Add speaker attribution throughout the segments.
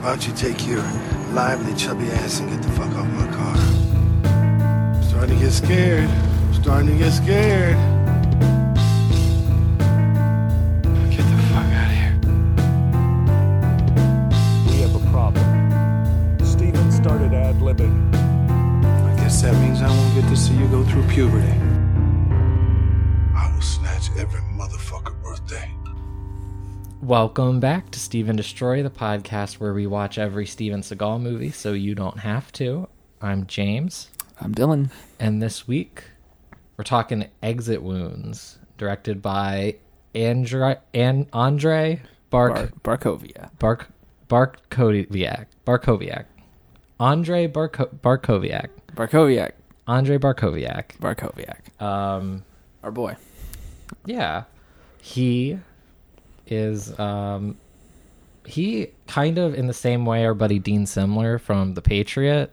Speaker 1: Why don't you take your lively, chubby ass and get the fuck off my car? I'm starting to get scared. I'm starting to get scared. Get the fuck out of here.
Speaker 2: We have a problem. Steven started ad libbing.
Speaker 1: I guess that means I won't get to see you go through puberty. I will snatch every motherfucker birthday.
Speaker 3: Welcome back to Steven Destroy, the podcast where we watch every Steven Seagal movie so you don't have to. I'm James,
Speaker 4: I'm Dylan.
Speaker 3: and this week we're talking Exit Wounds, directed by Andre, An, Andre
Speaker 4: Bar-
Speaker 3: Bark,
Speaker 4: Barkovia.
Speaker 3: Bark, Barkoviak. Barkoviak. Andre Barko, Barkoviak.
Speaker 4: Barkoviak.
Speaker 3: Andre Barkoviak.
Speaker 4: Barkoviak.
Speaker 3: Um,
Speaker 4: Our boy.
Speaker 3: Yeah. He is um he kind of in the same way our buddy Dean Semler from The Patriot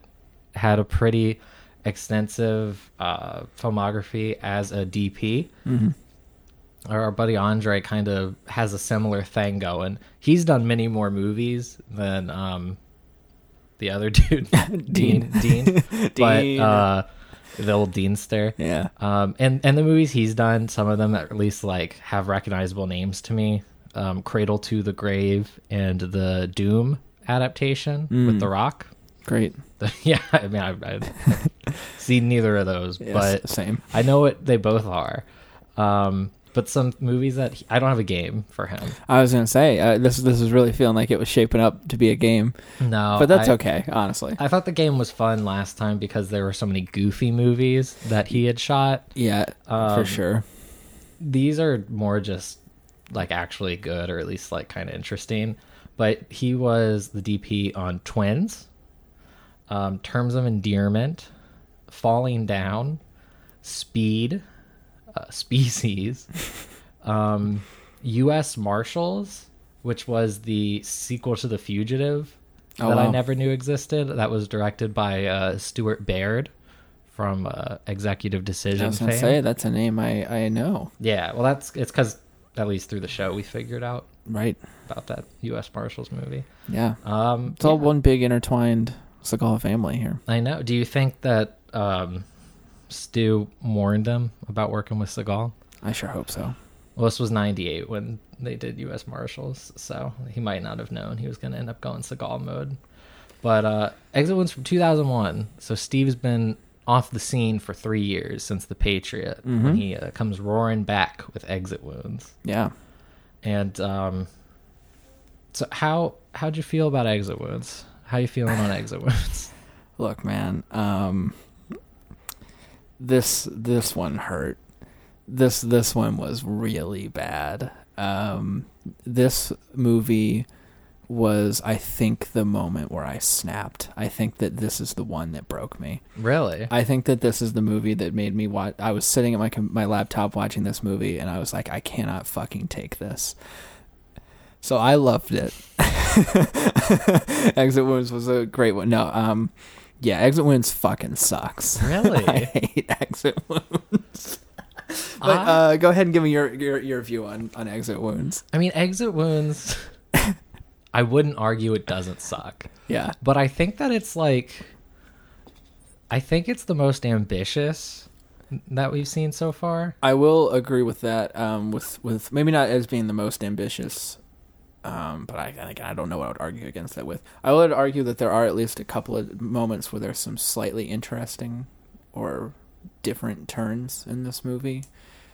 Speaker 3: had a pretty extensive uh filmography as a DP.
Speaker 4: Mm-hmm.
Speaker 3: Or Our buddy Andre kind of has a similar thing going. He's done many more movies than um the other dude, Dean. Dean, but
Speaker 4: Dean.
Speaker 3: uh, the old Deanster.
Speaker 4: Yeah.
Speaker 3: Um, and and the movies he's done, some of them at least like have recognizable names to me. Um, Cradle to the Grave and the Doom adaptation with The
Speaker 4: Mm.
Speaker 3: Rock.
Speaker 4: Great.
Speaker 3: yeah, I mean I, I've seen neither of those,
Speaker 4: Yes,
Speaker 3: but
Speaker 4: same.
Speaker 3: I know what they both are. Um, but some movies that he- I don't have a game for him.
Speaker 4: I was gonna say uh, this. This is really feeling like it was shaping up to be a game,
Speaker 3: No,
Speaker 4: but that's
Speaker 3: I-
Speaker 4: okay. Honestly.
Speaker 3: I thought the game was fun last time because there were so many goofy movies that he had shot.
Speaker 4: yeah.
Speaker 3: Um,
Speaker 4: for sure.
Speaker 3: these are more just like actually good or at least like kind of interesting. But he was the DP on Twins, um, Terms of Endearment, Falling Down, Speed, uh, Species, um, U.S. Marshals, which was the sequel to The Fugitive
Speaker 4: Oh,
Speaker 3: that I
Speaker 4: wow.
Speaker 3: never knew existed. That was directed by uh, Stuart Baird from uh, Executive Decision.
Speaker 4: I was gonna
Speaker 3: fame.
Speaker 4: say that's a name I I know.
Speaker 3: Yeah, well, that's it's because at least through the show we figured out
Speaker 4: Right.
Speaker 3: about that U.S. Marshals movie.
Speaker 4: Yeah.
Speaker 3: Um,
Speaker 4: It's all one big intertwined Seagal family here.
Speaker 3: I know. Do you think that um, Stu warned them about working with Seagal?
Speaker 4: I sure hope so.
Speaker 3: Well, this was '98 when they did U.S. Marshals, so he might not have known he was going to end up going Seagal mode. But uh, Exit Wounds from 2001, so Steve's been off the scene for three years since The Patriot when he uh, comes roaring back with Exit Wounds.
Speaker 4: Yeah.
Speaker 3: And um, so how how'd you feel about Exit Wounds? How you feeling on Exit Wounds?
Speaker 4: Look, man, um, this this one hurt. This this one was really bad. Um, this movie was, I think, the moment where I snapped. I think that this is the one that broke me.
Speaker 3: really?
Speaker 4: I think that this is the movie that made me watch. I was sitting at my com- my laptop watching this movie, and I was like, I cannot fucking take this. So I loved it. Exit Wounds was a great one. No, um, yeah, Exit Wounds fucking sucks.
Speaker 3: Really?
Speaker 4: I hate Exit Wounds. but uh, go ahead and give me your your, your view on on Exit Wounds.
Speaker 3: I mean, Exit Wounds. I wouldn't argue it doesn't suck,
Speaker 4: Yeah,
Speaker 3: but I think that it's like, I think it's the most ambitious that we've seen so far.
Speaker 4: I will agree with that. Um, with with maybe not as being the most ambitious, um, but I I- I don't know what I would argue against that with. I would argue that there are at least a couple of moments where there's some slightly interesting or different turns in this movie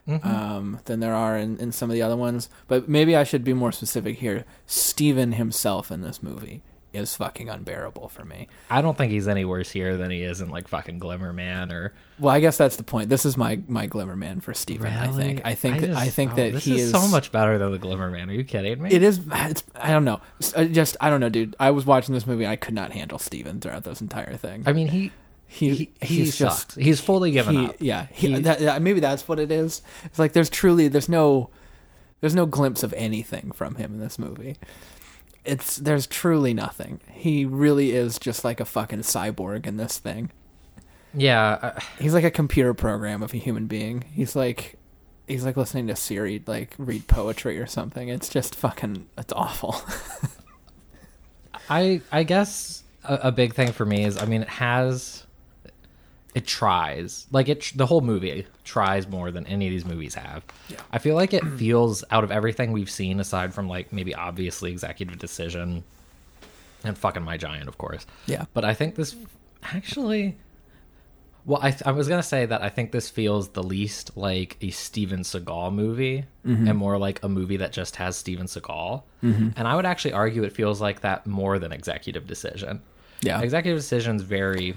Speaker 3: Mm-hmm.
Speaker 4: um, than there are in, in some of the other ones. But maybe I should be more specific here. Steven himself in this movie is fucking unbearable for me.
Speaker 3: I don't think he's any worse here than he is in like fucking Glimmer Man or.
Speaker 4: Well, I guess that's the point. This is my my glimmer man for Steven, I think. I think that
Speaker 3: just-
Speaker 4: I think
Speaker 3: oh,
Speaker 4: that
Speaker 3: this
Speaker 4: he
Speaker 3: is, so much better than the Glimmer Man. Are you kidding me?
Speaker 4: It is. It's, I don't know. S- I just I don't know, dude. I was watching this movie. and I could not handle Steven throughout this entire thing.
Speaker 3: I mean, he
Speaker 4: he,
Speaker 3: he, he sucks. he's fully given
Speaker 4: he-
Speaker 3: up.
Speaker 4: Yeah. He,
Speaker 3: He's-
Speaker 4: that- that- maybe that's what it is. It's like there's truly there's no there's no glimpse of anything from him in this movie. It's there's truly nothing. He really is just like a fucking cyborg in this thing.
Speaker 3: Yeah, uh,
Speaker 4: He's like a computer program of a human being. He's like he's like listening to Siri like read poetry or something. It's just fucking it's awful.
Speaker 3: I I guess a, a big thing for me is I mean it has it tries like it the whole movie tries more than any of these movies have. Yeah. I feel like it feels out of everything we've seen aside from like maybe obviously executive decision and fucking my giant of course.
Speaker 4: Yeah.
Speaker 3: But I think this actually well, I, I was gonna say that I think this feels the least like a Steven Seagal movie, and more like a movie that just has Steven Seagal. And I would actually argue it feels like that more than Executive Decision.
Speaker 4: Yeah. Uh,
Speaker 3: Executive Decision's very,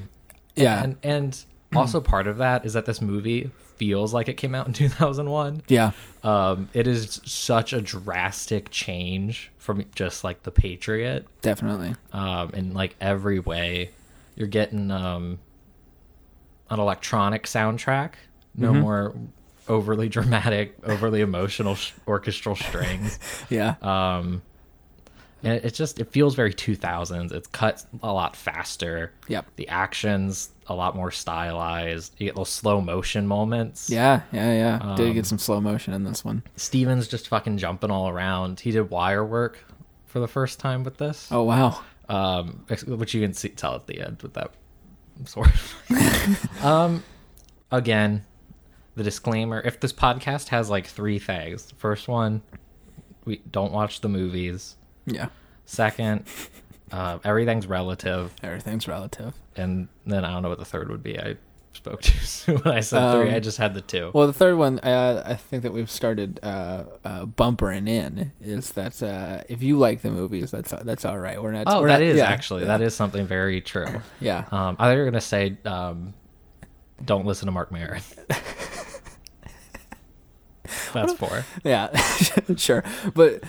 Speaker 4: Yeah.
Speaker 3: and and also part of that is that this movie feels like it came out in two thousand one.
Speaker 4: yeah.
Speaker 3: Um, it is such a drastic change from just like the Patriot
Speaker 4: Definitely.
Speaker 3: um, in like every way. You're getting um, an electronic soundtrack, no
Speaker 4: Mm-hmm.
Speaker 3: more overly dramatic, overly emotional sh- orchestral strings.
Speaker 4: Yeah.
Speaker 3: Uh, and it, it just it feels very 2000s. It's cut a lot faster.
Speaker 4: Yep.
Speaker 3: The actions a lot more stylized. You get little slow motion moments.
Speaker 4: yeah. Yeah. Yeah.
Speaker 3: um,
Speaker 4: Did get some slow motion in this one.
Speaker 3: Steven's just fucking jumping all around. He did wire work for the first time with this.
Speaker 4: Oh wow.
Speaker 3: um, ex- which you can see tell at the end with that sword. um, again, the disclaimer: if this podcast has like three things, the first one, we don't watch the movies.
Speaker 4: Yeah.
Speaker 3: Second, uh, everything's relative,
Speaker 4: Everything's relative.
Speaker 3: and then I don't know what the third would be. I spoke too soon when I said three. I just had the two.
Speaker 4: Um, Well, the third one, uh, I think that we've started uh, uh, bumpering in is that uh, if you like the movies, that's that's all right. We're not.
Speaker 3: oh,
Speaker 4: we're
Speaker 3: that
Speaker 4: not-
Speaker 3: is
Speaker 4: yeah,
Speaker 3: actually that is something very true.
Speaker 4: Yeah.
Speaker 3: Um, I thought you were gonna say, um, "Don't listen to Mark Maron." That's four.
Speaker 4: Yeah, sure. But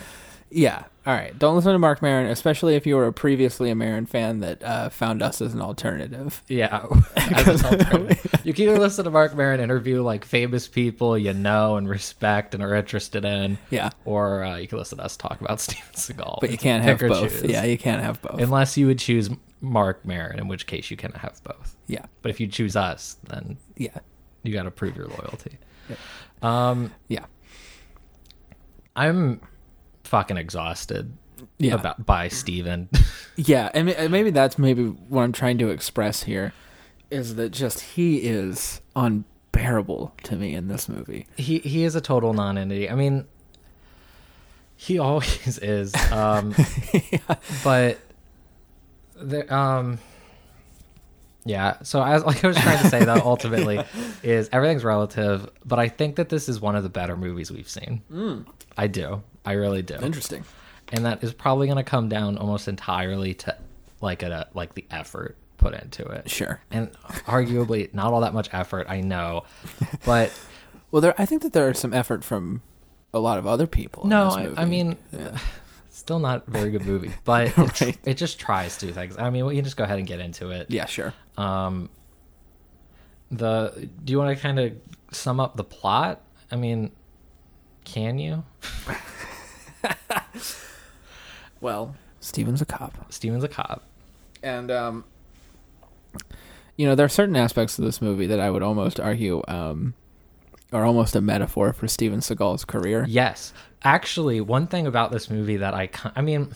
Speaker 4: yeah, all right. Don't listen to Mark Maron, especially if you were a previously a Maron fan that uh, found us as an alternative.
Speaker 3: Yeah, as an alternative. you can either listen to Mark Maron interview like famous people you know and respect and are interested in,
Speaker 4: Yeah.
Speaker 3: or uh, you can listen to us talk about Steven Seagal.
Speaker 4: But you can't have
Speaker 3: Pick or
Speaker 4: both.
Speaker 3: choose.
Speaker 4: Yeah, you can't have both.
Speaker 3: unless you would choose Mark Maron, in which case you can have both.
Speaker 4: yeah,
Speaker 3: But if you choose us, then
Speaker 4: yeah,
Speaker 3: you got to prove your loyalty. Um,
Speaker 4: yeah,
Speaker 3: I'm fucking exhausted
Speaker 4: yeah,
Speaker 3: about by Steven.
Speaker 4: yeah. And ma- and maybe that's maybe what I'm trying to express here is that just he is unbearable to me in this movie.
Speaker 3: he he is a total nonentity. I mean, he always is. Um, But there, um, yeah. So as like I was trying to say, that ultimately is everything's relative. But I think that this is one of the better movies we've seen. I do. I really do.
Speaker 4: Interesting.
Speaker 3: And that is probably going to come down almost entirely to like a like the effort put into it.
Speaker 4: Sure.
Speaker 3: And arguably not all that much effort, I know, but.
Speaker 4: Well, there. I think that there are some effort from a lot of other people. in
Speaker 3: No,
Speaker 4: this
Speaker 3: I, I
Speaker 4: movie.
Speaker 3: mean, still not a very good movie, but it,
Speaker 4: Right.
Speaker 3: it just tries to do things. I mean, we can just go ahead and get into it.
Speaker 4: yeah, sure.
Speaker 3: The do you want to kind of sum up the plot? I mean, can you?
Speaker 4: Well, Steven's a cop.
Speaker 3: Steven's a cop.
Speaker 4: and um, you know there are certain aspects of this movie that I would almost argue um, are almost a metaphor for Steven Seagal's career.
Speaker 3: Yes, actually, one thing about this movie that I ki- I mean,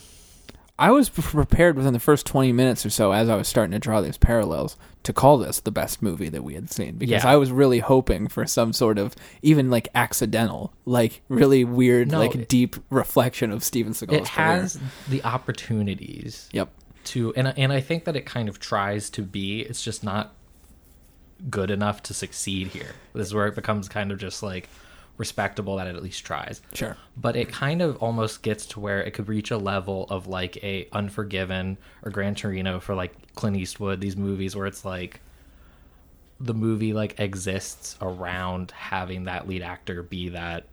Speaker 4: I was pre- prepared within the first twenty minutes or so, as I was starting to draw these parallels, to call this the best movie that we had seen because
Speaker 3: Yeah.
Speaker 4: I was really hoping for some sort of even like accidental, like really weird,
Speaker 3: No,
Speaker 4: like
Speaker 3: it-
Speaker 4: deep reflection of Steven Seagal's
Speaker 3: it
Speaker 4: career.
Speaker 3: has the opportunities
Speaker 4: Yep.
Speaker 3: to, and I- and I think that it kind of tries to be. It's just not good enough to succeed here. This is where it becomes kind of just like respectable that it at least tries.
Speaker 4: Sure.
Speaker 3: but it kind of almost gets to where it could reach a level of like a Unforgiven or Gran Torino for like Clint Eastwood. These movies where it's like the movie like exists around having that lead actor be that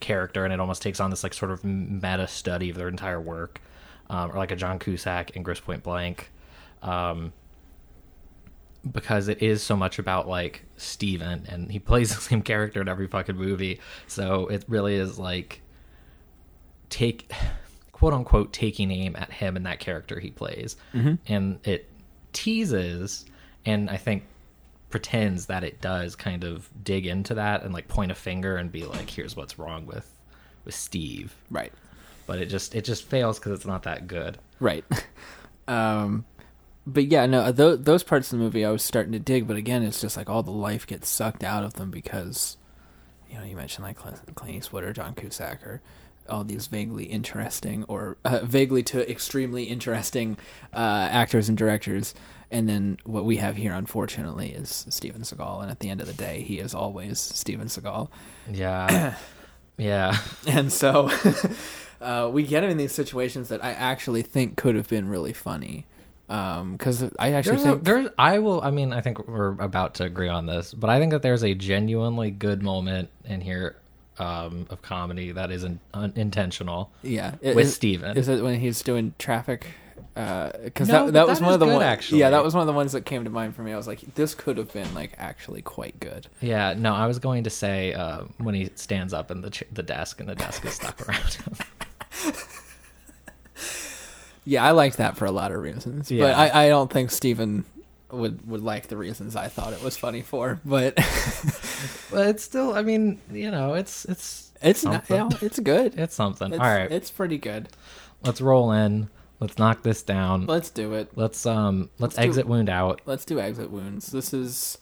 Speaker 3: character, and it almost takes on this like sort of meta study of their entire work, um, or like a John Cusack in Gross Point Blank. Um, because it is so much about like Steven and he plays the same character in every fucking movie. So it really is like take quote unquote taking aim at him and that character he plays. And it teases and I think pretends that it does kind of dig into that and like point a finger and be like here's what's wrong with with Steve.
Speaker 4: Right.
Speaker 3: But it just it just fails cuz it's not that good.
Speaker 4: Right. Um, but yeah, no, those, those parts of the movie I was starting to dig, but again, it's just like all the life gets sucked out of them because, you know, you mentioned like Clint, Clint Eastwood or John Cusack or all these vaguely interesting or uh, vaguely to extremely interesting uh, actors and directors. And then what we have here, unfortunately, is Steven Seagal. And at the end of the day, he is always Steven Seagal.
Speaker 3: Yeah. yeah.
Speaker 4: And so uh, we get him in these situations that I actually think could have been really funny. Because I actually
Speaker 3: There's a,
Speaker 4: think
Speaker 3: there's I will I mean I think we're about to agree on this, but I think that there's a genuinely good moment in here um, of comedy that isn't unintentional.
Speaker 4: Yeah, i-
Speaker 3: with
Speaker 4: is-
Speaker 3: Steven.
Speaker 4: Is it when he's doing traffic? Because
Speaker 3: No,
Speaker 4: that,
Speaker 3: but
Speaker 4: that was
Speaker 3: that
Speaker 4: one
Speaker 3: is
Speaker 4: of the
Speaker 3: good,
Speaker 4: ones.
Speaker 3: actually.
Speaker 4: Yeah, that was one of the ones that came to mind for me. I was like, this could have been like actually quite good.
Speaker 3: Yeah, no, I was going to say uh, when he stands up in the ch- the desk and the desk is stuck around him.
Speaker 4: Yeah, I liked that for a lot of reasons, but
Speaker 3: Yeah.
Speaker 4: I, I don't think Steven would would like the reasons I thought it was funny for. But
Speaker 3: But it's still, I mean, you know, it's it's
Speaker 4: it's not, you know, it's good.
Speaker 3: it's something.
Speaker 4: It's,
Speaker 3: All right,
Speaker 4: it's pretty good.
Speaker 3: let's roll in. Let's knock this down.
Speaker 4: Let's do it.
Speaker 3: Let's um let's,
Speaker 4: do-
Speaker 3: exit wound out.
Speaker 4: Let's do exit wounds. This is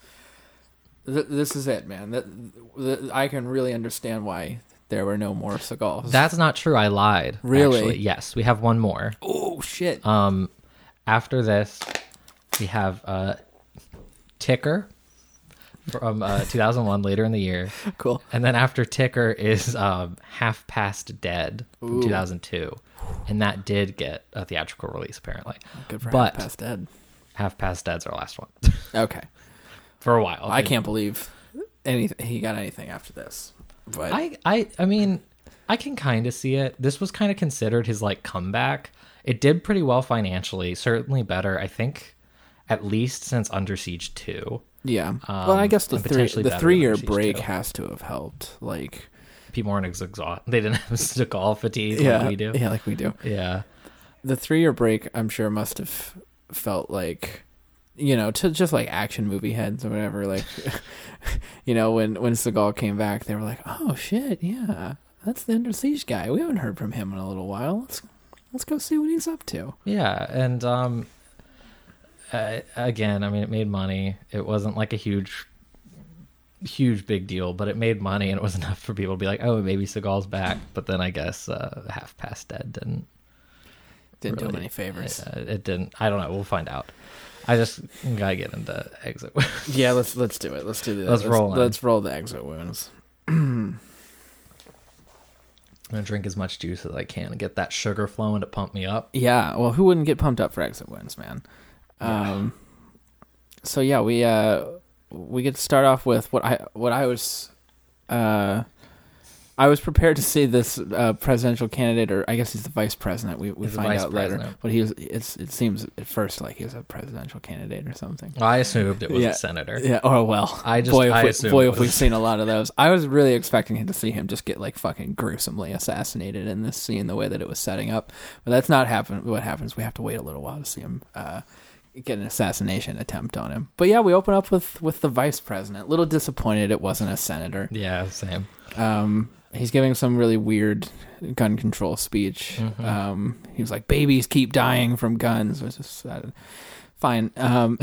Speaker 4: th- this is it, man. That, th I can really understand why there were no more Seagulls.
Speaker 3: That's not true. I lied.
Speaker 4: Really?
Speaker 3: actually. Yes, we have one more.
Speaker 4: oh shit.
Speaker 3: Um, after this, we have uh, Ticker from uh, 2001 later in the year.
Speaker 4: cool.
Speaker 3: And then after Ticker is um, Half Past Dead from 2002. And that did get a theatrical release, apparently.
Speaker 4: Good for
Speaker 3: but
Speaker 4: half past dead.
Speaker 3: Half Past Dead's our last one
Speaker 4: Okay.
Speaker 3: for a while.
Speaker 4: I can't believe anything he got anything after this. But
Speaker 3: I, I, I mean, I can kind of see it. This was kind of considered his like comeback. It did pretty well financially, certainly better, I think, at least since Under Siege 2.
Speaker 4: yeah. well, I guess the
Speaker 3: and
Speaker 4: three
Speaker 3: um, potentially
Speaker 4: the
Speaker 3: better
Speaker 4: three year
Speaker 3: than Overseas
Speaker 4: break
Speaker 3: too.
Speaker 4: has to have helped. Like
Speaker 3: people weren't exhausted. They didn't have Stikal fatigue
Speaker 4: yeah,
Speaker 3: like we do.
Speaker 4: yeah, like we do.
Speaker 3: Yeah.
Speaker 4: The three year break, I'm sure, must have felt like you know to just like action movie heads or whatever. Like you know when when Seagal came back, they were like, oh shit, yeah, that's the Under Siege guy. We haven't heard from him in a little while. Let's let's go see what he's up to.
Speaker 3: Yeah. And um, uh, again, I mean, it made money. It wasn't like a huge, huge big deal, but it made money and it was enough for people to be like, oh, maybe Seagal's back. But then I guess uh, Half Past Dead didn't.
Speaker 4: Didn't do him
Speaker 3: really-
Speaker 4: any favors.
Speaker 3: Uh, it didn't. I don't know. We'll find out. I just got to get into exit.
Speaker 4: Yeah, let's let's do it. Let's do this.
Speaker 3: Let's roll in.
Speaker 4: Let's roll the exit wounds.
Speaker 3: I'm going to drink as much juice as I can and get that sugar flowing to pump me up.
Speaker 4: Yeah. Well, who wouldn't get pumped up for exit wounds, man? Um. So yeah, we uh we get to start off with what I what I was uh I was prepared to see this uh, presidential candidate, or I guess he's the vice president. We we
Speaker 3: He's the
Speaker 4: find
Speaker 3: vice
Speaker 4: out later,
Speaker 3: president.
Speaker 4: but he was. It's it seems at first like he's a presidential candidate or something.
Speaker 3: I assumed it was
Speaker 4: Yeah.
Speaker 3: a senator.
Speaker 4: Yeah. Oh well.
Speaker 3: I just-
Speaker 4: boy, if
Speaker 3: I
Speaker 4: we,
Speaker 3: assume
Speaker 4: boy,
Speaker 3: it
Speaker 4: if
Speaker 3: was-
Speaker 4: we've seen a lot of those. I was really expecting him to see him just get like fucking gruesomely assassinated in this scene, the way that it was setting up. But that's not happen. What happens? We have to wait a little while to see him uh, get an assassination attempt on him. But yeah, we open up with with the vice president. Little disappointed it wasn't a senator.
Speaker 3: Yeah, same.
Speaker 4: Um, he's giving some really weird gun control speech.
Speaker 3: Mm-hmm.
Speaker 4: Um, he was like, "Babies keep dying from guns," which is uh, fine. Um,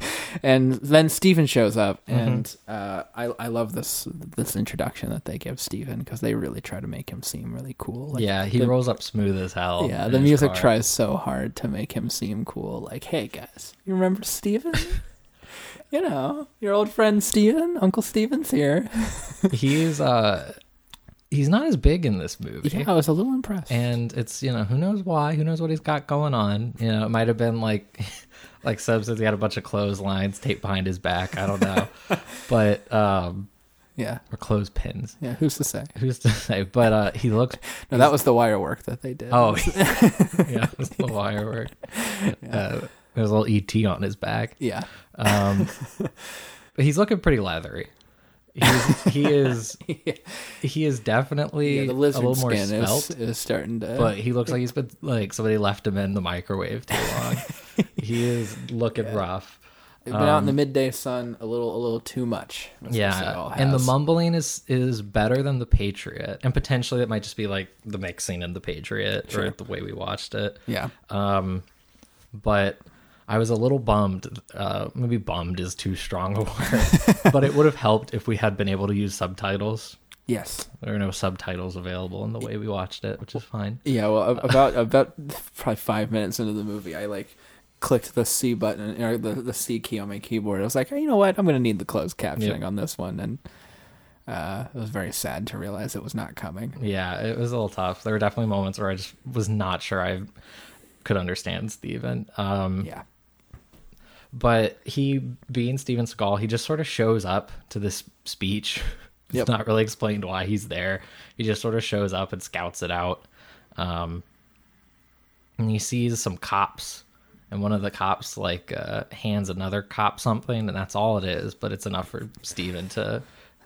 Speaker 4: and then Stephen shows up,
Speaker 3: Mm-hmm.
Speaker 4: and uh, I I love this this introduction that they give Stephen because they really try to make him seem really cool. Like,
Speaker 3: yeah, he
Speaker 4: the-
Speaker 3: rolls up smooth as hell.
Speaker 4: Yeah,
Speaker 3: in
Speaker 4: the
Speaker 3: his
Speaker 4: music
Speaker 3: car.
Speaker 4: tries so hard to make him seem cool. Like, hey guys, you remember Steven? you know, your old friend Steven, Uncle Steven's here.
Speaker 3: He's uh, he's not as big in this movie,
Speaker 4: Yeah, I was a little impressed.
Speaker 3: and it's you know who knows why, who knows what he's got going on. You know, it might have been like, like Sub says he had a bunch of clotheslines taped behind his back. I don't know, but um,
Speaker 4: yeah.
Speaker 3: or clothespins.
Speaker 4: Yeah, who's to say?
Speaker 3: Who's to say? But uh, he looks.
Speaker 4: No, that was the wire work that they did.
Speaker 3: Oh, yeah, it was the wire work. Uh, there's a little ET on his back.
Speaker 4: yeah,
Speaker 3: Um, but he's looking pretty leathery. He's, he is he is definitely
Speaker 4: yeah. The
Speaker 3: a little
Speaker 4: lizard
Speaker 3: more
Speaker 4: skin is,
Speaker 3: svelte,
Speaker 4: is starting to.
Speaker 3: but he looks like he's been like somebody left him in the microwave too long. he is looking rough.
Speaker 4: They've been out in the midday sun a little, a little too much. Mr.
Speaker 3: um, Yeah,
Speaker 4: Seagal
Speaker 3: and the
Speaker 4: has.
Speaker 3: mumbling is is better than the Patriot, and potentially it might just be like the mixing in the Patriot or the way we watched it.
Speaker 4: Yeah,
Speaker 3: Um, but I was a little bummed. Uh, maybe bummed is too strong a word, but it would have helped if we had been able to use subtitles.
Speaker 4: Yes.
Speaker 3: There were no subtitles available in the way we watched it, which is fine.
Speaker 4: Yeah. Well, ab- about about probably five minutes into the movie, I like clicked the C button or the the C key on my keyboard. I was like, hey, you know what? I'm gonna need the closed captioning
Speaker 3: Yep.
Speaker 4: on this one, and uh, it was very sad to realize it was not coming.
Speaker 3: Yeah, it was a little tough. There were definitely moments where I just was not sure I could understand Steven. Um,
Speaker 4: Yeah.
Speaker 3: but he being Steven Seagal, he just sort of shows up to this speech. It's
Speaker 4: Yep.
Speaker 3: not really explained why he's there. He just sort of shows up and scouts it out. Um, and he sees some cops, and one of the cops like uh, hands another cop something, and that's all it is. But it's enough for Steven to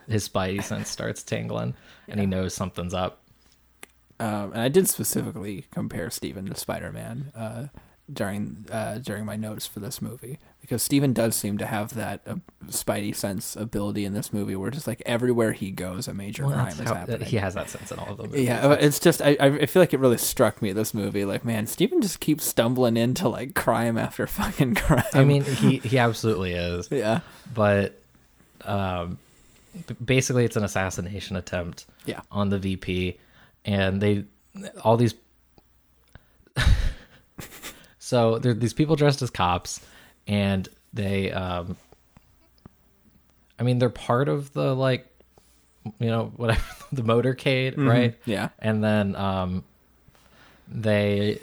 Speaker 3: his spidey sense starts tingling, and he knows something's up.
Speaker 4: um, and I did specifically compare Steven to Spider Man uh, during uh, during my notes for this movie because Steven does seem to have that uh, Spidey sense ability in this movie, where just like everywhere he goes, a major
Speaker 3: Well,
Speaker 4: crime
Speaker 3: that's
Speaker 4: is
Speaker 3: how- uh,
Speaker 4: happening.
Speaker 3: he has that sense in all of them.
Speaker 4: Yeah, uh, it's just I, I I feel like it really struck me this movie. Like, man, Steven just keeps stumbling into like crime after fucking crime.
Speaker 3: I mean, he he absolutely is.
Speaker 4: yeah,
Speaker 3: but um, b- basically it's an assassination attempt
Speaker 4: Yeah.
Speaker 3: on the VP, and they all these. so there are these people dressed as cops, and they, um, I mean, they're part of the like, you know, whatever the motorcade,
Speaker 4: Mm-hmm.
Speaker 3: right?
Speaker 4: yeah.
Speaker 3: and then um, they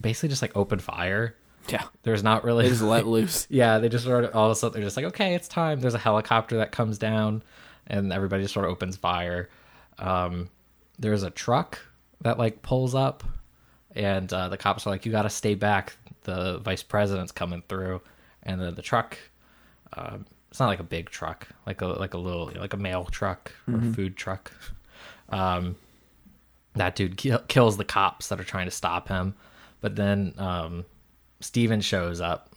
Speaker 3: basically just like open fire.
Speaker 4: yeah.
Speaker 3: There's not really
Speaker 4: They just let loose.
Speaker 3: yeah, they just sort of all of a sudden they're just like, okay, it's time. There's a helicopter that comes down, and everybody just sort of opens fire. Um, there's a truck that like pulls up, and uh, the cops are like, you got to stay back. The vice president's coming through, and then the truck. Um, it's not like a big truck, like a like a little like a mail truck or food truck. Um, that dude kill, kills the cops that are trying to stop him, but then um, Steven shows up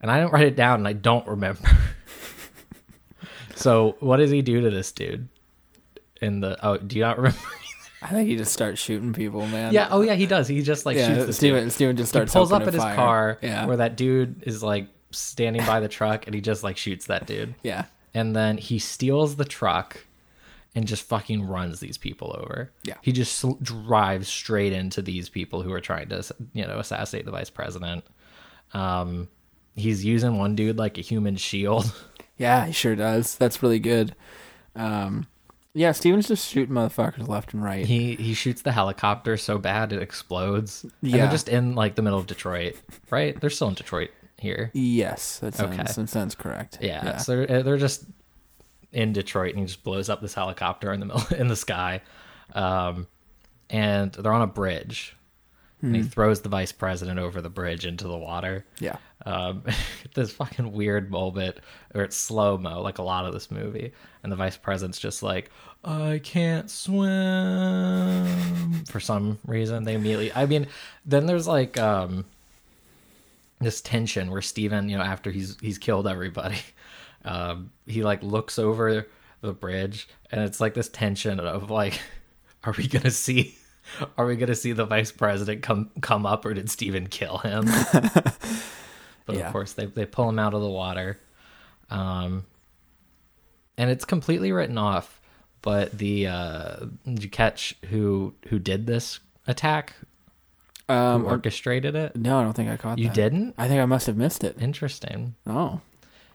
Speaker 3: and I didn't write it down, and I don't remember. so, what does he do to this dude? In the oh, do you not remember?
Speaker 4: I think he just starts shooting people, man.
Speaker 3: yeah, oh yeah, he does. He just like shoots
Speaker 4: yeah.
Speaker 3: this
Speaker 4: Steven,
Speaker 3: dude.
Speaker 4: Steven
Speaker 3: He
Speaker 4: just starts
Speaker 3: pulls up in
Speaker 4: opening
Speaker 3: his
Speaker 4: fire.
Speaker 3: car
Speaker 4: Yeah,
Speaker 3: where that dude is like standing by the truck, and he just like shoots that dude,
Speaker 4: yeah,
Speaker 3: and then he steals the truck. And just fucking runs these people over.
Speaker 4: Yeah.
Speaker 3: he just sl- drives straight into these people who are trying to, you know, assassinate the vice president. Um, he's using one dude like a human shield.
Speaker 4: yeah. He sure does. That's really good. Um, yeah, Steven's just shooting motherfuckers left and right.
Speaker 3: He he shoots the helicopter so bad it explodes. Yeah, and
Speaker 4: Yeah.
Speaker 3: they're just in like the middle of Detroit, right? They're still in Detroit here.
Speaker 4: yes, that sounds,
Speaker 3: Okay.
Speaker 4: that sounds correct.
Speaker 3: Yeah, so they're they're just in Detroit, and he just blows up this helicopter in the middle in the sky, um, and they're on a bridge, and he throws the vice president over the bridge into the water.
Speaker 4: yeah.
Speaker 3: Um, this fucking weird moment, or it's slow mo, like a lot of this movie, and the vice president's just like, "I can't swim." For some reason, they immediately. I mean, then there's like um, this tension where Steven, you know, after he's he's killed everybody, um, he like looks over the bridge, and it's like this tension of like, are we gonna see? Are we gonna see the vice president come come up, or did Steven kill him? but
Speaker 4: Yeah.
Speaker 3: of course they, they pull him out of the water um and it's completely written off but the uh did you catch who who did this attack
Speaker 4: Yeah.
Speaker 3: who
Speaker 4: Um,
Speaker 3: orchestrated it
Speaker 4: no, I don't think I caught
Speaker 3: you
Speaker 4: that.
Speaker 3: didn't
Speaker 4: I think I must have missed it.
Speaker 3: interesting
Speaker 4: Oh,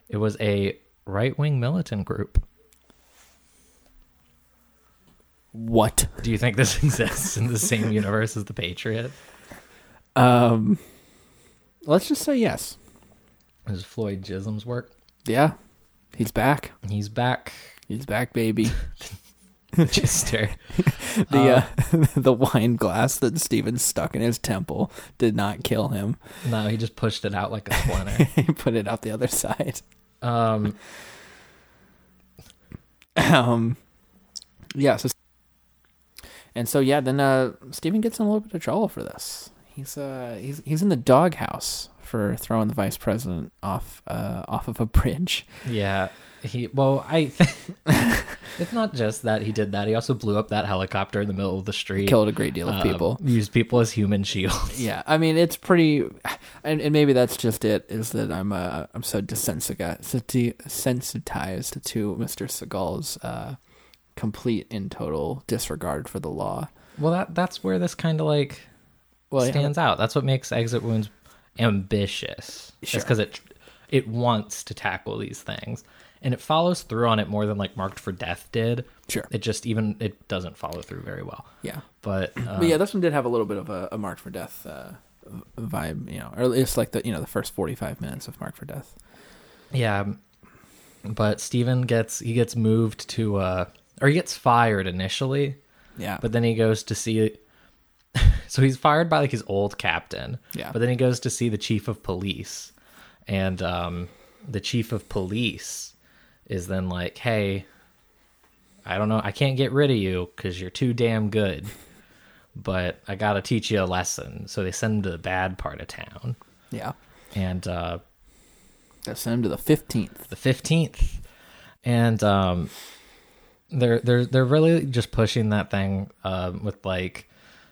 Speaker 3: it was a right-wing militant group
Speaker 4: what?
Speaker 3: do you think this exists in the same universe as the patriot
Speaker 4: Um, let's just say yes.
Speaker 3: this is floyd jism's work
Speaker 4: Yeah, he's back.
Speaker 3: he's back er,
Speaker 4: He's back, baby.
Speaker 3: Chister.
Speaker 4: The uh, the wine glass that Steven stuck in his temple did not kill him.
Speaker 3: no he just pushed it out like a splinter
Speaker 4: he put it out the other side.
Speaker 3: um
Speaker 4: Um, yeah. So, and so yeah, then uh, Steven gets in a little bit of trouble for this. He's uh he's he's in the doghouse for throwing the vice president off uh off of a bridge.
Speaker 3: Yeah. He well, I think it's not just that he did that. He also blew up that helicopter in the middle of the street.
Speaker 4: Killed a great deal of
Speaker 3: uh,
Speaker 4: people.
Speaker 3: Used people as human shields.
Speaker 4: Yeah, I mean it's pretty, and, and maybe that's just it is that I'm uh I'm so desensitized sensitized to Mr. Seagal's uh complete and total disregard for the law.
Speaker 3: Well, that that's where this kind of like
Speaker 4: Well, yeah,
Speaker 3: stands out. That's what makes Exit Wounds ambitious.
Speaker 4: Sure.
Speaker 3: because it it wants to tackle these things, and it follows through on it more than like Marked for Death did.
Speaker 4: Sure.
Speaker 3: It just even it doesn't follow through very well.
Speaker 4: yeah.
Speaker 3: But, uh,
Speaker 4: But yeah, this one did have a little bit of a, a Mark for Death uh, v- vibe, you know, or at least like the you know the first forty five minutes of Mark for Death.
Speaker 3: yeah, um, but Steven gets he gets moved to uh or he gets fired initially,
Speaker 4: Yeah,
Speaker 3: but then he goes to see. So he's fired by like his old captain.
Speaker 4: Yeah.
Speaker 3: But then he goes to see the chief of police, and um, the chief of police is then like, "Hey, I don't know, I can't get rid of you because you're too damn good, but I gotta teach you a lesson." So they send him to the bad part of town,
Speaker 4: yeah,
Speaker 3: and uh,
Speaker 4: that sent him to the fifteenth.
Speaker 3: the fifteenth, and um, they're they're they're really just pushing that thing um, with like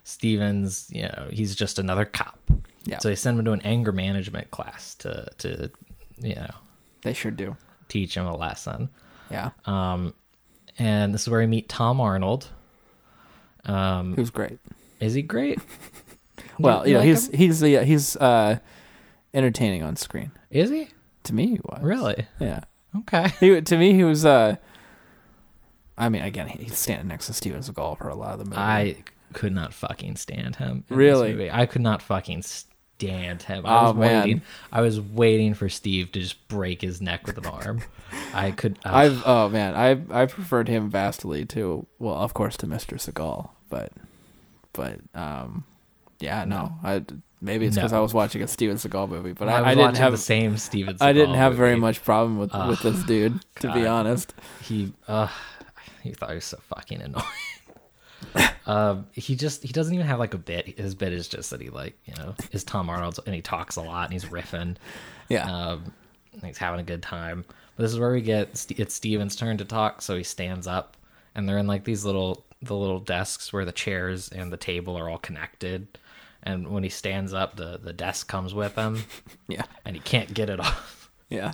Speaker 3: Stevens. You know, he's just another cop.
Speaker 4: Yeah.
Speaker 3: So they send him to an anger management class to to you know
Speaker 4: They sure do.
Speaker 3: teach him a lesson.
Speaker 4: Yeah,
Speaker 3: And this is where we meet Tom Arnold.
Speaker 4: he was great.
Speaker 3: Is he great?
Speaker 4: Well, you know,
Speaker 3: like
Speaker 4: he's he's the uh, he's uh, entertaining on screen.
Speaker 3: Is he
Speaker 4: To me, he was
Speaker 3: really?
Speaker 4: yeah.
Speaker 3: Okay.
Speaker 4: He to me he was. Uh, I mean, again, he- he's standing next to Steven Seagal for a lot of the movie.
Speaker 3: I could not fucking stand him. in this
Speaker 4: Really?
Speaker 3: movie. I could not fucking stand him. I was
Speaker 4: Oh, man.
Speaker 3: waiting. I was waiting for Steve to just break his neck with an arm. I could. I,
Speaker 4: I've oh man, I I preferred him vastly to well, of course, to Mister Seagal, but but um, yeah, no, I maybe it's because
Speaker 3: No.
Speaker 4: I was watching a Steven Seagal movie, but
Speaker 3: I,
Speaker 4: I,
Speaker 3: was
Speaker 4: I
Speaker 3: watching
Speaker 4: didn't have
Speaker 3: the same Steven.
Speaker 4: I
Speaker 3: Seagal
Speaker 4: didn't have very
Speaker 3: movie. Uh,
Speaker 4: much problem with with this dude, to be
Speaker 3: God.
Speaker 4: honest.
Speaker 3: He. Uh, he thought he was so fucking annoying. um, he just he doesn't even have like a bit. His bit is just that he like you know is Tom Arnold and he talks a lot and he's riffing.
Speaker 4: Yeah,
Speaker 3: Um, and he's having a good time. But this is where we get Ste it's Steven's turn to talk, so he stands up, and they're in like these little the little desks where the chairs and the table are all connected. And when he stands up, the the desk comes with him,
Speaker 4: yeah,
Speaker 3: and he can't get it off.
Speaker 4: yeah.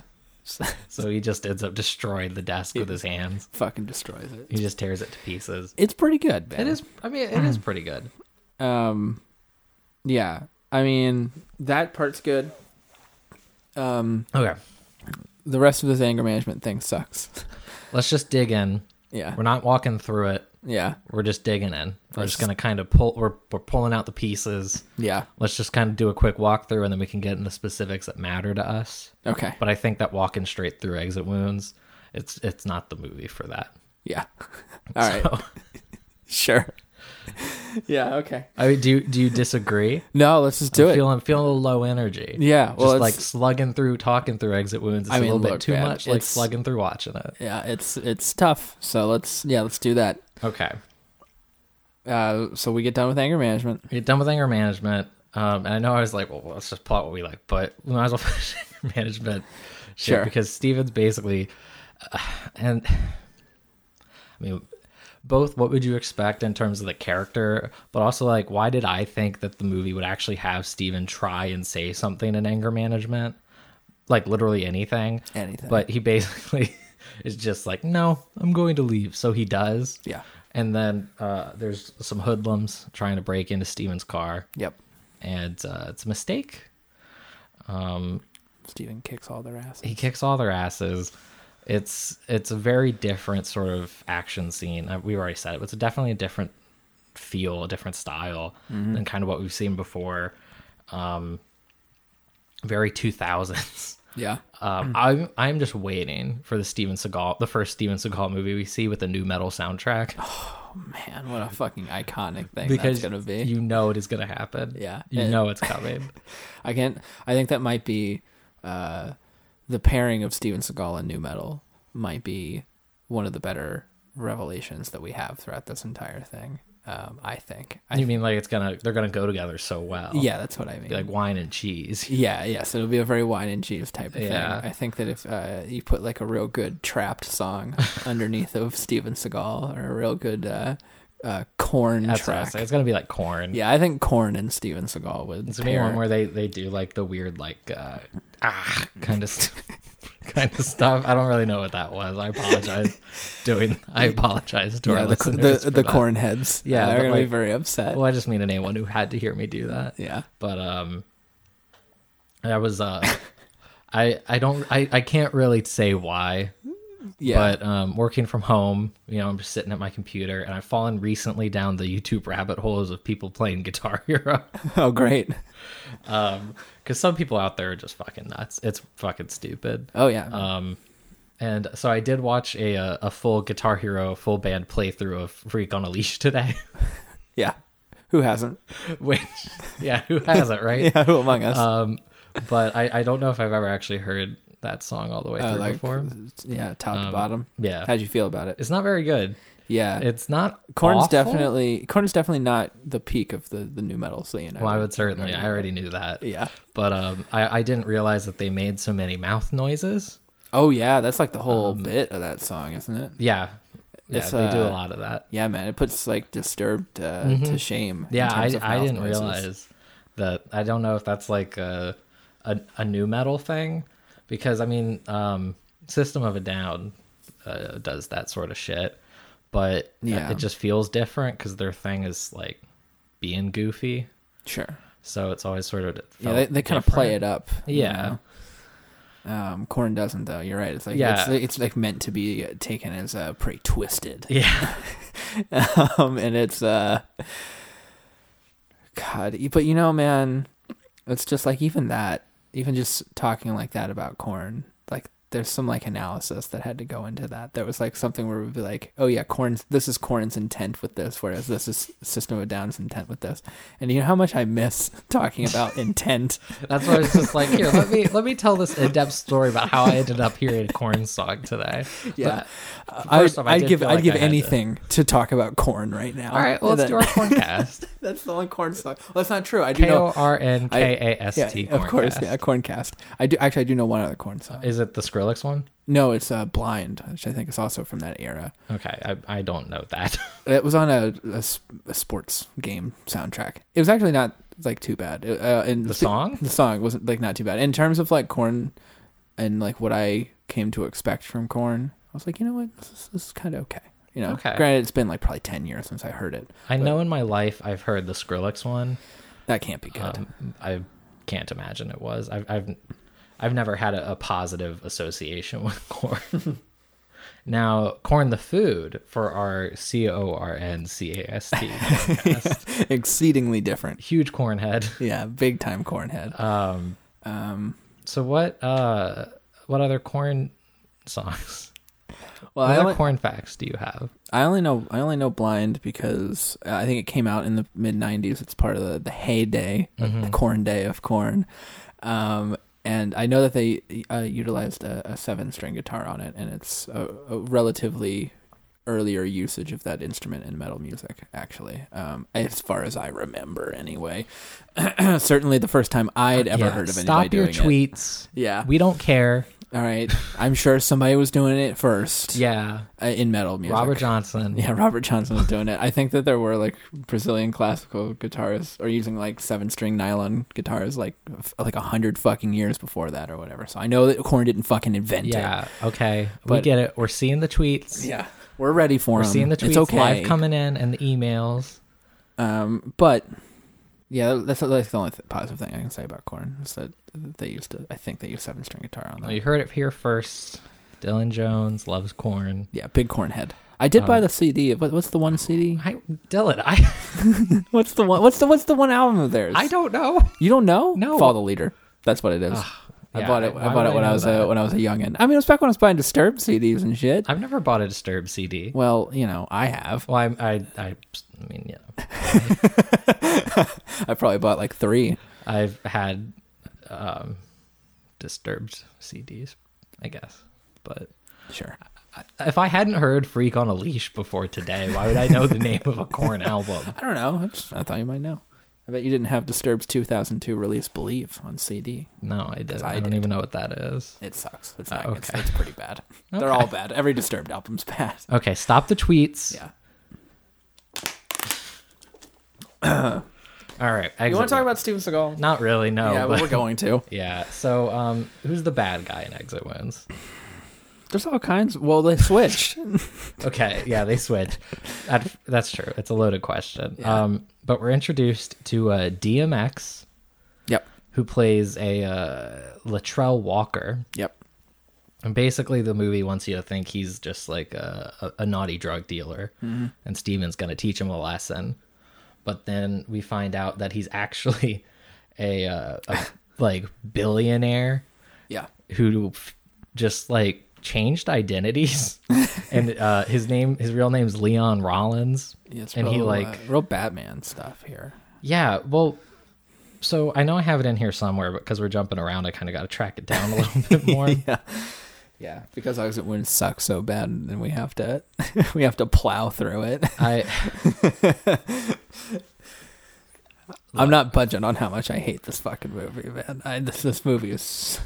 Speaker 3: So he just ends up destroying the desk with his hands.
Speaker 4: Fucking destroys it.
Speaker 3: He just tears it to pieces. Mm.
Speaker 4: It's pretty good, man.
Speaker 3: It is. I mean, it is pretty good.
Speaker 4: Um, yeah. I mean, that part's good. Um,
Speaker 3: Okay,
Speaker 4: the rest of this anger management thing sucks.
Speaker 3: let's just dig in.
Speaker 4: yeah,
Speaker 3: We're not walking through it.
Speaker 4: yeah,
Speaker 3: We're just digging in. We're just gonna kind of pull. We're, we're pulling out the pieces.
Speaker 4: yeah.
Speaker 3: let's just kind of do a quick walkthrough and then we can get into specifics that matter to us.
Speaker 4: Okay.
Speaker 3: But I think that walking straight through exit wounds, it's it's not the movie for that.
Speaker 4: Yeah. All right.
Speaker 3: So,
Speaker 4: Sure. yeah. Okay.
Speaker 3: I mean, do you- do you disagree?
Speaker 4: No, let's just do
Speaker 3: I'm
Speaker 4: it.
Speaker 3: feeling feeling a little low energy.
Speaker 4: Yeah, well,
Speaker 3: just
Speaker 4: it's-
Speaker 3: like slugging through, talking through exit wounds is
Speaker 4: I mean,
Speaker 3: a little bit
Speaker 4: look,
Speaker 3: too
Speaker 4: man,
Speaker 3: much. Like
Speaker 4: it's-
Speaker 3: slugging through watching it.
Speaker 4: yeah, it's it's tough. So let's yeah, let's do that.
Speaker 3: Okay,
Speaker 4: Uh, so we get done with anger management.
Speaker 3: we get done with anger management. Um, and I know I was like, well, let's just plot what we like, but we might as well finish anger management. shit,
Speaker 4: Sure.
Speaker 3: Because Steven's basically, uh, and I mean, both what would you expect in terms of the character, but also like, why did I think that the movie would actually have Steven try and say something in anger management? Like literally anything.
Speaker 4: Anything.
Speaker 3: But he basically is just like, no, I'm going to leave. So he does.
Speaker 4: Yeah.
Speaker 3: And then uh, there's some hoodlums trying to break into Steven's car,
Speaker 4: Yep.
Speaker 3: and uh, it's a mistake.
Speaker 4: Steven kicks all their ass.
Speaker 3: He kicks all their asses. It's it's a very different sort of action scene. Uh, We already said it. It's definitely a different feel, a different style
Speaker 4: Mm-hmm.
Speaker 3: than kind of what we've seen before. Um, very two thousands.
Speaker 4: Yeah. Oh,
Speaker 3: Um, I'm I'm just waiting for the Steven Seagal, the first Steven Seagal movie we see with a new metal soundtrack.
Speaker 4: Man, what a fucking iconic thing
Speaker 3: because
Speaker 4: Oh, that's gonna be.
Speaker 3: you know it is gonna happen.
Speaker 4: Yeah.
Speaker 3: you
Speaker 4: And-
Speaker 3: know it's coming.
Speaker 4: I can't. I think that might be uh, the pairing of Steven Seagal and New Metal might be one of the better revelations that we have throughout this entire thing. Um, I think. I
Speaker 3: You mean like it's gonna they're gonna go together so well?
Speaker 4: yeah, that's what I mean.
Speaker 3: like wine and cheese.
Speaker 4: yeah, yeah. So it'll be a very wine and cheese type of
Speaker 3: Yeah.
Speaker 4: thing. I think that if uh, you put like a real good trapped song underneath of Steven Seagal or a real good uh, uh, corn
Speaker 3: That's what I
Speaker 4: track.
Speaker 3: was saying. It's gonna be like corn.
Speaker 4: Yeah, I think corn and Steven Seagal would.
Speaker 3: It's gonna be
Speaker 4: pair.
Speaker 3: one where they they do like the weird like uh, ah kind of st- kind of stuff. I don't really know what that was. I apologize. doing I apologize to
Speaker 4: yeah,
Speaker 3: our
Speaker 4: the,
Speaker 3: listeners
Speaker 4: the,
Speaker 3: for
Speaker 4: the
Speaker 3: that.
Speaker 4: corn heads.
Speaker 3: Yeah,
Speaker 4: they're
Speaker 3: but,
Speaker 4: gonna be
Speaker 3: like-
Speaker 4: very upset.
Speaker 3: Well, I just mean anyone who had to hear me do that.
Speaker 4: Yeah,
Speaker 3: but um i was uh i i don't i i can't really say why
Speaker 4: yeah.
Speaker 3: but um working from home you know i'm just sitting at my computer and i've fallen recently down the youtube rabbit holes of people playing guitar hero
Speaker 4: oh, great.
Speaker 3: um because some people out there are just fucking nuts it's fucking stupid
Speaker 4: Oh yeah.
Speaker 3: um and so i did watch a uh, a, a full guitar hero full band playthrough of freak on a leash today
Speaker 4: yeah. Who hasn't?
Speaker 3: which yeah who hasn't right
Speaker 4: Yeah, who among us?
Speaker 3: um, but I, I don't know if I've ever actually heard that song all the way through
Speaker 4: Uh, like,
Speaker 3: before.
Speaker 4: yeah, top to
Speaker 3: Um,
Speaker 4: bottom.
Speaker 3: yeah.
Speaker 4: How'd you feel about it?
Speaker 3: It's not very good.
Speaker 4: Yeah.
Speaker 3: It's not
Speaker 4: Corn's
Speaker 3: awful.
Speaker 4: uh, definitely Corn's definitely not the peak of the the new metal scene.
Speaker 3: Well, I would certainly. I already knew that.
Speaker 4: Yeah.
Speaker 3: But um, I, I didn't realize that they made so many mouth noises.
Speaker 4: Oh yeah, that's like the whole
Speaker 3: Um,
Speaker 4: bit of that song, isn't it?
Speaker 3: Yeah. Yeah,
Speaker 4: It's,
Speaker 3: they do a
Speaker 4: uh,
Speaker 3: lot of that.
Speaker 4: Yeah, man, it puts like disturbed uh, to shame. in
Speaker 3: Mm-hmm. Yeah, I,
Speaker 4: terms of
Speaker 3: I
Speaker 4: mouth
Speaker 3: didn't
Speaker 4: noises.
Speaker 3: realize that. I don't know if that's like a, a, a new metal thing because, I mean, um, System of a Down uh, does that sort of shit. But
Speaker 4: Yeah.
Speaker 3: it just feels different because their thing is like being goofy.
Speaker 4: Sure.
Speaker 3: So it's always sort of.
Speaker 4: Yeah, they, they kind of play it up. you
Speaker 3: Yeah.
Speaker 4: know? Um, Corn doesn't though. You're right. It's like
Speaker 3: Yeah.
Speaker 4: it's, it's like meant to be taken as uh, pretty twisted.
Speaker 3: Yeah.
Speaker 4: um, and it's uh, God, y- but you know, man, it's just like even that, even just talking like that about corn, like there's some like analysis that had to go into that. There was like something where we'd be like, oh yeah, corn's this is corn's intent with this, whereas this is System of a Down's intent with this. And you know how much I miss talking about intent.
Speaker 3: That's why it's just like here. Let me let me tell this in depth story about how I ended up hearing corn song today.
Speaker 4: Yeah, I, would
Speaker 3: first off, I
Speaker 4: I'd
Speaker 3: did
Speaker 4: give
Speaker 3: feel
Speaker 4: I'd
Speaker 3: like
Speaker 4: give
Speaker 3: I had to-
Speaker 4: anything to... talk about corn right now.
Speaker 3: But- all right, well let's do our corncast.
Speaker 4: That's the only corn song. Well, that's not true. I do
Speaker 3: K
Speaker 4: know
Speaker 3: o r n k a s
Speaker 4: yeah,
Speaker 3: t.
Speaker 4: of course,
Speaker 3: corncast.
Speaker 4: yeah, Corncast. I do actually. I do know one other Corn song.
Speaker 3: Is it the Skrillex one?
Speaker 4: No, it's uh, Blind, which I think is also from that era.
Speaker 3: Okay, I, I don't know that.
Speaker 4: It was on a, a s- a sports game soundtrack. It was actually not like too bad. It- Uh, and
Speaker 3: The song?
Speaker 4: the song wasn't like not too bad in terms of like Corn and like what I came to expect from Corn. I was like, you know what, this is, this is kind of okay. You know,
Speaker 3: Okay.
Speaker 4: granted, it's been like probably ten years since I heard it.
Speaker 3: I know in my life I've heard the Skrillex one.
Speaker 4: That can't be good.
Speaker 3: Um, I can't imagine it was. I've I've, I've never had a, a positive association with corn. now, corn the food for our C O R N C A S T podcast.
Speaker 4: Exceedingly different.
Speaker 3: Huge corn head.
Speaker 4: Yeah, big time Cornhead.
Speaker 3: Um,
Speaker 4: Um,
Speaker 3: so what uh what other corn songs?
Speaker 4: well,
Speaker 3: what
Speaker 4: I
Speaker 3: other
Speaker 4: only-
Speaker 3: corn facts do you have?
Speaker 4: I only know I only know Blind because uh, I think it came out in the mid '90s. It's part of the the heyday, of
Speaker 3: Mm-hmm. Mm.
Speaker 4: the corn day of corn, um, and I know that they uh, utilized a, a seven string guitar on it, and it's a, a relatively earlier usage of that instrument in metal music, actually, um, as far as I remember, anyway. Certainly, the first time I'd ever
Speaker 3: Yeah,
Speaker 4: heard of anybody
Speaker 3: Stop your
Speaker 4: doing it.
Speaker 3: tweets.
Speaker 4: Yeah.
Speaker 3: We don't care.
Speaker 4: All right, I'm sure somebody was doing it first.
Speaker 3: Yeah.
Speaker 4: uh, in metal music.
Speaker 3: Robert Johnson.
Speaker 4: Yeah, Robert Johnson was doing it. I think that there were like Brazilian classical guitarists or using like seven string nylon guitars like f- like a hundred fucking years before that or whatever. So I know that Korn didn't fucking invent it.
Speaker 3: Yeah. Okay. we
Speaker 4: But-
Speaker 3: get it. We're seeing the tweets.
Speaker 4: Yeah, we're ready for
Speaker 3: We're
Speaker 4: them.
Speaker 3: seeing the tweets
Speaker 4: it's okay.
Speaker 3: live coming in and the emails.
Speaker 4: Um, but yeah, that's that's the only th- positive thing I can say about Korn is that they used to. I think they used seven string guitar
Speaker 3: Well,
Speaker 4: on that.
Speaker 3: Oh, you heard it here first. Dylan Jones loves corn.
Speaker 4: yeah, big Korn head. I did buy
Speaker 3: Um,
Speaker 4: the CD. What, what's the one CD?
Speaker 3: I Dylan, I
Speaker 4: What's the one? What's the what's the one album of theirs?
Speaker 3: I don't know.
Speaker 4: You don't know?
Speaker 3: No.
Speaker 4: Follow the leader. That's what it is. I
Speaker 3: yeah,
Speaker 4: bought it.
Speaker 3: I-
Speaker 4: I,
Speaker 3: why
Speaker 4: bought
Speaker 3: would
Speaker 4: it
Speaker 3: I
Speaker 4: when I
Speaker 3: know
Speaker 4: was a,
Speaker 3: that?
Speaker 4: when I was a youngin. I mean, it was back when I was buying Disturbed CDs and shit.
Speaker 3: I've never bought a Disturbed CD.
Speaker 4: Well, you know, I have.
Speaker 3: Well, I I I, I mean, yeah,
Speaker 4: I probably bought like three.
Speaker 3: I've had um, Disturbed CDs, I guess, but
Speaker 4: Sure.
Speaker 3: if I hadn't heard "Freak on a Leash" before today, why would I know the name of a Corn album?
Speaker 4: I don't know. I, just, I thought you might know. I bet you didn't have Disturbed's 2002 release "Believe" on CD.
Speaker 3: No, I didn't. I,
Speaker 4: I
Speaker 3: don't
Speaker 4: did.
Speaker 3: even know what that is.
Speaker 4: It sucks. It's not. It's,
Speaker 3: okay.
Speaker 4: it's pretty bad. They're all bad. Every Disturbed album's bad.
Speaker 3: Okay, stop the tweets.
Speaker 4: Yeah.
Speaker 3: All right. Exit
Speaker 4: You want to talk
Speaker 3: Wound.
Speaker 4: about Steven Seagal?
Speaker 3: Not really. No.
Speaker 4: yeah,
Speaker 3: but-
Speaker 4: but we're going to.
Speaker 3: Yeah. So, um, who's the bad guy in Exit Wounds?
Speaker 4: There's all kinds. Well, they switched.
Speaker 3: Okay, yeah, they switch. That, that's true. It's a loaded question.
Speaker 4: Yeah.
Speaker 3: Um, but we're introduced to uh, DMX,
Speaker 4: yep.
Speaker 3: who plays a uh, Latrell Walker,
Speaker 4: Yep.
Speaker 3: and basically the movie wants you to think he's just like a, a, a naughty drug dealer,
Speaker 4: Mm-hmm.
Speaker 3: and Steven's gonna teach him a lesson. But then we find out that he's actually a, uh, a like billionaire
Speaker 4: Yeah.
Speaker 3: who f- just like changed identities and uh his name his real name's leon rollins
Speaker 4: Yeah, it's
Speaker 3: and he
Speaker 4: real, uh,
Speaker 3: like
Speaker 4: real Batman stuff here.
Speaker 3: yeah well so i know i have it in here somewhere but because we're jumping around i kind of got to track it down a little bit more
Speaker 4: Yeah, because Exit Wounds sucks so bad, and then we have to we have to plow through it.
Speaker 3: i
Speaker 4: I'm not budging on how much I hate this fucking movie, man. I, this this movie is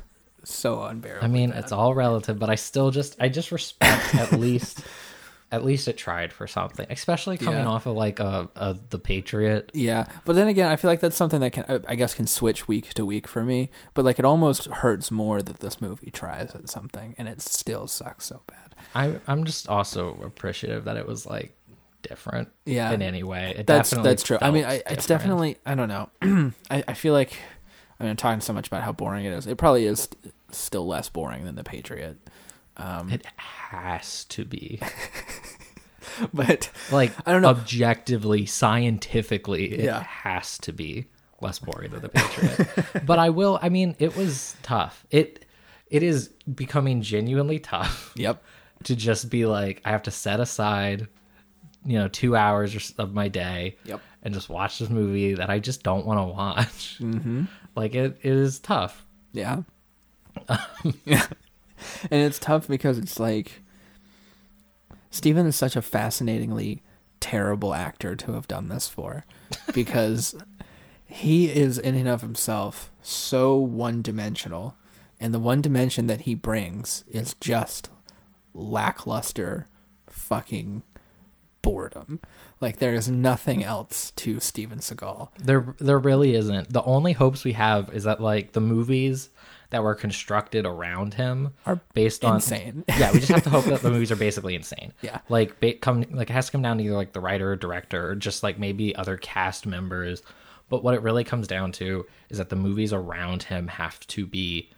Speaker 4: so unbearable.
Speaker 3: i mean it's all relative but i still just i just respect at least at least it tried for something especially coming
Speaker 4: Yeah.
Speaker 3: off of like a, a the patriot
Speaker 4: yeah, but then again, I feel like that's something that can I- I guess can switch week to week for me. But like, it almost hurts more that this movie tries at something, and it still sucks so bad.
Speaker 3: I, I'm just also appreciative that it was like different
Speaker 4: Yeah.
Speaker 3: in any way. It
Speaker 4: That's
Speaker 3: definitely
Speaker 4: that's true. I mean,
Speaker 3: felt
Speaker 4: I, it's
Speaker 3: different.
Speaker 4: definitely I don't know. I, I feel like I mean, I'm talking so much about how boring it is. It probably is still less boring than the Patriot, Um,
Speaker 3: it has to be
Speaker 4: but
Speaker 3: like
Speaker 4: I don't know.
Speaker 3: objectively scientifically it
Speaker 4: Yeah.
Speaker 3: has to be less boring than the Patriot. but I will I mean it was tough. It it is becoming genuinely tough
Speaker 4: yep.
Speaker 3: to just be like I have to set aside you know 2 hours or s- of my day
Speaker 4: Yep.
Speaker 3: and just watch this movie that I just don't want to watch. Mm-hmm. Like it, it is tough.
Speaker 4: Yeah. yeah. And it's tough because it's like Steven is such a fascinatingly terrible actor to have done this for because he is in and of himself so one-dimensional and the one dimension that he brings is just lackluster fucking boredom. Like there is nothing else to Steven Seagal.
Speaker 3: There, there really isn't. The only hopes we have is that like the movies that were constructed around him
Speaker 4: Are
Speaker 3: based on
Speaker 4: insane.
Speaker 3: yeah, we just have to hope that the movies are basically insane.
Speaker 4: Yeah.
Speaker 3: like ba- come like it has to come down to either like the writer or director or just like maybe other cast members. But what it really comes down to is that the movies around him have to be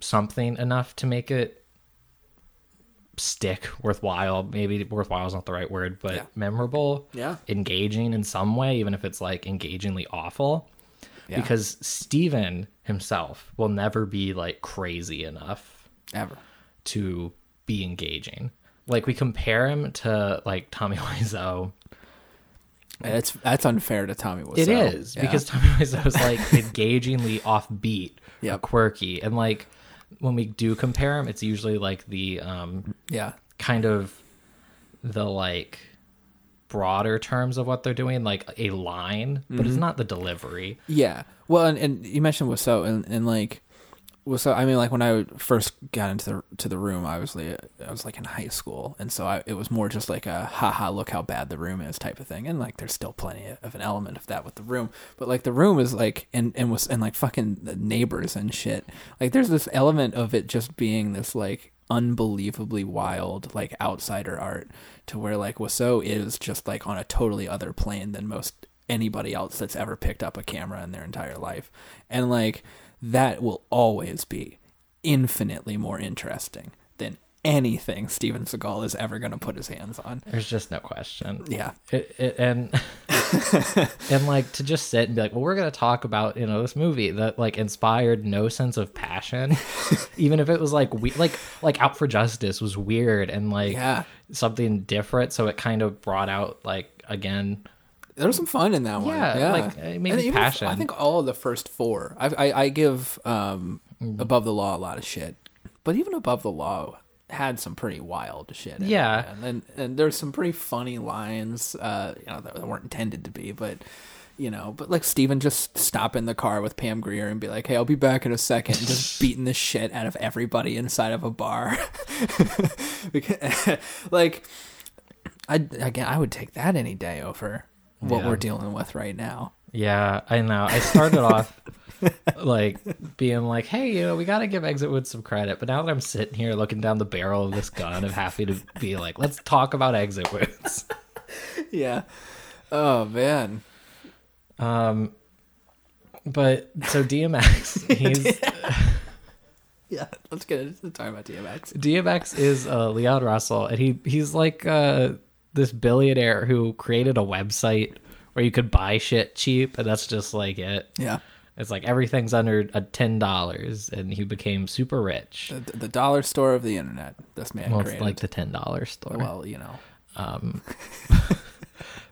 Speaker 3: something enough to make it stick worthwhile maybe worthwhile is not the right word but
Speaker 4: Yeah.
Speaker 3: memorable
Speaker 4: Yeah.
Speaker 3: engaging in some way even if it's like engagingly awful
Speaker 4: Yeah.
Speaker 3: because steven himself will never be like crazy enough
Speaker 4: Ever.
Speaker 3: to be engaging like we compare him to like tommy wiseau
Speaker 4: That's that's unfair to Tommy Wiseau.
Speaker 3: It is because Tommy Wiseau is like engagingly offbeat,
Speaker 4: Yep.
Speaker 3: quirky, and like when we do compare him, it's usually like the um
Speaker 4: yeah,
Speaker 3: kind of the like broader terms of what they're doing, like a line, but it's not the delivery.
Speaker 4: yeah. Well, and, and you mentioned Wiseau, and, and like Wiseau. I mean, like when I first got into the to the room, obviously I was like in high school, and so I, it was more just like a haha, look how bad the room is type of thing. And like, there's still plenty of an element of that with the room, but like the room is like and and was and like fucking the neighbors and shit. Like, there's this element of it just being this like unbelievably wild like outsider art to where like Wiseau is just like on a totally other plane than most anybody else that's ever picked up a camera in their entire life. And like that will always be infinitely more interesting than anything Steven Seagal is ever going to put his hands on.
Speaker 3: There's just no question.
Speaker 4: Yeah.
Speaker 3: It, it, and and like to just sit and be like, well, we're gonna talk about you know this movie that like inspired no sense of passion, even if it was like we like like Out for Justice was weird and like
Speaker 4: Yeah.
Speaker 3: something different, so it kind of brought out like again,
Speaker 4: There was some fun in that one.
Speaker 3: Yeah, like, it made
Speaker 4: And
Speaker 3: me
Speaker 4: even if- I
Speaker 3: passionate.
Speaker 4: think all of the first four.
Speaker 3: Mm.
Speaker 4: I I, I give um, Above the Law a lot of shit, but even Above the Law had some pretty wild shit. in it,
Speaker 3: Yeah.
Speaker 4: man. and and there's some pretty funny lines, uh, you know, that weren't intended to be, but you know, but like Steven just stop in the car with Pam Greer and be like, "Hey, I'll be back in a second, and just beating the shit out of everybody inside of a bar. Because- like, I again, I would take that any day over what
Speaker 3: Yeah.
Speaker 4: we're dealing with right now.
Speaker 3: Yeah, I know. I started off like being like, "Hey, you know, we got to give Exit Wood some credit." But now that I'm sitting here looking down the barrel of this gun, I'm happy to be like, "Let's talk about Exit Woods."
Speaker 4: Yeah. Oh man.
Speaker 3: But so DMX, he's
Speaker 4: Yeah. Let's get into talking about DMX.
Speaker 3: DMX is uh, Leon Russell, and he he's like uh, this billionaire who created a website where you could buy shit cheap, and that's just like it.
Speaker 4: Yeah.
Speaker 3: It's like everything's under uh, ten dollars, and he became super rich.
Speaker 4: The, the dollar store of the internet. This man
Speaker 3: Well, it's
Speaker 4: created.
Speaker 3: like the ten dollar store.
Speaker 4: well, you know.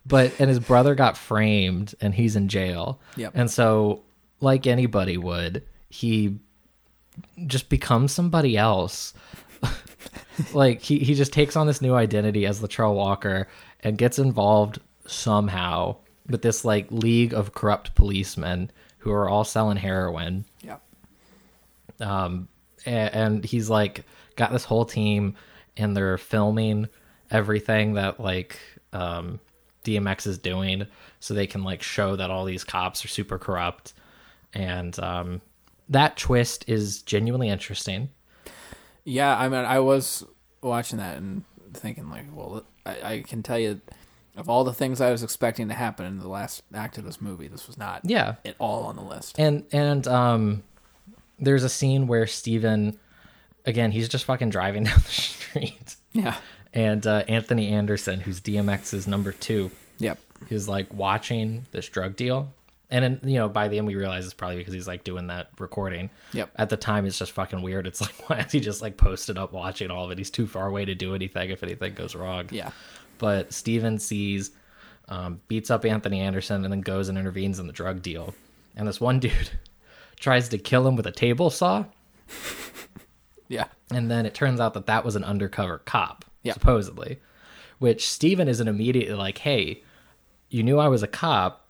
Speaker 3: but and his brother got framed and he's in jail.
Speaker 4: Yep.
Speaker 3: And so like anybody would, he just becomes somebody else. like he he just takes on this new identity as Latrell Walker and gets involved somehow with this like league of corrupt policemen who are all selling heroin
Speaker 4: Yeah.
Speaker 3: a- and he's like got this whole team and they're filming everything that like um DMX is doing so they can like show that all these cops are super corrupt and um that twist is genuinely interesting.
Speaker 4: Yeah. I mean, I was watching that and thinking like, well, I, I can tell you, of all the things I was expecting to happen in the last act of this movie, this was not
Speaker 3: Yeah.
Speaker 4: at all on the list.
Speaker 3: And and um there's a scene where Steven again, he's just fucking driving down the street
Speaker 4: Yeah.
Speaker 3: and uh Anthony Anderson who's DMX's number 2
Speaker 4: Yep.
Speaker 3: who's like watching this drug deal. And then, you know, by the end, we realize it's probably because he's like doing that recording.
Speaker 4: Yep.
Speaker 3: At the time, it's just fucking weird. It's like, why is he just like posted up watching all of it? He's too far away to do anything if anything goes wrong.
Speaker 4: Yeah.
Speaker 3: But Steven sees, um, beats up Anthony Anderson, and then goes and intervenes in the drug deal. And this one dude tries to kill him with a table saw.
Speaker 4: Yeah.
Speaker 3: And then it turns out that that was an undercover cop,
Speaker 4: Yeah.
Speaker 3: supposedly, which Steven isn't immediately like, hey, you knew I was a cop,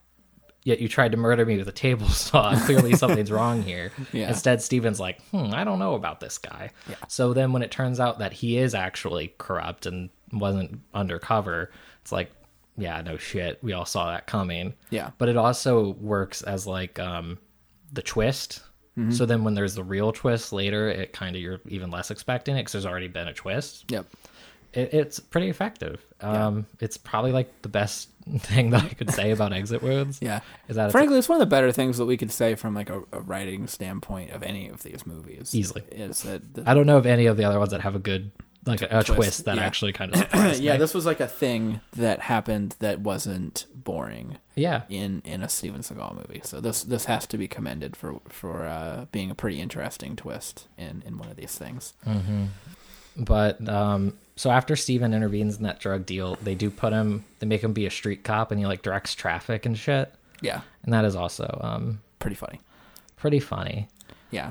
Speaker 3: yet you tried to murder me with a table saw. Clearly something's wrong here.
Speaker 4: Yeah.
Speaker 3: Instead, Steven's like, hmm, I don't know about this guy. So then when it turns out that he is actually corrupt and wasn't undercover, it's like, yeah, no shit. We all saw that coming.
Speaker 4: Yeah.
Speaker 3: But it also works as like um, the twist.
Speaker 4: Mm-hmm.
Speaker 3: So then when there's the real twist later, it kind of you're even less expecting it because there's already been a twist.
Speaker 4: Yep.
Speaker 3: It, it's pretty effective. Um, It's probably like the best thing that I could say about Exit Wounds.
Speaker 4: Yeah.
Speaker 3: Is that it's-
Speaker 4: Frankly, it's one of the better things that we could say from like a, a writing standpoint of any of these movies.
Speaker 3: Easily.
Speaker 4: Is that the,
Speaker 3: I don't know of any of the other ones that have a good like a, a twist.
Speaker 4: twist,
Speaker 3: that
Speaker 4: yeah.
Speaker 3: actually kind of surprised
Speaker 4: yeah,
Speaker 3: me.
Speaker 4: this was like a thing that happened that wasn't boring
Speaker 3: yeah.
Speaker 4: in in a Steven Seagal movie. So this this has to be commended for for uh, being a pretty interesting twist in in one of these things.
Speaker 3: Mm. But um, so after Steven intervenes in that drug deal, they do put him. They make him be a street cop, and he like directs traffic and shit.
Speaker 4: Yeah,
Speaker 3: And that is also um,
Speaker 4: pretty funny.
Speaker 3: pretty funny.
Speaker 4: Yeah.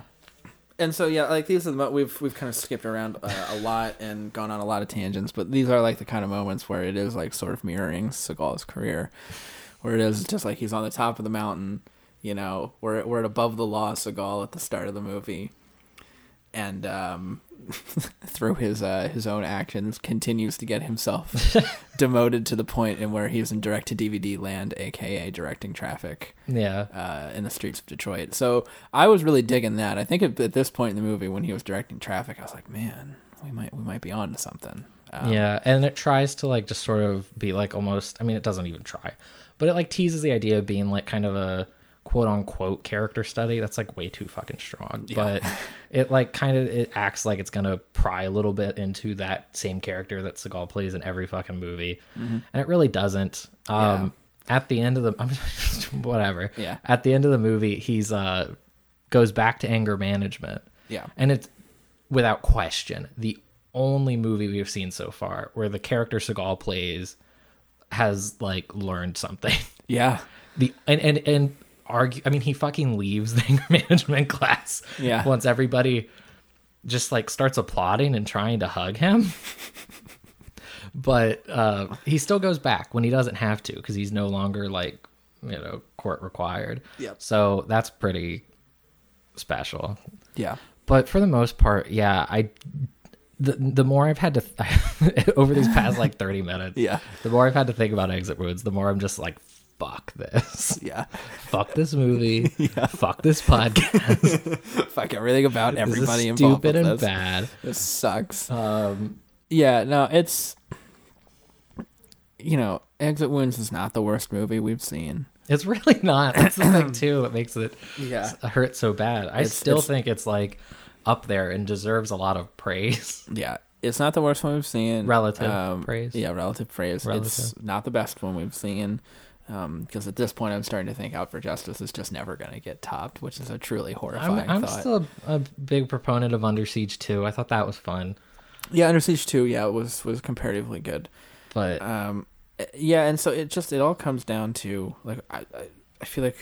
Speaker 4: And so yeah, like these are the mo- we've we've kind of skipped around uh, a lot and gone on a lot of tangents, but these are like the kind of moments where it is like sort of mirroring Seagal's career, where it is just like he's on the top of the mountain, you know, we're we're at above the law Seagal at the start of the movie, and um, through his uh, his own actions continues to get himself demoted to the point in where he's in direct to DVD land, aka directing traffic
Speaker 3: Yeah.
Speaker 4: uh, in the streets of Detroit. So I was really digging that. I think at, at this point in the movie, when he was directing traffic, I was like, man, we might we might be on to something. Uh,
Speaker 3: yeah, and it tries to like just sort of be like almost. I mean, it doesn't even try, but it like teases the idea of being like kind of a quote unquote character study. That's like way too fucking strong, but it like kind of it acts like it's gonna pry a little bit into that same character that Seagal plays in every fucking movie, and it really doesn't. Um, At the end of the, I'm whatever.
Speaker 4: Yeah.
Speaker 3: At the end of the movie, he's uh goes back to anger management.
Speaker 4: Yeah.
Speaker 3: And it's without question the only movie we've seen so far where the character Seagal plays has like learned something.
Speaker 4: yeah,
Speaker 3: The and and and argue. I mean, he fucking leaves the anger management class.
Speaker 4: Yeah.
Speaker 3: Once everybody just like starts applauding and trying to hug him. but uh, he still goes back when he doesn't have to because he's no longer like you know court required.
Speaker 4: Yep.
Speaker 3: So that's pretty special.
Speaker 4: Yeah.
Speaker 3: But for the most part, yeah, I the the more I've had to over these past like thirty minutes,
Speaker 4: Yeah.
Speaker 3: the more I've had to think about exit wounds, the more I'm just like, fuck this,
Speaker 4: Yeah.
Speaker 3: fuck this movie, fuck this podcast.
Speaker 4: Fuck everything about
Speaker 3: This is
Speaker 4: everybody involved.
Speaker 3: stupid
Speaker 4: with
Speaker 3: and
Speaker 4: this.
Speaker 3: bad.
Speaker 4: This sucks. Um, yeah, no, it's you know, Exit Wounds is not the worst movie we've seen.
Speaker 3: It's really not. That's the thing too that makes it
Speaker 4: Yeah.
Speaker 3: s- hurt so bad. I
Speaker 4: It's-
Speaker 3: still
Speaker 4: it's-
Speaker 3: think it's like up there and deserves a lot of praise.
Speaker 4: Yeah, it's not the worst one we've seen. Um,
Speaker 3: Relative praise.
Speaker 4: Yeah, relative praise. It's
Speaker 3: Relative.
Speaker 4: not the best one we've seen. Because at this point, I'm starting to think Out for Justice is just never going to get topped, which is a truly
Speaker 3: I'm,
Speaker 4: horrifying
Speaker 3: I'm
Speaker 4: thought.
Speaker 3: still a, a big proponent of Under Siege 2. I thought that was fun,
Speaker 4: Yeah, Under Siege Two, yeah, was was comparatively good.
Speaker 3: but
Speaker 4: um yeah and so it just it all comes down to like i i, I feel like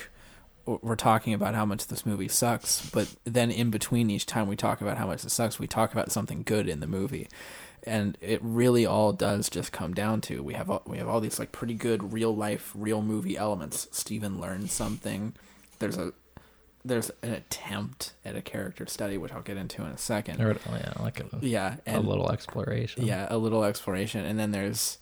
Speaker 4: w- we're talking about how much this movie sucks but then in between each time we talk about how much it sucks we talk about something good in the movie and it really all does just come down to we have all, we have all these like pretty good real life real movie elements steven learns something there's a there's an attempt at a character study which i'll get into in a second
Speaker 3: or, yeah, like a,
Speaker 4: yeah
Speaker 3: a
Speaker 4: and
Speaker 3: little exploration.
Speaker 4: yeah, a little exploration, and then there's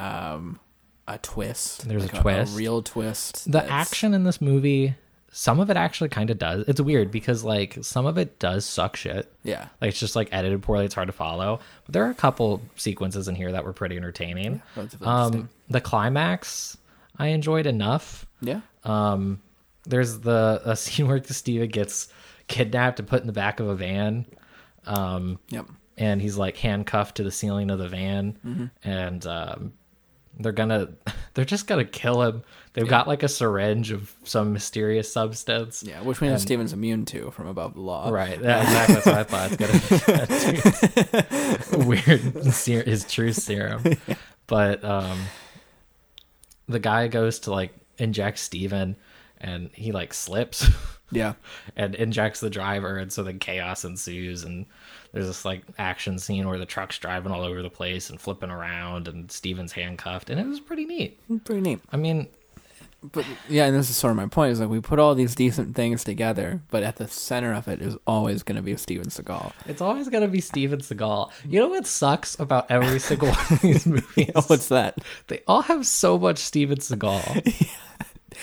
Speaker 4: um a twist.
Speaker 3: There's a
Speaker 4: like
Speaker 3: twist.
Speaker 4: real twist.
Speaker 3: the
Speaker 4: that's-
Speaker 3: action in this movie some of it actually kind of does it's weird because like some of it does suck shit
Speaker 4: Yeah,
Speaker 3: like it's just like edited poorly it's hard to follow but there are a couple sequences in here that were pretty entertaining
Speaker 4: relatively
Speaker 3: um
Speaker 4: distinct.
Speaker 3: the climax i enjoyed enough
Speaker 4: yeah,
Speaker 3: um there's the a scene where steven gets kidnapped and put in the back of a van
Speaker 4: yep,
Speaker 3: and he's like handcuffed to the ceiling of the van and um, they're gonna they're just gonna kill him they've got like a syringe of some mysterious substance
Speaker 4: yeah. Which we know Steven's immune to from above the law.
Speaker 3: right yeah, exactly that's what i thought it's gonna be weird ser- his true serum but um the guy goes to like inject steven and he like slips
Speaker 4: Yeah,
Speaker 3: and injects the driver and so then chaos ensues and there's this like action scene where the truck's driving all over the place and flipping around and steven's handcuffed and it was pretty neat
Speaker 4: pretty neat.
Speaker 3: i mean
Speaker 4: But yeah, and this is sort of my point is like we put all these decent things together, but at the center of it is always going to be Steven Seagal.
Speaker 3: it's always going to be steven seagal you know what sucks about every single one of these movies
Speaker 4: What's that?
Speaker 3: they all have so much steven seagal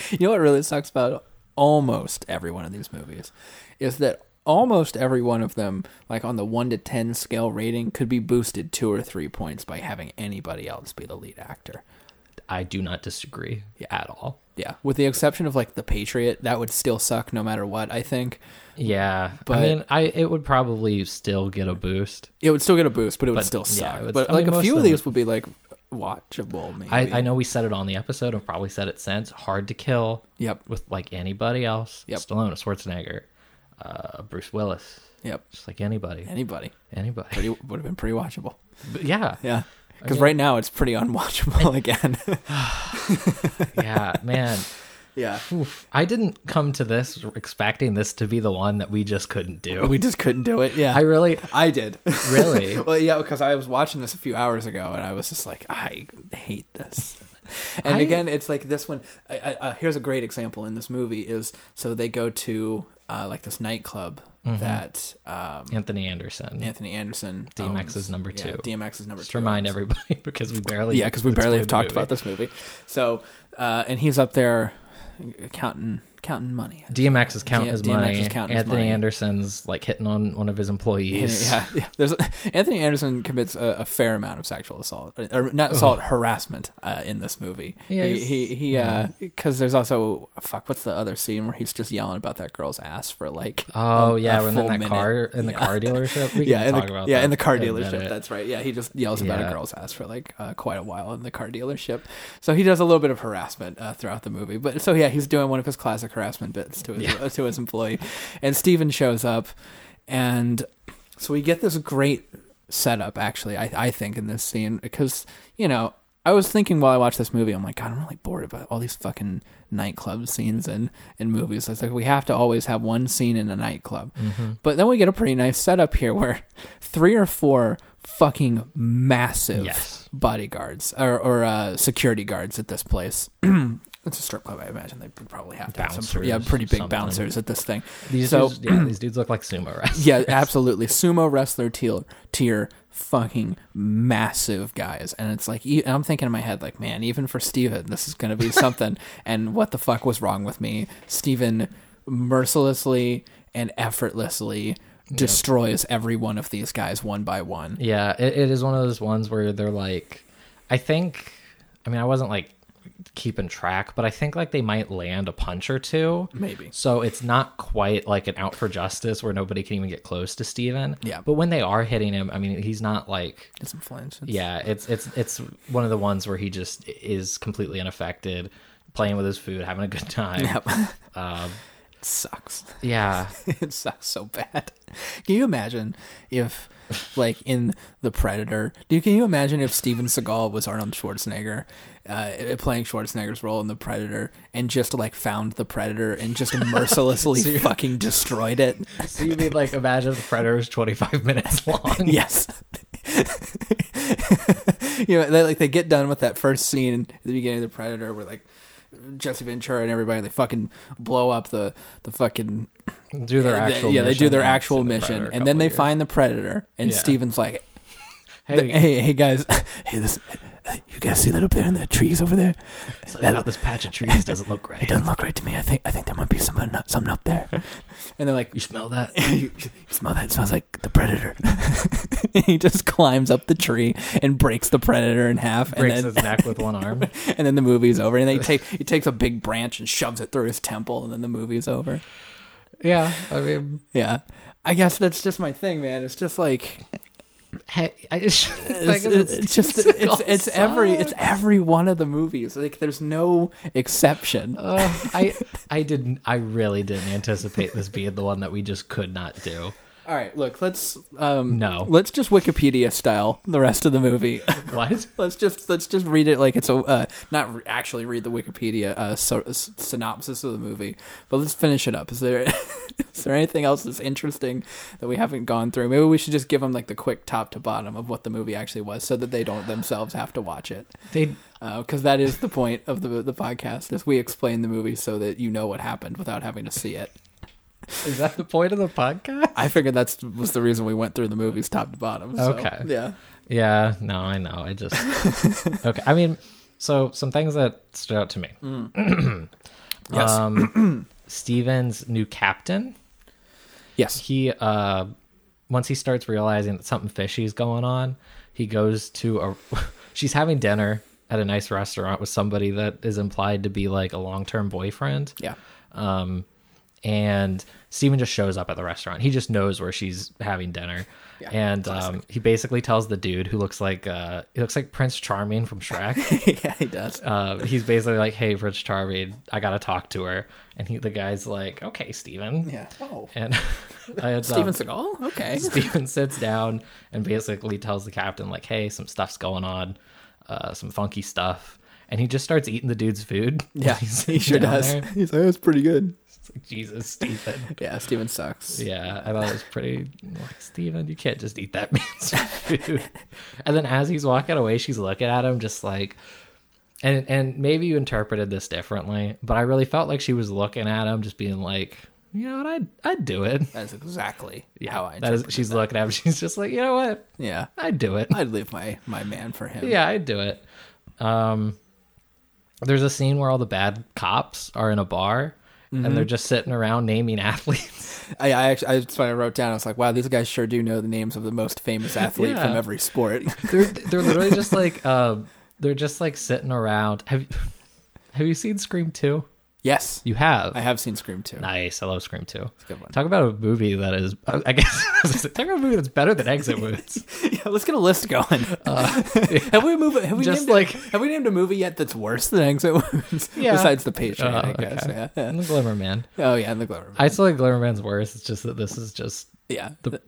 Speaker 4: You know what really sucks about almost every one of these movies is that almost every one of them, like on the one to ten scale rating, could be boosted two or three points by having anybody else be the lead actor.
Speaker 3: i do not disagree at all
Speaker 4: Yeah, with the exception of like the Patriot, that would still suck no matter what. I think
Speaker 3: yeah
Speaker 4: But-
Speaker 3: i mean i it would probably still get a boost
Speaker 4: it would still get a boost, but it would
Speaker 3: But,
Speaker 4: still
Speaker 3: yeah,
Speaker 4: suck.
Speaker 3: it would-
Speaker 4: but
Speaker 3: I
Speaker 4: like
Speaker 3: mean,
Speaker 4: a
Speaker 3: most
Speaker 4: few
Speaker 3: of
Speaker 4: of
Speaker 3: them-
Speaker 4: these would be like watchable. Maybe
Speaker 3: I, I know we said it on the episode. I've probably said it since. Hard to kill.
Speaker 4: Yep.
Speaker 3: With like anybody else.
Speaker 4: Yep.
Speaker 3: Stallone, Schwarzenegger, uh, Bruce Willis.
Speaker 4: Yep,
Speaker 3: Just like anybody.
Speaker 4: anybody
Speaker 3: anybody.
Speaker 4: pretty, would have been pretty watchable.
Speaker 3: But yeah.
Speaker 4: Yeah, because
Speaker 3: Again-
Speaker 4: right now it's pretty unwatchable again.
Speaker 3: Yeah. Man.
Speaker 4: yeah.
Speaker 3: Oof. I didn't come to this expecting this to be the one that we just couldn't do.
Speaker 4: We just couldn't do it. Yeah.
Speaker 3: I really,
Speaker 4: I did.
Speaker 3: really.
Speaker 4: well, yeah, because I was watching this a few hours ago, and I was just like, I hate this. And
Speaker 3: I-
Speaker 4: again, it's like this one. I, I, uh, here's a great example in this movie is so they go to uh, like this nightclub that um,
Speaker 3: Anthony Anderson.
Speaker 4: Anthony Anderson
Speaker 3: DMX is
Speaker 4: owns.
Speaker 3: number two.
Speaker 4: Yeah, DMX is number
Speaker 3: Just
Speaker 4: two.
Speaker 3: remind
Speaker 4: owns.
Speaker 3: everybody because we barely.
Speaker 4: Yeah, because we barely have talked about
Speaker 3: this.
Speaker 4: this movie. So, uh, and he's up there counting counting money.
Speaker 3: DMX is counting
Speaker 4: D-
Speaker 3: his
Speaker 4: DMX
Speaker 3: money.
Speaker 4: is counting his
Speaker 3: Anthony
Speaker 4: money.
Speaker 3: Anderson's like hitting on one of his employees.
Speaker 4: Yeah, yeah. There's Anthony Anderson commits a, a fair amount of sexual assault, or not assault, harassment uh, in this movie.
Speaker 3: Yeah,
Speaker 4: he
Speaker 3: he's-
Speaker 4: he he. Because there's also fuck. What's the other scene where he's just yelling about that girl's ass for like?
Speaker 3: Oh
Speaker 4: a-
Speaker 3: yeah,
Speaker 4: a
Speaker 3: we're in
Speaker 4: full
Speaker 3: that
Speaker 4: minute.
Speaker 3: car in the
Speaker 4: Yeah.
Speaker 3: car dealership. We
Speaker 4: yeah,
Speaker 3: can
Speaker 4: in
Speaker 3: talk
Speaker 4: the,
Speaker 3: about
Speaker 4: yeah,
Speaker 3: that
Speaker 4: in the car
Speaker 3: in a
Speaker 4: dealership.
Speaker 3: minute.
Speaker 4: That's right. Yeah, he just yells about a
Speaker 3: Yeah.
Speaker 4: girl's ass for like uh, quite a while in the car dealership. So he does a little bit of harassment uh, throughout the movie. But so yeah, he's doing one of his classic harassment bits to his uh, to his employee, and Steven shows up, and so we get this great setup. Actually, I I think in this scene because you know I was thinking while I watched this movie, I'm like, God, I'm really bored about all these fucking nightclub scenes and in movies. It's like we have to always have one scene in a nightclub. But then we get a pretty nice setup here where three or four fucking massive
Speaker 3: Yes.
Speaker 4: bodyguards or, or uh, security guards at this place. it's a strip club, I imagine. They probably have to have some,
Speaker 3: Bouncers,
Speaker 4: yeah, pretty big
Speaker 3: something.
Speaker 4: bouncers at this thing.
Speaker 3: These
Speaker 4: so
Speaker 3: dudes, yeah, these dudes look like sumo wrestlers.
Speaker 4: yeah, absolutely. Sumo wrestler tier, tier fucking massive guys. And it's like, e- and I'm thinking in my head, like, man, even for Steven, this is going to be something. and what the fuck was wrong with me? Steven mercilessly and effortlessly destroys every one of these guys one by one.
Speaker 3: Yeah, it, it is one of those ones where they're like, I think, I mean, I wasn't like keeping track, but I think like they might land a punch or two.
Speaker 4: Maybe.
Speaker 3: So it's not quite like an out for justice where nobody can even get close to Steven.
Speaker 4: Yeah.
Speaker 3: But when they are hitting him, I mean, he's not like,
Speaker 4: It's some flinch. It's-
Speaker 3: yeah, it's, it's, it's one of the ones where he just is completely unaffected, playing with his food, having a good time. Um,
Speaker 4: Yep. it sucks.
Speaker 3: Yeah.
Speaker 4: it sucks so bad. Can you imagine if, like, in The Predator, do can you imagine if Steven Seagal was Arnold Schwarzenegger, uh, playing Schwarzenegger's role in The Predator, and just like found The Predator and just mercilessly fucking destroyed it?
Speaker 3: So you mean like imagine if the predator is 25 minutes long?
Speaker 4: Yes. you know, they, like they get done with that first scene at the beginning of the Predator, where like Jesse Ventura and everybody they fucking blow up the the fucking
Speaker 3: Do their
Speaker 4: they-
Speaker 3: actual
Speaker 4: yeah, they do
Speaker 3: mission
Speaker 4: their
Speaker 3: and
Speaker 4: actual
Speaker 3: see the
Speaker 4: mission,
Speaker 3: Predator a
Speaker 4: and then
Speaker 3: couple
Speaker 4: they
Speaker 3: years.
Speaker 4: find the predator, and
Speaker 3: Yeah.
Speaker 4: Steven's like,
Speaker 3: Hey.
Speaker 4: "Hey, hey, hey guys, hey, this, you guys see that up there in the trees over there? That-
Speaker 3: this patch of trees doesn't look
Speaker 4: it
Speaker 3: right.
Speaker 4: doesn't look right to me. I think I think there might be someone up- something up there." and they're like,
Speaker 3: You smell that?
Speaker 4: "You smell that? It smells like the predator." and he just climbs up the tree and breaks the predator in half,
Speaker 3: Breaks
Speaker 4: and
Speaker 3: his
Speaker 4: then
Speaker 3: neck with one arm.
Speaker 4: and then the movie's over. And then he take he takes a big branch and shoves it through his temple, and then the movie's over.
Speaker 3: Yeah, I mean,
Speaker 4: Yeah. I guess that's just my thing, man. It's just like
Speaker 3: hey, I just
Speaker 4: it's,
Speaker 3: think
Speaker 4: it's, just it's it's every it's every one of the movies. Like there's no exception.
Speaker 3: Ugh, I I didn't I really didn't anticipate this being the one that we just could not do.
Speaker 4: All right, look, let's um
Speaker 3: No.
Speaker 4: let's just Wikipedia style the rest of the movie.
Speaker 3: What?
Speaker 4: let's just let's just read it like it's a uh, not re- actually read the Wikipedia uh, so, s- synopsis of the movie, but let's finish it up. Is there is there anything else that's interesting that we haven't gone through? Maybe we should just give them like the quick top to bottom of what the movie actually was, so that they don't themselves have to watch it.
Speaker 3: They
Speaker 4: because Uh, that is the point of the the podcast is we explain the movie so that you know what happened without having to see it.
Speaker 3: is that the point of the podcast?
Speaker 4: I figured that's was the reason we went through the movies top to bottom. so,
Speaker 3: Okay.
Speaker 4: Yeah.
Speaker 3: Yeah, no, I know. I just okay. I mean, so some things that stood out to me. Um,
Speaker 4: Yes.
Speaker 3: Uh, Steven's new captain.
Speaker 4: yes.
Speaker 3: he uh once he starts realizing that something fishy is going on he goes to a she's having dinner at a nice restaurant with somebody that is implied to be like a long-term boyfriend
Speaker 4: Yeah.
Speaker 3: and Steven just shows up at the restaurant. He just knows where she's having dinner.
Speaker 4: Yeah,
Speaker 3: and um, he basically tells the dude who looks like uh, he looks like Prince Charming from Shrek.
Speaker 4: yeah, he does.
Speaker 3: uh, he's basically like, "Hey, Prince Charming, I gotta talk to her." And he, the guy's like, "Okay, Steven.
Speaker 4: yeah. Oh.
Speaker 3: And I had,
Speaker 4: Steven
Speaker 3: um,
Speaker 4: Seagal. Okay.
Speaker 3: Steven sits down and basically tells the captain, like, hey, some stuff's going on, uh, some funky stuff. And he just starts eating the dude's food. while
Speaker 4: Yeah,
Speaker 3: he's
Speaker 4: he sure
Speaker 3: down
Speaker 4: does.
Speaker 3: there.
Speaker 4: He's like, that's pretty good.
Speaker 3: It's like, Jesus, Steven.
Speaker 4: Yeah, Steven sucks.
Speaker 3: Yeah, I thought it was pretty. Like, Steven, you can't just eat that man's food. and then as he's walking away, she's looking at him, just like, and and maybe you interpreted this differently, but I really felt like she was looking at him, just being like, you know what, I'd I'd do it.
Speaker 4: That's exactly how I.
Speaker 3: That is,
Speaker 4: interpret
Speaker 3: she's looking at him. She's just like, you know what,
Speaker 4: it. Yeah,
Speaker 3: I'd do it.
Speaker 4: I'd leave my my man for him.
Speaker 3: Yeah, I'd do it. Um, there's a scene where all the bad cops are in a bar and they're just sitting around naming athletes.
Speaker 4: I, I actually I, that's what I wrote down. I was like, wow, these guys sure do know the names of the most famous athlete
Speaker 3: Yeah.
Speaker 4: from every sport.
Speaker 3: they're they're literally just like uh, they're just like sitting around. Have have you seen Scream Two?
Speaker 4: yes,
Speaker 3: You have.
Speaker 4: I have seen Scream too.
Speaker 3: Nice. I love Scream Two.
Speaker 4: good one.
Speaker 3: Talk about a movie that is, I I guess, talk about a movie that's better than Exit Wounds.
Speaker 4: Yeah, let's get a list going. have we moved? Have we
Speaker 3: Uh, Just
Speaker 4: named a-
Speaker 3: like-
Speaker 4: have we named a movie yet that's worse than Exit Wounds?
Speaker 3: Yeah.
Speaker 4: Besides the Patriot,
Speaker 3: Oh,
Speaker 4: I guess.
Speaker 3: okay.
Speaker 4: Yeah. yeah.
Speaker 3: And the Glimmer Man.
Speaker 4: Oh yeah, and the Glover.
Speaker 3: I still like Glimmer Man's worse. It's just that this is just
Speaker 4: yeah.
Speaker 3: the-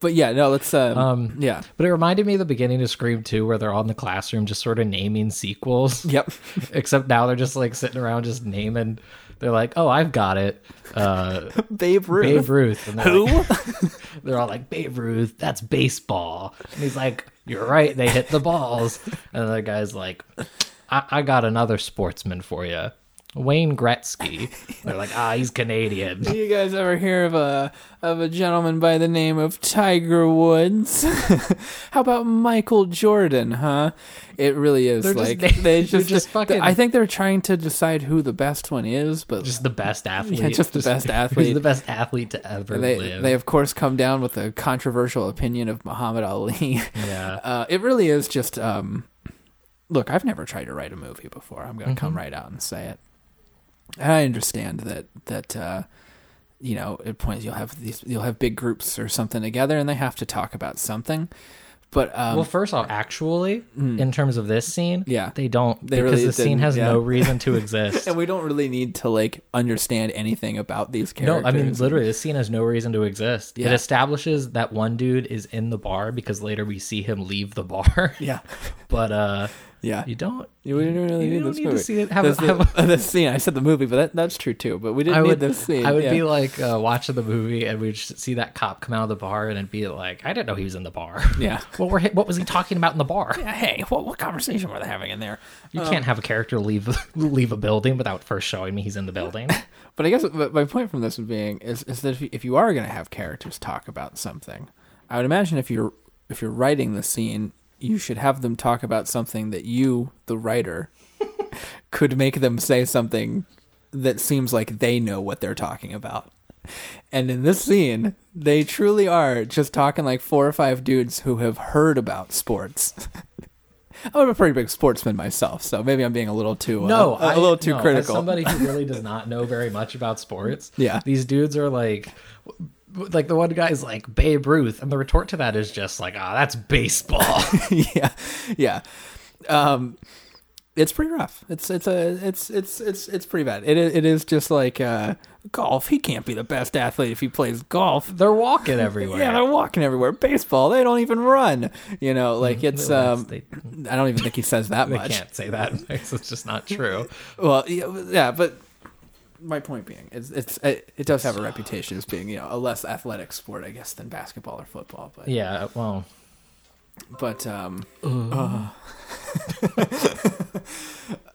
Speaker 4: But yeah, no, let's um, yeah.
Speaker 3: But it reminded me of the beginning of Scream 2 where they're all in the classroom just sort of naming sequels.
Speaker 4: Yep.
Speaker 3: Except now they're just like sitting around just naming. They're like, oh, I've got it. Uh,
Speaker 4: Babe Ruth.
Speaker 3: Babe Ruth. And they're
Speaker 4: Who?
Speaker 3: like- they're all like, Babe Ruth, that's baseball. And he's like, you're right. They hit the balls. And the guy's like, I, I got another sportsman for you. Wayne Gretzky. They're like, ah, he's Canadian.
Speaker 4: Do you guys ever hear of a of a gentleman by the name of Tiger Woods? How about Michael Jordan? Huh? It really is
Speaker 3: They're just
Speaker 4: like
Speaker 3: na-
Speaker 4: they
Speaker 3: they're
Speaker 4: just,
Speaker 3: just fucking-
Speaker 4: I think they're trying to decide who the best one is, but
Speaker 3: Just the best athlete.
Speaker 4: Yeah, just the best athlete.
Speaker 3: He's the best athlete to ever
Speaker 4: they
Speaker 3: live.
Speaker 4: they of course come down with the controversial opinion of Muhammad Ali.
Speaker 3: yeah.
Speaker 4: Uh, it really is just um, look. I've never tried to write a movie before. I'm gonna
Speaker 3: Mm-hmm.
Speaker 4: come right out and say it. And I understand that that uh, you know at points you'll have these you'll have big groups or something together and they have to talk about something. But um,
Speaker 3: well, first off, actually, in terms of this scene,
Speaker 4: hmm. Yeah.
Speaker 3: they don't
Speaker 4: They
Speaker 3: because
Speaker 4: really
Speaker 3: the scene
Speaker 4: didn't,
Speaker 3: has
Speaker 4: yeah.
Speaker 3: no reason to exist.
Speaker 4: and we don't really need to like understand anything about these
Speaker 3: no,
Speaker 4: characters.
Speaker 3: I mean literally, this scene has no reason to exist. It
Speaker 4: Yeah.
Speaker 3: establishes that one dude is in the bar because later we see him leave the bar.
Speaker 4: Yeah,
Speaker 3: but uh,
Speaker 4: yeah.
Speaker 3: you don't.
Speaker 4: You didn't really
Speaker 3: you
Speaker 4: need
Speaker 3: don't
Speaker 4: this
Speaker 3: need to
Speaker 4: movie.
Speaker 3: see it- have
Speaker 4: That's
Speaker 3: a-
Speaker 4: the,
Speaker 3: have
Speaker 4: the scene. I said the movie, but that, that's true too. But we didn't
Speaker 3: I
Speaker 4: need
Speaker 3: would,
Speaker 4: this scene.
Speaker 3: I would
Speaker 4: yeah.
Speaker 3: be like uh, watching the movie, and we'd just see that cop come out of the bar, and it'd be like, I didn't know he was in the bar.
Speaker 4: Yeah.
Speaker 3: what were he- what was he talking about in the bar?
Speaker 4: hey, what what conversation were they having in there?
Speaker 3: You can't have a character leave leave a building without first showing me he's in the building.
Speaker 4: But I guess but my point from this would being is is that if you, if you are going to have characters talk about something, I would imagine if you're if you're writing the scene, you should have them talk about something that you, the writer, could make them say something that seems like they know what they're talking about. And in this scene, they truly are just talking like four or five dudes who have heard about sports. I'm a pretty big sportsman myself, so maybe I'm being a little too uh,
Speaker 3: no,
Speaker 4: a
Speaker 3: I-
Speaker 4: little too
Speaker 3: no, as
Speaker 4: critical.
Speaker 3: somebody who really does not know very much about sports,
Speaker 4: Yeah.
Speaker 3: these dudes are like, like the one guy's like Babe Ruth, and the retort to that is just like, ah, that's baseball.
Speaker 4: yeah, yeah. Um, it's pretty rough. It's it's a it's it's it's it's pretty bad. It i- it is just like uh, golf. He can't be the best athlete if he plays golf.
Speaker 3: they're walking everywhere.
Speaker 4: Yeah, they're walking everywhere. Baseball, they don't even run. You know, like it's
Speaker 3: Well, that's-
Speaker 4: um.
Speaker 3: they-
Speaker 4: I don't even think he says that
Speaker 3: Mm-hmm. they
Speaker 4: much.
Speaker 3: can't say that. It's just not true.
Speaker 4: Well, yeah, yeah, but my point being, it's it's it, it does have a reputation as being you know a less athletic sport, I guess, than basketball or football. But
Speaker 3: Yeah, well,
Speaker 4: but um
Speaker 3: Uh-huh.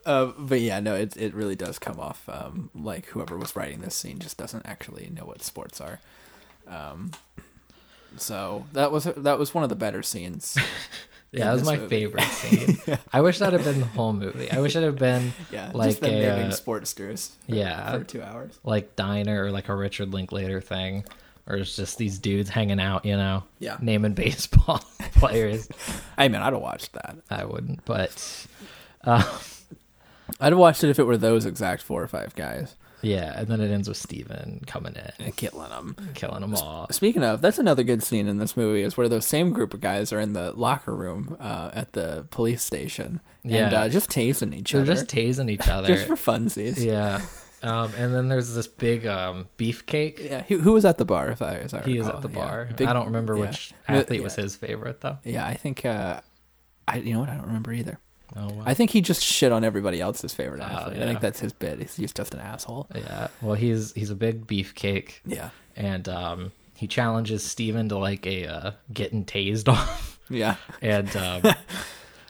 Speaker 4: uh, but yeah no it, it really does come off um like whoever was writing this scene just doesn't actually know what sports are um so that was that was one of the better scenes
Speaker 3: yeah, that was
Speaker 4: this
Speaker 3: my
Speaker 4: movie.
Speaker 3: favorite scene. I wish that had been the whole movie. I wish it had been
Speaker 4: yeah
Speaker 3: like
Speaker 4: just them
Speaker 3: a
Speaker 4: naming
Speaker 3: uh,
Speaker 4: sportsters for-
Speaker 3: yeah.
Speaker 4: for two hours
Speaker 3: like diner or like a Richard Linklater thing, or it's just these dudes hanging out, you know,
Speaker 4: Yeah.
Speaker 3: naming baseball players.
Speaker 4: i mean i'd have watched that
Speaker 3: I wouldn't, but uh,
Speaker 4: i'd have watched it if it were those exact four or five guys
Speaker 3: yeah. And then it ends with Steven coming in,
Speaker 4: and killing them
Speaker 3: and killing them all.
Speaker 4: Speaking of, that's another good scene in this movie is where those same group of guys are in the locker room uh, at the police station and
Speaker 3: Yeah.
Speaker 4: uh, just tasing each
Speaker 3: They're
Speaker 4: other,
Speaker 3: just tasing each other.
Speaker 4: Just for funsies. Yeah,
Speaker 3: yeah. Um, and then there's this big um, beefcake.
Speaker 4: Who, who was at the bar? If I as I
Speaker 3: He is at
Speaker 4: recall?
Speaker 3: the
Speaker 4: Oh, Yeah.
Speaker 3: bar.
Speaker 4: Big-
Speaker 3: I don't remember
Speaker 4: yeah.
Speaker 3: which
Speaker 4: No,
Speaker 3: athlete was
Speaker 4: yeah.
Speaker 3: his favorite though.
Speaker 4: Yeah, I think uh, I. You know what? I don't remember either.
Speaker 3: Oh wow.
Speaker 4: I think he just shit on everybody else's favorite athlete. I
Speaker 3: Oh, yeah.
Speaker 4: think that's his bit. He's, he's just an asshole.
Speaker 3: yeah. Well, he's he's a big beefcake.
Speaker 4: Yeah,
Speaker 3: and um, he challenges Steven to like a uh, getting tased off.
Speaker 4: yeah,
Speaker 3: and um,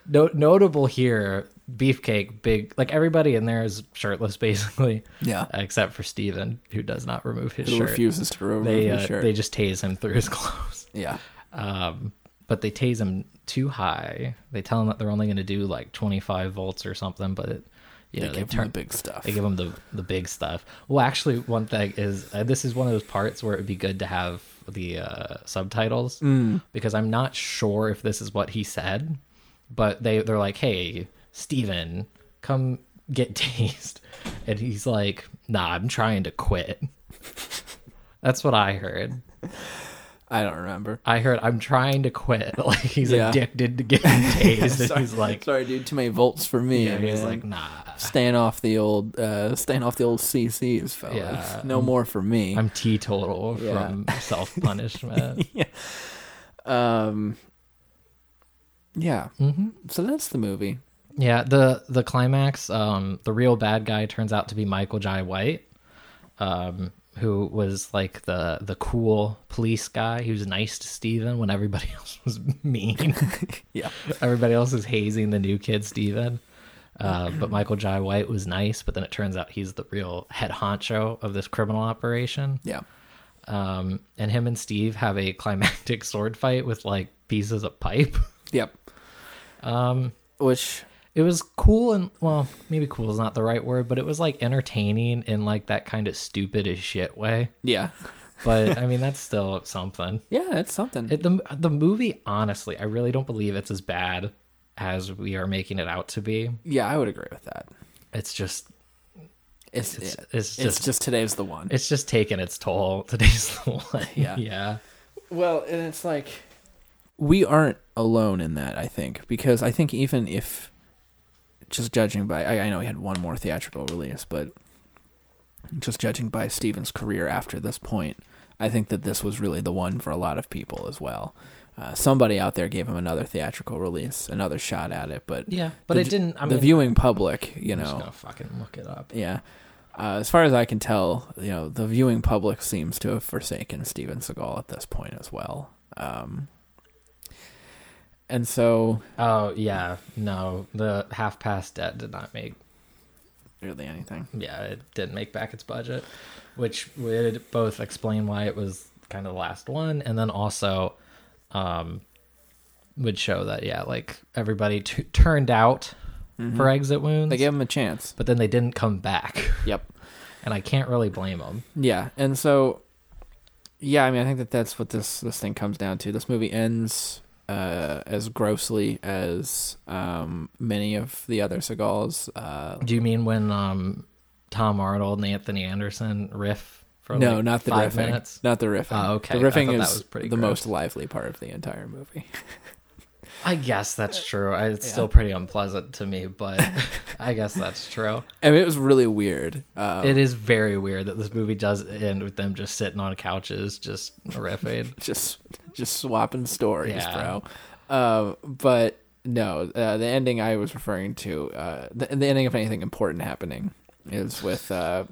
Speaker 3: no- notable here, Beefcake, big like everybody in there is shirtless basically,
Speaker 4: yeah.
Speaker 3: except for Steven, who does not remove his
Speaker 4: Who
Speaker 3: shirt.
Speaker 4: refuses to remove
Speaker 3: they
Speaker 4: his
Speaker 3: uh,
Speaker 4: shirt?
Speaker 3: they just tase him through his clothes.
Speaker 4: yeah,
Speaker 3: Um, but they tase him too high. They tell him that they're only going to do like 25 volts or something, but it, you
Speaker 4: they
Speaker 3: know,
Speaker 4: give
Speaker 3: turn
Speaker 4: him the big stuff.
Speaker 3: they give them the the big stuff. Well, actually, one thing is uh, this is one of those parts where it would be good to have the uh, subtitles
Speaker 4: Mm.
Speaker 3: because I'm not sure if this is what he said, but they they're like, "Hey, Steven, come get tased," and he's like, "Nah, I'm trying to quit." That's what I heard.
Speaker 4: I don't remember.
Speaker 3: I heard I'm trying to quit. Like he's
Speaker 4: Yeah.
Speaker 3: addicted to getting tased, and he's like,
Speaker 4: Sorry, dude, too many volts for me.
Speaker 3: and he's
Speaker 4: man.
Speaker 3: like, "Nah,
Speaker 4: staying off the old uh staying off the old CCs, fellas.
Speaker 3: Yeah.
Speaker 4: No more for me.
Speaker 3: I'm teetotal
Speaker 4: Yeah.
Speaker 3: from self punishment."
Speaker 4: yeah. Um, yeah.
Speaker 3: Mm-hmm.
Speaker 4: So that's the movie.
Speaker 3: Yeah, the the climax, um, the real bad guy turns out to be Michael Jai White, um, who was like the the cool police guy who's nice to Steven when everybody else was mean.
Speaker 4: Yeah.
Speaker 3: everybody else is hazing the new kid Steven. Uh, but Michael Jai White was nice, but then it turns out he's the real head honcho of this criminal operation.
Speaker 4: Yeah.
Speaker 3: Um, and him and Steve have a climactic sword fight with like pieces of pipe.
Speaker 4: Yep. Um, which
Speaker 3: it was cool and well maybe cool is not the right word but it was like entertaining in like that kind of stupid as shit way
Speaker 4: yeah,
Speaker 3: but i mean that's still something
Speaker 4: yeah, that's something.
Speaker 3: it, the, the movie honestly i really don't believe it's as bad as we are making it out to be
Speaker 4: yeah, I would agree with that.
Speaker 3: it's just
Speaker 4: It's
Speaker 3: It's-
Speaker 4: it's,
Speaker 3: it's
Speaker 4: it's,
Speaker 3: just-
Speaker 4: just, today's the one.
Speaker 3: it's just taking its toll today's the one
Speaker 4: Yeah.
Speaker 3: yeah
Speaker 4: Well, and it's like we aren't alone in that. I think because I think even if just judging by I, I know he had one more theatrical release, but just judging by Steven's career after this point, I think that this was really the one for a lot of people as well. Uh, somebody out there gave him another theatrical release, another shot at it, but
Speaker 3: yeah but
Speaker 4: the
Speaker 3: it
Speaker 4: ju-
Speaker 3: didn't i
Speaker 4: the
Speaker 3: mean
Speaker 4: viewing public, you
Speaker 3: i'm just
Speaker 4: know,
Speaker 3: gonna fucking look it up
Speaker 4: yeah. Uh, as far as I can tell, you know, the viewing public seems to have forsaken Steven Seagal at this point as well. Um, and so,
Speaker 3: oh yeah no the half past dead did not make
Speaker 4: really anything.
Speaker 3: yeah, it didn't make back its budget, which would both explain why it was kind of the last one, and then also um, would show that yeah, like everybody t- turned out for exit wounds,
Speaker 4: Mm-hmm. They gave him a chance.
Speaker 3: but then they didn't come back,
Speaker 4: Yep.
Speaker 3: and I can't really blame them.
Speaker 4: Yeah, and so, yeah, I mean, I think that that's what this this thing comes down to. This movie ends uh, as grossly as um, many of the other Seagulls. Uh,
Speaker 3: Do you mean when um, Tom Arnold and Anthony Anderson riff for
Speaker 4: no,
Speaker 3: like,
Speaker 4: not the
Speaker 3: five
Speaker 4: riffing.
Speaker 3: minutes?
Speaker 4: Not the riffing.
Speaker 3: Oh, okay.
Speaker 4: The
Speaker 3: I
Speaker 4: riffing
Speaker 3: thought
Speaker 4: is
Speaker 3: that was pretty
Speaker 4: the
Speaker 3: gross.
Speaker 4: most lively part of the entire movie.
Speaker 3: I guess that's true. I, it's still pretty unpleasant to me, but I guess that's true.
Speaker 4: I mean, it was really weird. Um,
Speaker 3: It is very weird that this movie does end with them just sitting on couches, just riffing.
Speaker 4: just just swapping stories,
Speaker 3: Yeah.
Speaker 4: bro. Um, but no, uh, the ending I was referring to, uh, the, the ending of anything important happening, is with uh,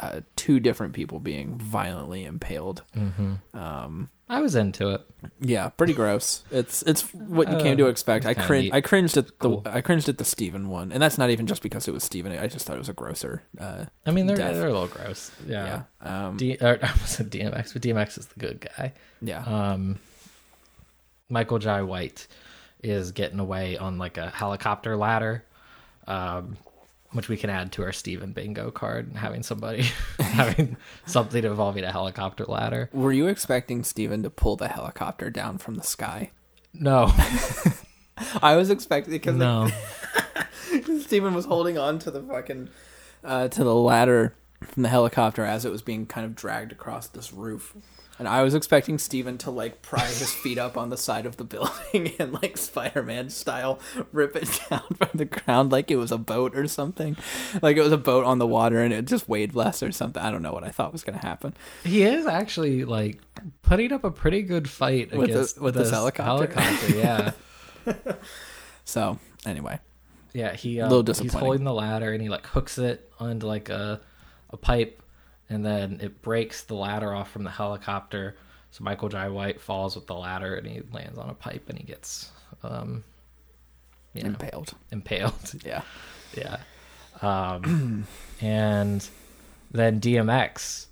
Speaker 4: uh, two different people being violently impaled. Um,
Speaker 3: I was into it.
Speaker 4: Yeah, pretty gross. It's it's what you came to expect. I
Speaker 3: Uh, kinda
Speaker 4: cringed.
Speaker 3: neat.
Speaker 4: I cringed at the
Speaker 3: Cool.
Speaker 4: I cringed at the Steven one, and that's not even just because it was Steven. I just thought it was a grosser. Uh,
Speaker 3: I mean, they're
Speaker 4: death.
Speaker 3: they're a little gross. Yeah.
Speaker 4: yeah, um,
Speaker 3: D, or, I was DMX, but DMX is the good guy.
Speaker 4: yeah.
Speaker 3: Um, Michael Jai White is getting away on like a helicopter ladder, um, which we can add to our Steven bingo card. Having somebody having something involving a helicopter ladder.
Speaker 4: Were you expecting Steven to pull the helicopter down from the sky?
Speaker 3: No,
Speaker 4: I was expecting because
Speaker 3: no.
Speaker 4: Steven was holding on to the fucking uh, to the ladder from the helicopter as it was being kind of dragged across this roof. And I was expecting Steven to like pry his feet up on the side of the building and like Spider Man style rip it down from the ground like it was a boat or something. Like it was a boat on the water and it just weighed less or something. I don't know what I thought was gonna happen.
Speaker 3: He is actually like putting up a pretty good fight
Speaker 4: With
Speaker 3: against
Speaker 4: the- with this helicopter.
Speaker 3: helicopter, yeah,
Speaker 4: So anyway.
Speaker 3: yeah. He uh,
Speaker 4: Little
Speaker 3: He's
Speaker 4: disappointing.
Speaker 3: holding the ladder and he like hooks it onto like a a pipe, and then it breaks the ladder off from the helicopter. So Michael Jai White falls with the ladder and he lands on a pipe and he gets um, you know,
Speaker 4: Impaled.
Speaker 3: impaled.
Speaker 4: Yeah.
Speaker 3: Yeah. Um, and then DMX.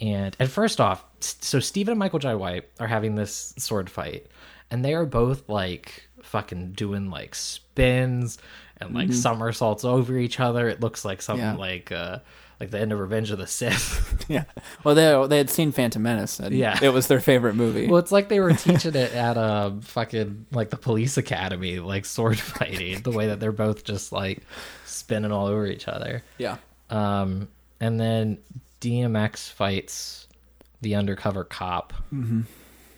Speaker 3: And and first off, s- so Steven and Michael Jai White are having this sword fight, and they are both like fucking doing like spins and like somersaults over each other. It looks like something
Speaker 4: Yeah.
Speaker 3: like uh like the end of Revenge of the Sith.
Speaker 4: Yeah. Well they they had seen Phantom Menace and
Speaker 3: Yeah.
Speaker 4: it was their favorite movie.
Speaker 3: well, it's like they were teaching it at a fucking like the police academy, like sword fighting. the way that they're both just like spinning all over each other.
Speaker 4: yeah.
Speaker 3: Um, and then DMX fights the undercover cop,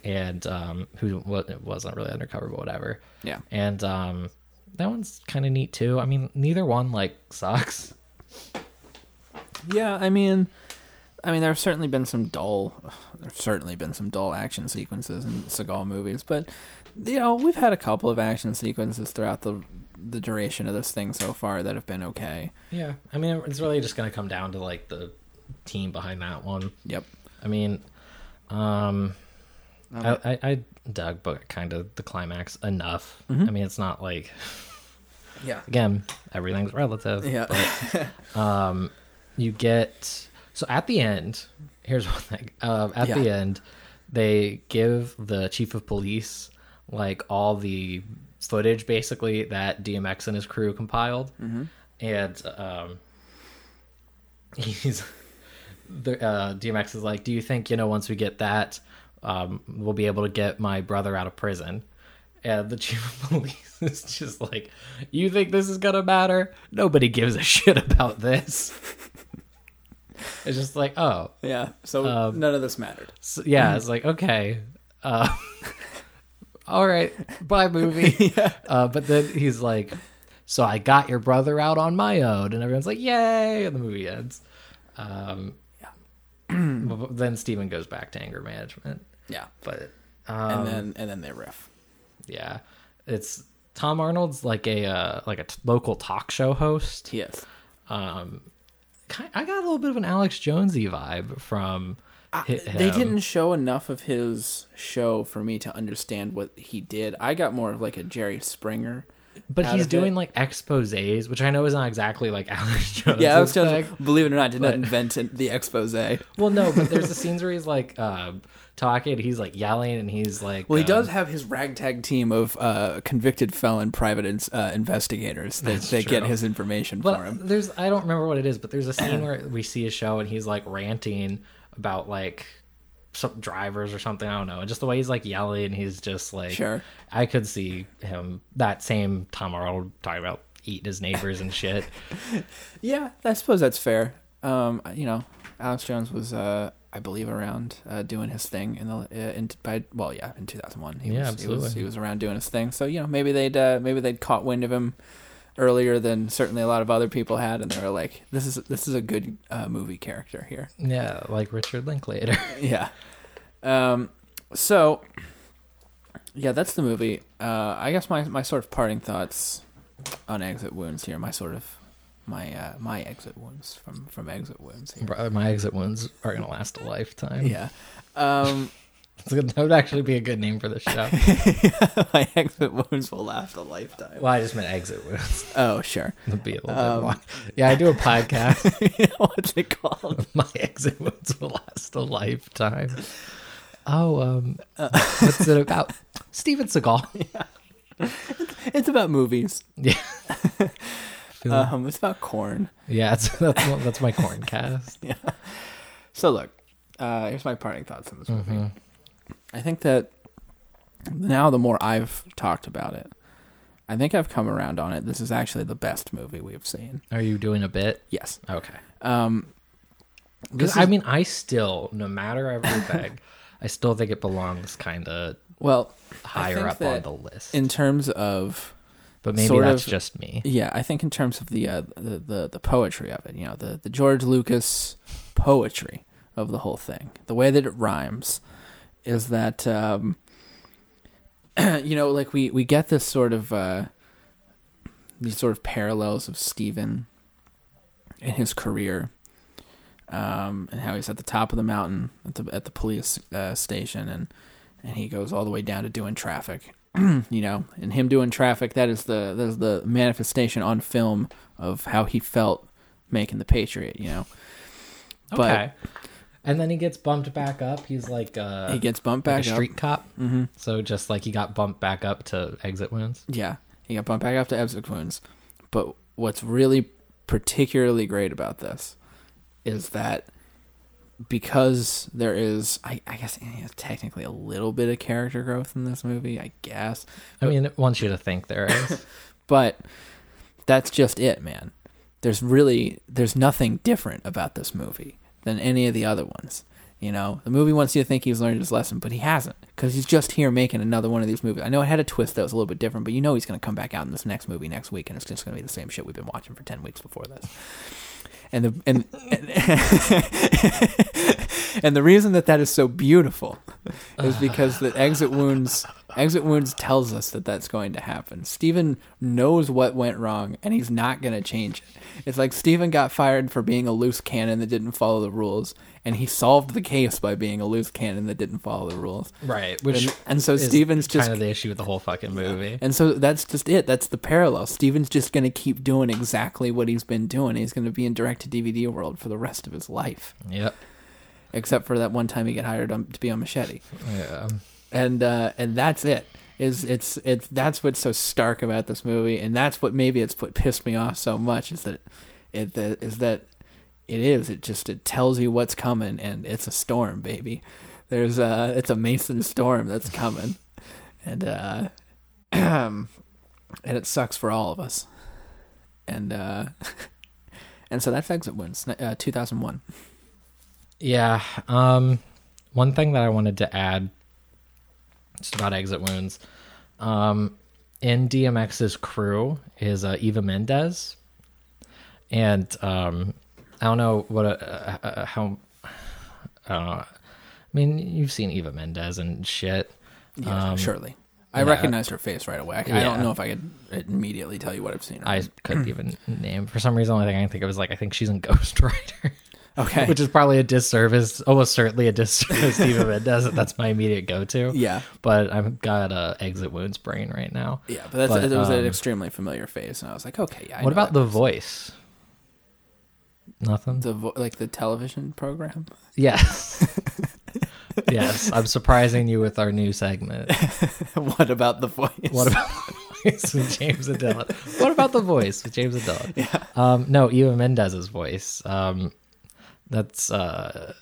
Speaker 3: and um, who wa- wasn't really undercover, but whatever.
Speaker 4: Yeah.
Speaker 3: And um, that one's kind of neat too. I mean, neither one like sucks.
Speaker 4: Yeah, I mean, I mean, there have certainly been some dull, there have certainly been some dull action sequences in Seagal movies, but you know we've had a couple of action sequences throughout the the duration of this thing so far that have been okay.
Speaker 3: Yeah, I mean, it's really just gonna come down to like the team behind that one.
Speaker 4: Yep.
Speaker 3: I mean, um,
Speaker 4: Um,
Speaker 3: I, I, I dug, but kind of the climax enough. I mean, it's not like
Speaker 4: Yeah.
Speaker 3: again, everything's relative.
Speaker 4: Yeah.
Speaker 3: You get so at the end. Here's one thing. Um, at the
Speaker 4: Yeah.
Speaker 3: end, they give the chief of police like all the footage, basically that DMX and his crew compiled, and um, he's the uh, DMX is like, "Do you think you know once we get that, um, we'll be able to get my brother out of prison?" And the chief of police is just like, "You think this is gonna matter? Nobody gives a shit about this." it's just like, oh,
Speaker 4: yeah. So none of this mattered.
Speaker 3: so,
Speaker 4: Mm-hmm.
Speaker 3: yeah, it's like okay, uh, all right, bye movie. uh, but then he's like, so I got your brother out on my own, and everyone's like, yay, and the movie ends. Um, but then Steven goes back to anger management,
Speaker 4: Yeah.
Speaker 3: but
Speaker 4: and then and then they riff.
Speaker 3: yeah, it's Tom Arnold's like a uh, like a t- local talk show host.
Speaker 4: Yes.
Speaker 3: Ki- I got a little bit of an Alex Jonesy vibe from. hi-
Speaker 4: They
Speaker 3: him.
Speaker 4: didn't show enough of his show for me to understand what he did. I got more of like a Jerry Springer.
Speaker 3: But
Speaker 4: out
Speaker 3: he's
Speaker 4: of
Speaker 3: doing
Speaker 4: it.
Speaker 3: like exposés, which I know is not exactly like Alex Jones.
Speaker 4: yeah, I was telling
Speaker 3: like,
Speaker 4: you, believe it or not, did not invent it- the expose. Well,
Speaker 3: well, no, but there's the scenes where he's like uh, talking, he's like yelling, and he's like,
Speaker 4: he
Speaker 3: um,
Speaker 4: does have his ragtag team of uh, convicted felon private ins uh, investigators that, that get
Speaker 3: true.
Speaker 4: his information for him.
Speaker 3: But there's I don't remember what it is, but there's a scene where we see a show and he's like ranting about like some drivers or something. I don't know, and just the way he's like yelling, he's just like,
Speaker 4: Sure.
Speaker 3: I could see him that same Tom Arnold talking about eating his neighbors and shit.
Speaker 4: Yeah, I suppose that's fair. Um, you know, Alex Jones was, uh, I believe, around uh, doing his thing in the uh, in, by well, yeah, in two thousand one.
Speaker 3: Yeah,
Speaker 4: was, He
Speaker 3: absolutely.
Speaker 4: was, he was around doing his thing, so you know, maybe they'd uh, maybe they'd caught wind of him earlier than certainly a lot of other people had, and they were like, "This is this is a good uh, movie character here."
Speaker 3: yeah, like Richard Linklater.
Speaker 4: yeah. Um, so, yeah, that's the movie. Uh, I guess my, my sort of parting thoughts on exit wounds here. My sort of my uh, my exit wounds from from exit wounds here.
Speaker 3: Brother, my exit wounds are gonna last a lifetime.
Speaker 4: Yeah. Um,
Speaker 3: It's good- That would actually be a good name for the show.
Speaker 4: my exit wounds will last a lifetime.
Speaker 3: well, I just meant exit wounds.
Speaker 4: Oh, sure.
Speaker 3: It'd be a little
Speaker 4: Um,
Speaker 3: bit long. Yeah, I do a podcast.
Speaker 4: What's it called?
Speaker 3: My exit wounds will last a lifetime. Oh, um,
Speaker 4: Uh,
Speaker 3: what's it about? Steven Seagal.
Speaker 4: It's about movies.
Speaker 3: Yeah,
Speaker 4: Um, it's about corn.
Speaker 3: yeah. That's that's, what- that's my corn cast.
Speaker 4: So look, uh, here's my parting thoughts on this movie.
Speaker 3: Mm-hmm.
Speaker 4: I think that now the more I've talked about it, I think I've come around on it. This is actually the best movie we've seen.
Speaker 3: Are you doing a bit?
Speaker 4: Yes.
Speaker 3: Okay.
Speaker 4: Um,
Speaker 3: Because
Speaker 4: This
Speaker 3: I
Speaker 4: is-
Speaker 3: mean, I still, no matter everything, I still think it belongs kind of
Speaker 4: well, I
Speaker 3: higher
Speaker 4: think
Speaker 3: up on
Speaker 4: that
Speaker 3: the list.
Speaker 4: in terms of
Speaker 3: but maybe
Speaker 4: sort
Speaker 3: that's
Speaker 4: of-
Speaker 3: just me.
Speaker 4: yeah, I think in terms of the uh, the, the the poetry of it, you know, the the George Lucas poetry of the whole thing, the way that it rhymes, is that um, you know, like we we get this sort of uh, these sort of parallels of Stephen in his career, um, and how he's at the top of the mountain at the at the police uh, station, and and he goes all the way down to doing traffic, you know, and him doing traffic. That is the that is the manifestation on film of how he felt making the Patriot, you know. But
Speaker 3: okay. And then he gets bumped back up. He's like uh
Speaker 4: he gets bumped
Speaker 3: like
Speaker 4: back
Speaker 3: a
Speaker 4: up.
Speaker 3: street cop. Mm-hmm. So just like he got bumped back up to exit wounds.
Speaker 4: Yeah, he got bumped back up to Ebsic Wounds. But what's really particularly great about this is that because there is, I, I guess, eh, technically a little bit of character growth in this movie, I guess.
Speaker 3: I mean, it wants you to think there is.
Speaker 4: But that's just it, man. There's really, there's nothing different about this movie than any of the other ones. You know, the movie wants you to think he's learned his lesson, but he hasn't because he's just here making another one of these movies. I know it had a twist that was a little bit different, but you know he's going to come back out in this next movie next week, and it's just going to be the same shit we've been watching for 10 weeks before this. and the and and, and the reason that that is so beautiful is because the exit wounds exit wounds tells us that that's going to happen. Steven knows what went wrong and he's not going to change it. It's like Steven got fired for being a loose cannon that didn't follow the rules and he solved the case by being a loose cannon that didn't follow the rules.
Speaker 3: Right. Which
Speaker 4: And- and so
Speaker 3: is
Speaker 4: Steven's just-
Speaker 3: kind of the issue with the whole fucking movie.
Speaker 4: And so that's just it. That's the parallel. Steven's just going to keep doing exactly what he's been doing. He's going to be in direct to DVD world for the rest of his life,
Speaker 3: Yep.
Speaker 4: except for that one time he got hired on, to be on Machete,
Speaker 3: Yeah.
Speaker 4: and uh, and that's it. Is it's it's that's what's so stark about this movie, and that's what maybe it's what pissed me off so much is that it that is that it is it just it tells you what's coming, and it's a storm, baby. There's a it's a Mason storm that's coming, and uh, and it sucks for all of us, and uh, and so that's Exit Wounds, uh, two thousand one.
Speaker 3: Yeah. Um, one thing that I wanted to add, just about exit wounds, um, in DMX's crew is uh, Eva Mendez, and um, I don't know what uh, uh, how. Uh, I mean, you've seen Eva Mendez and shit.
Speaker 4: Yeah, surely. I
Speaker 3: Um, yeah.
Speaker 4: recognized her face right away. I, I don't
Speaker 3: Yeah.
Speaker 4: know if I could immediately tell you what I've seen. Her.
Speaker 3: I
Speaker 4: in.
Speaker 3: couldn't even name for some reason. The only thing I can think of was like I think she's in Ghost Rider.
Speaker 4: okay,
Speaker 3: which is probably a disservice, almost certainly a disservice to Eva Mendez. That's my immediate go-to.
Speaker 4: Yeah.
Speaker 3: but I've got uh, exit wounds brain right now.
Speaker 4: yeah, but, that's,
Speaker 3: but,
Speaker 4: it was an
Speaker 3: um,
Speaker 4: extremely familiar face, and I was like, okay, yeah. I
Speaker 3: what
Speaker 4: know
Speaker 3: about
Speaker 4: that.
Speaker 3: the voice? Nothing.
Speaker 4: the vo- like the television program?
Speaker 3: yes. yes, I'm surprising you with our new segment.
Speaker 4: what about the voice?
Speaker 3: What about the voice with James Adela? What about the voice with James Adela? Yeah. Um, no, Eva Mendez's voice. Um, that's uh,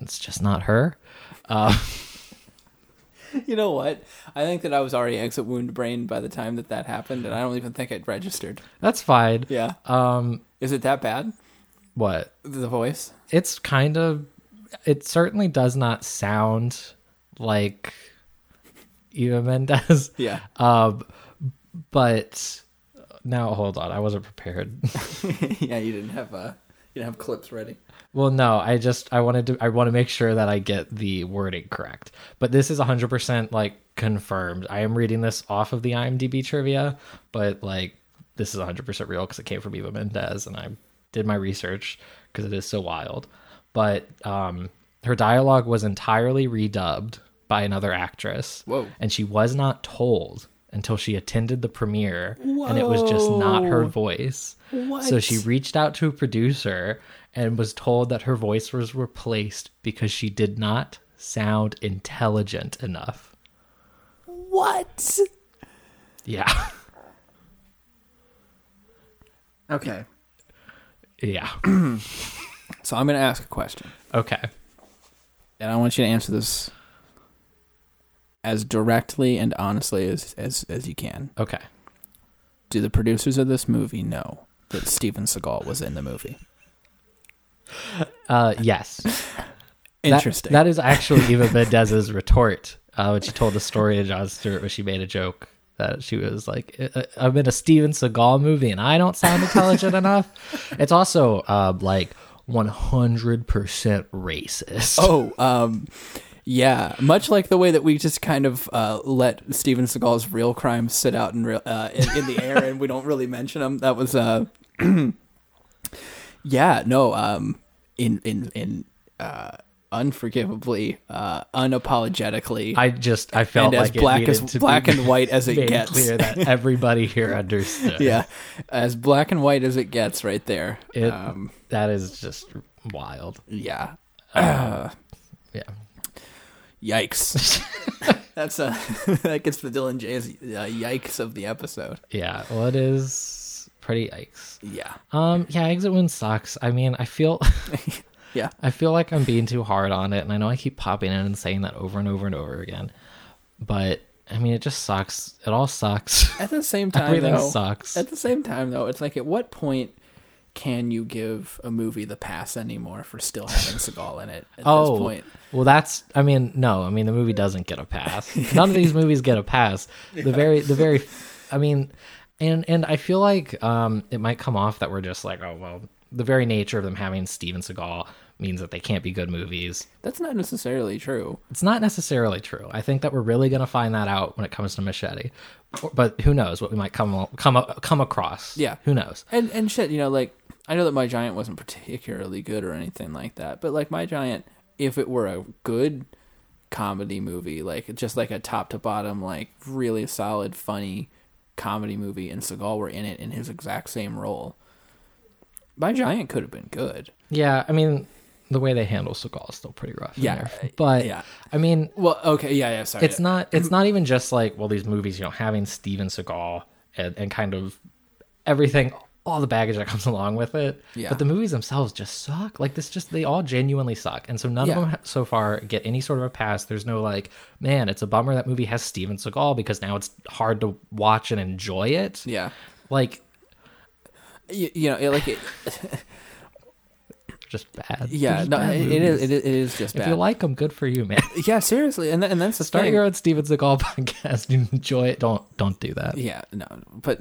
Speaker 3: it's just not her.
Speaker 4: you know what? I think that I was already exit wound brain by the time that that happened, and I don't even think I'd registered.
Speaker 3: That's fine.
Speaker 4: Yeah,
Speaker 3: Um,
Speaker 4: is it that bad?
Speaker 3: what?
Speaker 4: The voice?
Speaker 3: it's kind of it certainly does not sound like Eva Mendes.
Speaker 4: Yeah.
Speaker 3: Um but now hold on, I wasn't prepared.
Speaker 4: yeah, you didn't have uh, you didn't have clips ready.
Speaker 3: well, no, I just I wanted to I want to make sure that I get the wording correct. But this is 100% like confirmed. I am reading this off of the IMDb trivia, but like this is 100% real cuz it came from Eva Mendes and I did my research cuz it is so wild. But um her dialogue was entirely redubbed by another actress.
Speaker 4: Whoa.
Speaker 3: And she was not told until she attended the premiere and it was just not her voice. So she reached out to a producer and was told that her voice was replaced because she did not sound intelligent enough.
Speaker 4: What?
Speaker 3: Yeah.
Speaker 4: Okay,
Speaker 3: yeah.
Speaker 4: so I'm gonna ask a question.
Speaker 3: Okay.
Speaker 4: and I want you to answer this as directly and honestly as as, as you can.
Speaker 3: Okay.
Speaker 4: Do the producers of this movie know that Steven Seagal was in the movie?
Speaker 3: Uh yes. That-
Speaker 4: Interesting.
Speaker 3: that is actually Eva Mendez's retort uh, when she told the story to John Stewart when she made a joke that she was like, "I- I- "I'm in a Steven Seagal movie and I don't sound intelligent enough." It's also uh, like 100% racist.
Speaker 4: oh, um, yeah. Much like the way that we just kind of uh, let Steven Seagal's real crimes sit out in real, uh, in, in the air and we don't really mention them. That was, uh, yeah, no. Um, in in in uh, unforgivably, uh, unapologetically.
Speaker 3: I just I felt
Speaker 4: and
Speaker 3: like
Speaker 4: as black
Speaker 3: it
Speaker 4: as
Speaker 3: needed to
Speaker 4: black
Speaker 3: be
Speaker 4: and white as it
Speaker 3: made
Speaker 4: gets.
Speaker 3: clear that everybody here understood.
Speaker 4: yeah, as black and white as it gets, right there.
Speaker 3: It-
Speaker 4: um,
Speaker 3: that is just wild.
Speaker 4: yeah,
Speaker 3: Yeah,
Speaker 4: yikes. That's a that gets the Dylan J's uh, yikes of the episode.
Speaker 3: yeah. Well, it is pretty yikes.
Speaker 4: Yeah,
Speaker 3: Um, yeah, exit wound sucks. I mean, I feel
Speaker 4: yeah.
Speaker 3: I feel like I'm being too hard on it, and I know I keep popping in and saying that over and over and over again, but I mean, it just sucks. It all sucks.
Speaker 4: At the same time,
Speaker 3: Everything
Speaker 4: though,
Speaker 3: sucks.
Speaker 4: At the same time, though, it's like at what point can you give a movie the pass anymore for still having Seagal in it? At
Speaker 3: oh,
Speaker 4: this point,
Speaker 3: well, that's. I mean, no. I mean, the movie doesn't get a pass. None of these movies get a pass. The very, the very. I mean, and and I feel like um, it might come off that we're just like, oh well, the very nature of them having Steven Seagal means that they can't be good movies.
Speaker 4: That's not necessarily true.
Speaker 3: It's not necessarily true. I think that we're really going to find that out when it comes to Machete. But who knows what we might come come come across?
Speaker 4: Yeah.
Speaker 3: who knows?
Speaker 4: And and shit, you know, like I know that my giant wasn't particularly good or anything like that, but like my giant, if it were a good comedy movie, like just like a top to bottom, like really solid, funny comedy movie, and Seagal were in it in his exact same role, my giant could have been good.
Speaker 3: Yeah, I mean, the way they handle Seagal is still pretty rough. in
Speaker 4: Yeah,
Speaker 3: there. but
Speaker 4: yeah.
Speaker 3: I mean,
Speaker 4: Well, okay, yeah, yeah, sorry.
Speaker 3: it's not it's not even just like well these movies you know having steven seagal and, and kind of everything all the baggage that comes along with it
Speaker 4: Yeah.
Speaker 3: but the movies themselves just suck like this just they all genuinely suck and so none
Speaker 4: Yeah.
Speaker 3: of them ha- so far get any sort of a pass there's no like man it's a bummer that movie has steven seagal because now it's hard to watch and enjoy it
Speaker 4: Yeah,
Speaker 3: like
Speaker 4: you, you know, it, like it,
Speaker 3: just bad
Speaker 4: yeah,
Speaker 3: They're just
Speaker 4: no,
Speaker 3: bad
Speaker 4: it, it is,
Speaker 3: movies.
Speaker 4: it is, it is just
Speaker 3: if
Speaker 4: bad.
Speaker 3: you like them good for you man
Speaker 4: yeah, seriously, and th- and that's the
Speaker 3: start
Speaker 4: thing.
Speaker 3: your own steven seagal podcast and enjoy it don't don't do that
Speaker 4: Yeah, no, but,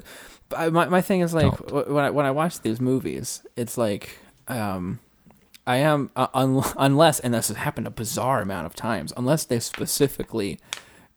Speaker 4: but I- my my thing is like
Speaker 3: Don't.
Speaker 4: wh- when I when I watch these movies, it's like um, I am uh, un- unless and this has happened a bizarre amount of times, unless they specifically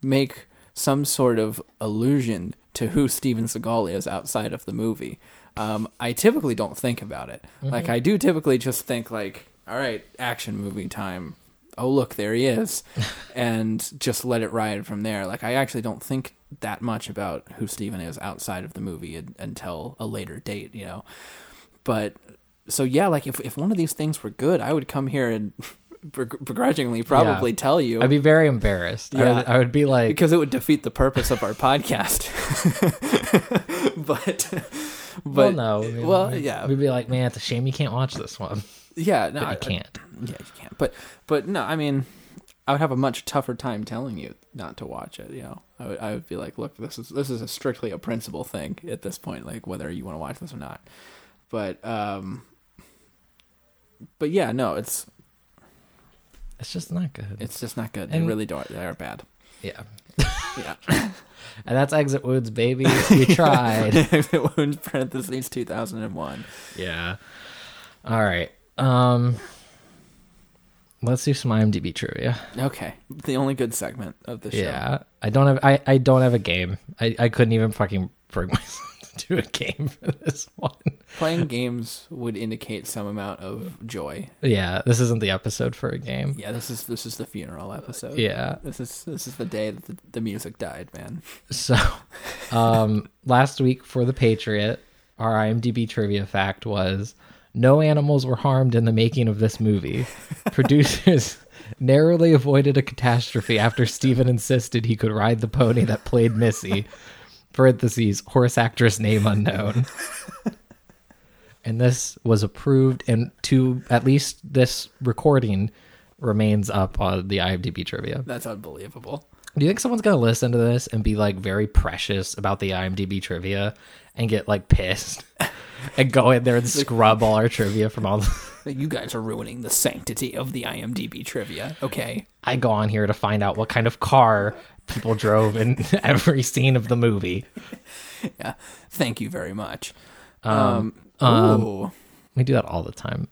Speaker 4: make some sort of allusion to who Steven Seagal is outside of the movie. Um, I typically don't think about it.
Speaker 3: Mm-hmm.
Speaker 4: Like I do typically just think like, all right, action movie time. Oh look, there he is, and just let it ride from there. Like I actually don't think that much about who Steven is outside of the movie un- until a later date, you know. But so yeah, like if if one of these things were good, I would come here and begr- begrudgingly probably
Speaker 3: Yeah.
Speaker 4: tell you
Speaker 3: I'd be very embarrassed. I,
Speaker 4: Yeah.
Speaker 3: would, I would be like,
Speaker 4: because it would defeat the purpose of our podcast. but
Speaker 3: well,
Speaker 4: but uh,
Speaker 3: no. I mean,
Speaker 4: well,
Speaker 3: we'd-
Speaker 4: yeah.
Speaker 3: We'd be like, man, it's a shame you can't watch this one.
Speaker 4: yeah, no,
Speaker 3: But
Speaker 4: I-
Speaker 3: you can't.
Speaker 4: yeah, you can't. But but no, I mean, I would have a much tougher time telling you not to watch it. You know, I would I would be like, look, this is this is a strictly a principle thing at this point, like whether you want to watch this or not. But um, but yeah, no, it's
Speaker 3: It's just not good.
Speaker 4: it's just not good.
Speaker 3: And-
Speaker 4: they really don't. They are bad.
Speaker 3: yeah.
Speaker 4: Yeah,
Speaker 3: And that's Exit Woods, baby. We tried.
Speaker 4: in parentheses two thousand and one.
Speaker 3: yeah. All right. Um, let's do some IMDb trivia.
Speaker 4: Okay, the only good segment of the show.
Speaker 3: Yeah. I don't have. I, I don't have a game. I, I couldn't even fucking bring myself to do a game for this one.
Speaker 4: Playing games would indicate some amount of joy.
Speaker 3: Yeah. This isn't the episode for a game.
Speaker 4: Yeah, this is this is the funeral episode.
Speaker 3: Yeah.
Speaker 4: This is this is the day that the, the music died, man.
Speaker 3: So, um, last week for the Patriot, our IMDb trivia fact was no animals were harmed in the making of this movie. Producers narrowly avoided a catastrophe after Steven insisted he could ride the pony that played Missy. Parentheses, horse actress name unknown. And this was approved, and to at least this recording remains up on the IMDb trivia.
Speaker 4: That's unbelievable.
Speaker 3: Do you think someone's gonna listen to this and be like very precious about the IMDb trivia and get like pissed and go in there and scrub all our trivia from all? The-
Speaker 4: You guys are ruining the sanctity of the IMDb trivia. Okay.
Speaker 3: I go on here to find out what kind of car people drove in every scene of the movie.
Speaker 4: Yeah. Thank you very much. Um. ooh.
Speaker 3: We do that all the time.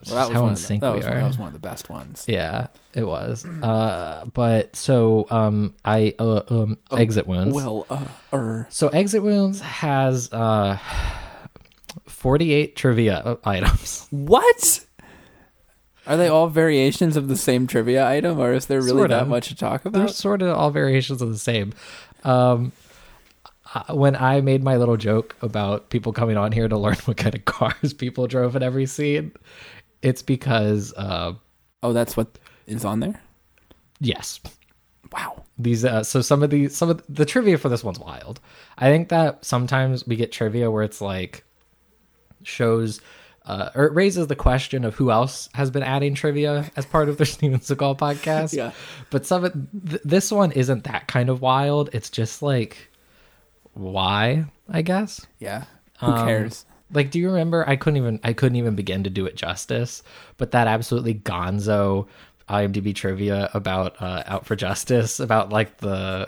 Speaker 3: It's
Speaker 4: Well,
Speaker 3: just
Speaker 4: that was
Speaker 3: how
Speaker 4: one
Speaker 3: in
Speaker 4: of the-
Speaker 3: sync
Speaker 4: that
Speaker 3: we
Speaker 4: was-
Speaker 3: are.
Speaker 4: that was one of the best ones.
Speaker 3: Yeah, it was. Uh, but so um, I uh, um, exit wounds.
Speaker 4: Oh, Well, uh, er,
Speaker 3: So Exit Wounds has uh 48 trivia items.
Speaker 4: what? Are they all variations of the same trivia item, or is there really
Speaker 3: Sort
Speaker 4: that
Speaker 3: of.
Speaker 4: much to talk about?
Speaker 3: They're sort of all variations of the same. Um uh, when I made my little joke about people coming on here to learn what kind of cars people drove in every scene, it's because uh
Speaker 4: Oh, that's what is on there.
Speaker 3: yes.
Speaker 4: Wow.
Speaker 3: These uh, so some of the some of the trivia for this one's wild. I think that sometimes we get trivia where it's like shows uh, or it raises the question of who else has been adding trivia as part of their Steven Seagal podcast.
Speaker 4: Yeah.
Speaker 3: But some of th- this one isn't that kind of wild. It's just like why, I guess.
Speaker 4: Yeah. Who
Speaker 3: Um,
Speaker 4: cares?
Speaker 3: Like do you remember I couldn't even I couldn't even begin to do it justice, but that absolutely gonzo IMDb trivia about uh, out for justice about like the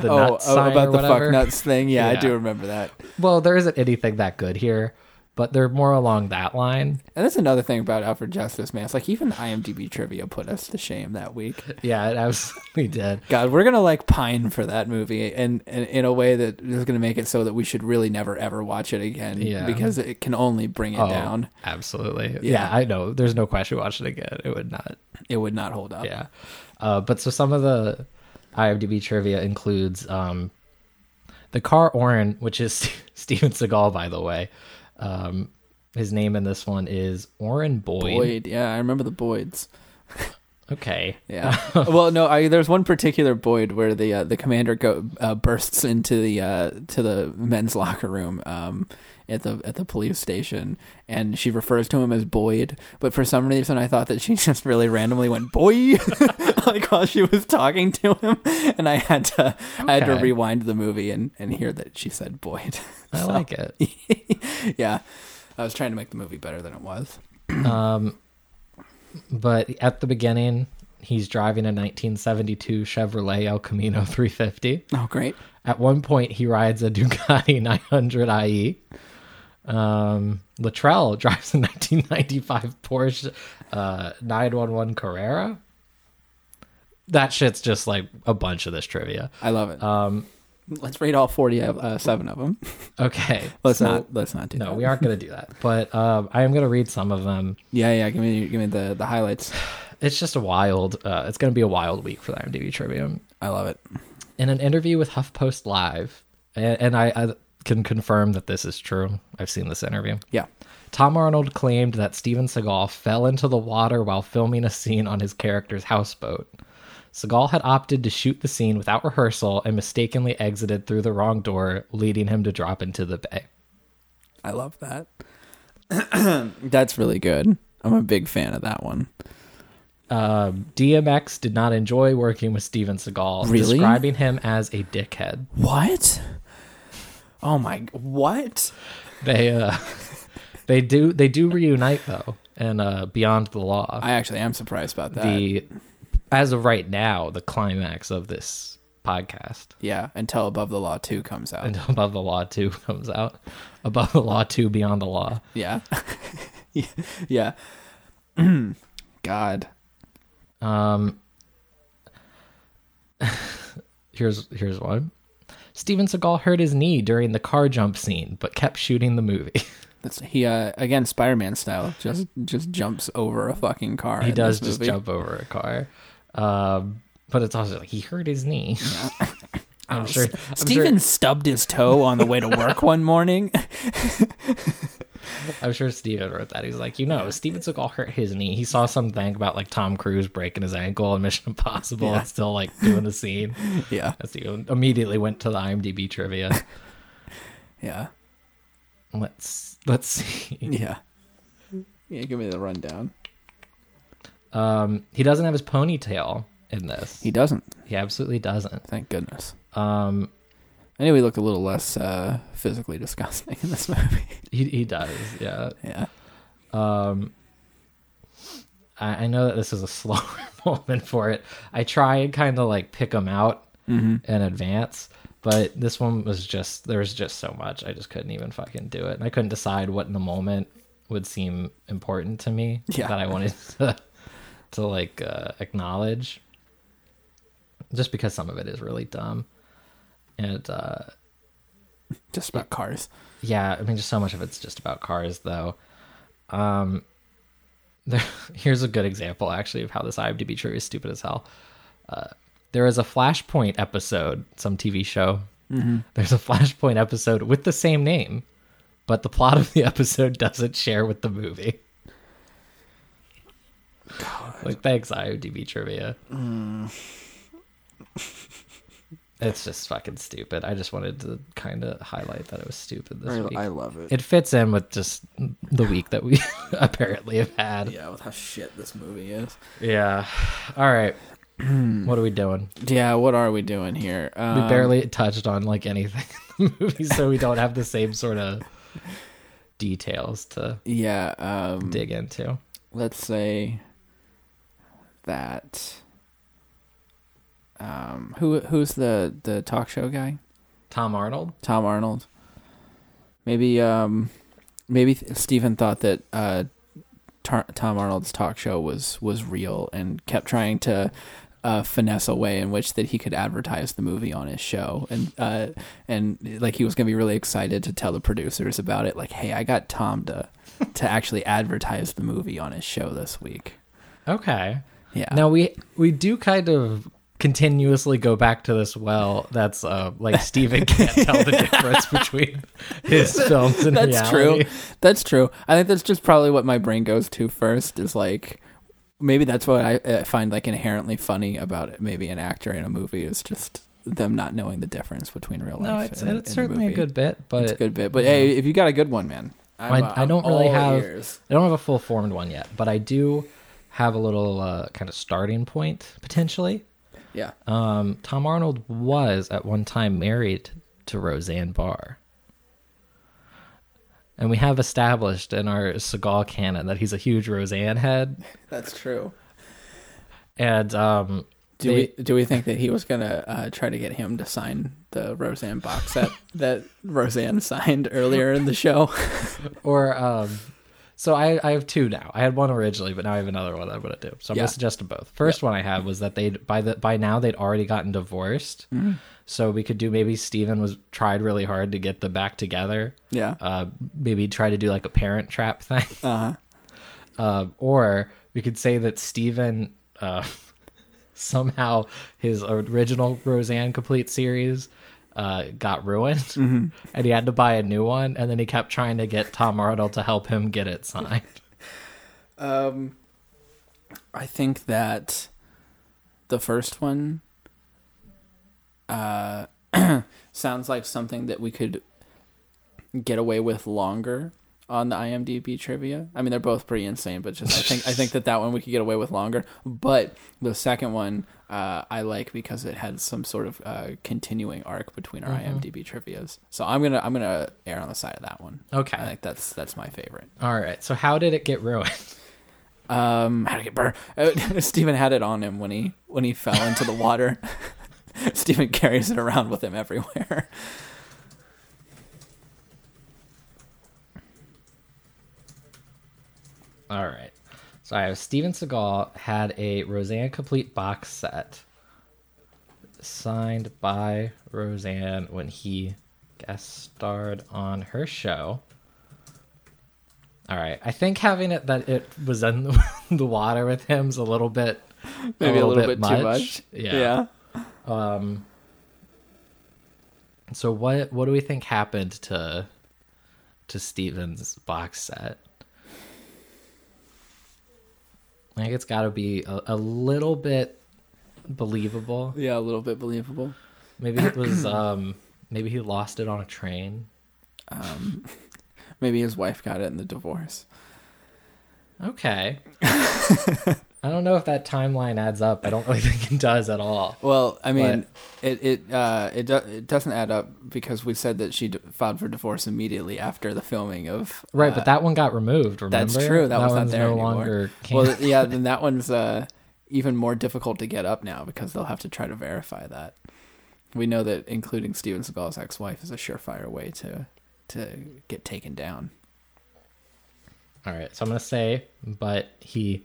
Speaker 3: the
Speaker 4: Oh,
Speaker 3: nut
Speaker 4: oh
Speaker 3: sign
Speaker 4: about
Speaker 3: or
Speaker 4: the fuck
Speaker 3: whatever.
Speaker 4: nuts thing. Yeah, I do
Speaker 3: Yeah.
Speaker 4: remember that.
Speaker 3: Well, there isn't anything that good here, but they're more along that line.
Speaker 4: And that's another thing about Alfred Justice, man. It's like even IMDb trivia put us to shame that week.
Speaker 3: Yeah, it absolutely did.
Speaker 4: God, we're gonna like pine for that movie, and, and in a way that is gonna make it so that we should really never ever watch it again.
Speaker 3: Yeah.
Speaker 4: because it can only bring it down.
Speaker 3: Oh, absolutely.
Speaker 4: Yeah.
Speaker 3: yeah, I know. There's no question watching it again. It would not.
Speaker 4: It would not hold up.
Speaker 3: yeah. Uh, but so some of the IMDb trivia includes um, the car Orin, which is Steven Seagal, by the way. Um, his name in this one is Orin Boyd.
Speaker 4: Boyd. Yeah, I remember the Boyds.
Speaker 3: Okay.
Speaker 4: Yeah. well, no, I there's one particular Boyd where the uh, the commander go, uh, bursts into the uh, to the men's locker room um, at the at the police station, and she refers to him as Boyd. But for some reason, I thought that she just really randomly went boy, like while she was talking to him, and I had to I had to
Speaker 3: Okay.
Speaker 4: rewind the movie and and hear that she said Boyd.
Speaker 3: I like it.
Speaker 4: yeah, I was trying to make the movie better than it was.
Speaker 3: Um, But at the beginning, he's driving a 1972 Chevrolet El Camino 350.
Speaker 4: Oh, great.
Speaker 3: At one point, he rides a Ducati 900 IE. E. Um, Latrell drives a 1995 Porsche uh, 911 Carrera. That shit's just like a bunch of this trivia.
Speaker 4: I love it.
Speaker 3: Um,
Speaker 4: let's rate all forty of uh, seven of them.
Speaker 3: okay,
Speaker 4: Let's
Speaker 3: so-
Speaker 4: not. Let's not do that.
Speaker 3: No, we aren't going to do that. But um, I am going to read some of them.
Speaker 4: Yeah, yeah. Give me, give me the the highlights.
Speaker 3: It's just a wild. Uh, it's going to be a wild week for the IMDb trivia.
Speaker 4: I love it.
Speaker 3: in an interview with HuffPost Live, and, and I, I can confirm that this is true. I've seen this interview.
Speaker 4: Yeah.
Speaker 3: Tom Arnold claimed that Steven Seagal fell into the water while filming a scene on his character's houseboat. Seagal had opted to shoot the scene without rehearsal and mistakenly exited through the wrong door, leading him to drop into the bay.
Speaker 4: I love that. That's really good. I'm a big fan of that one.
Speaker 3: Um, DMX did not enjoy working with Steven Seagal,
Speaker 4: Really?
Speaker 3: describing him as a dickhead.
Speaker 4: What? Oh my! What?
Speaker 3: They uh, they do they do reunite though, and uh, Beyond the Law.
Speaker 4: I actually am surprised about that.
Speaker 3: the as of right now the climax of this podcast
Speaker 4: yeah, until Above the Law Two comes out.
Speaker 3: and above the law 2 comes out above the law 2 beyond the law
Speaker 4: yeah, yeah. God,
Speaker 3: um here's here's one steven seagal hurt his knee during the car jump scene but kept shooting the movie
Speaker 4: That's, he uh, again Spider-Man style just just jumps over a fucking car.
Speaker 3: he
Speaker 4: in
Speaker 3: does
Speaker 4: this
Speaker 3: just
Speaker 4: movie.
Speaker 3: jump over a car um but it's also like he hurt his knee i'm sure I'm
Speaker 4: Steven
Speaker 3: sure,
Speaker 4: stubbed his toe on the way to work one morning.
Speaker 3: I'm sure Steven wrote that. He's like, you know, Steven Seagal hurt his knee. He saw something about like Tom Cruise breaking his ankle in Mission Impossible
Speaker 4: Yeah.
Speaker 3: and still like doing the scene.
Speaker 4: yeah,
Speaker 3: And Steven immediately went to the IMDb trivia.
Speaker 4: yeah.
Speaker 3: let's let's see.
Speaker 4: Yeah. Yeah, give me the rundown.
Speaker 3: Um, he doesn't have his ponytail in this.
Speaker 4: He doesn't.
Speaker 3: He absolutely doesn't.
Speaker 4: Thank goodness.
Speaker 3: Um,
Speaker 4: I knew he looked a little less uh, physically disgusting in this movie.
Speaker 3: he he does. Yeah.
Speaker 4: yeah.
Speaker 3: Um, I, I know that this is a slower moment for it. I try and kind of like pick them out
Speaker 4: Mm-hmm.
Speaker 3: in advance, but this one was just there was just so much I just couldn't even fucking do it, and I couldn't decide what in the moment would seem important to me
Speaker 4: Yeah.
Speaker 3: that I wanted to to like uh, acknowledge, just because some of it is really dumb, and uh,
Speaker 4: Just about cars.
Speaker 3: yeah, I mean, just so much of it's just about cars, though. Um, there, here's a good example, actually, of how this IMDb trivia is stupid as hell. Uh, there is a Flashpoint episode, some TV show. There's a Flashpoint episode with the same name, but the plot of the episode doesn't share with the movie. Like, thanks, IMDb trivia. It's just fucking stupid. I just wanted to kind of highlight that it was stupid this week
Speaker 4: love
Speaker 3: it fits in with just the week that we apparently have had.
Speaker 4: Yeah, with how shit this movie is.
Speaker 3: Yeah. All right. what are we doing?
Speaker 4: Yeah, what are we doing here?
Speaker 3: We
Speaker 4: Um,
Speaker 3: barely touched on like anything in the movie, so we don't have the same sort of details to
Speaker 4: Yeah, um,
Speaker 3: dig into.
Speaker 4: let's say that. Um, who who's the the talk show guy?
Speaker 3: Tom Arnold.
Speaker 4: Tom Arnold. Maybe um maybe th- Stephen thought that uh, Tar- Tom Arnold's talk show was was real and kept trying to uh, finesse a way in which that he could advertise the movie on his show and uh, and like he was gonna be really excited to tell the producers about it. Like, hey, I got Tom to to actually advertise the movie on his show this week.
Speaker 3: Okay.
Speaker 4: Yeah.
Speaker 3: Now we we do kind of continuously go back to this well that's uh like Steven can't tell the difference between his films and
Speaker 4: That's
Speaker 3: reality.
Speaker 4: true. That's true. I think that's just probably what my brain goes to first is like maybe that's what I uh, find like inherently funny about it. Maybe an actor in a movie is just them not knowing the difference between real life.
Speaker 3: No, it's
Speaker 4: and,
Speaker 3: it's
Speaker 4: and
Speaker 3: certainly a
Speaker 4: movie.
Speaker 3: good bit, but
Speaker 4: It's a good bit. But hey, if you got a good one, man. I'm,
Speaker 3: I-
Speaker 4: uh,
Speaker 3: I don't
Speaker 4: I'm
Speaker 3: really
Speaker 4: all
Speaker 3: have-
Speaker 4: ears.
Speaker 3: I don't have a full formed one yet, but I do have a little uh, kind of starting point potentially.
Speaker 4: Yeah.
Speaker 3: Um, Tom Arnold was at one time married to Roseanne Barr. And we have established in our Seagal canon that he's a huge Roseanne head.
Speaker 4: That's true.
Speaker 3: And um,
Speaker 4: Do
Speaker 3: they-
Speaker 4: we do we think that he was gonna uh, try to get him to sign the Roseanne box set that Roseanne signed earlier in the show?
Speaker 3: or um, so I, I have two now. I had one originally, but now I have another one I'm gonna do. So I'm
Speaker 4: Yeah.
Speaker 3: gonna suggest them both. First one I had was that they would by the by now they'd already gotten divorced, so we could do maybe Steven was tried really hard to get them back together.
Speaker 4: Yeah.
Speaker 3: Uh, maybe try to do like a parent trap thing.
Speaker 4: Uh-huh.
Speaker 3: Uh, or we could say that Steven uh, somehow his original Roseanne complete series uh, got ruined and he had to buy a new one. And then he kept trying to get Tom Arnold to help him get it signed.
Speaker 4: Um, I think that the first one uh, sounds like something that we could get away with longer on the IMDb trivia. I mean, they're both pretty insane, but just I think I think that that one we could get away with longer. But the second one uh, I like because it had some sort of uh, continuing arc between our IMDb trivia's. So I'm gonna I'm gonna err on the side of that one.
Speaker 3: Okay.
Speaker 4: I think that's that's my favorite.
Speaker 3: All right. So, how did it get ruined?
Speaker 4: Um, how to get burned? Uh, Stephen had it on him when he when he fell into the water. Stephen carries it around with him everywhere.
Speaker 3: All right. So I have Steven Seagal had a Roseanne complete box set signed by Roseanne when he guest starred on her show. All right. I think having it that it was in the, the water with him's a little bit
Speaker 4: Maybe a little, bit, too much.
Speaker 3: Yeah. So what what do we think happened to to Steven's box set? I think it's got to be a, a little bit believable.
Speaker 4: yeah, a little bit believable.
Speaker 3: Maybe it was um maybe he lost it on a train.
Speaker 4: Um, Maybe his wife got it in the divorce.
Speaker 3: Okay. I don't know if that timeline adds up. I don't really think it does at all.
Speaker 4: Well, I mean, it it uh, it do- it doesn't add up because we said that she d- filed for divorce immediately after the filming of
Speaker 3: Right,
Speaker 4: uh,
Speaker 3: but that one got removed, remember?
Speaker 4: That's true. That, one's not there
Speaker 3: no
Speaker 4: anymore.
Speaker 3: longer
Speaker 4: Well,
Speaker 3: canon.
Speaker 4: th- yeah, then that one's uh, even more difficult to get up now because they'll have to try to verify that. We know that including Steven Seagal's ex-wife is a surefire way to to get taken down.
Speaker 3: All right, so I'm gonna say, but he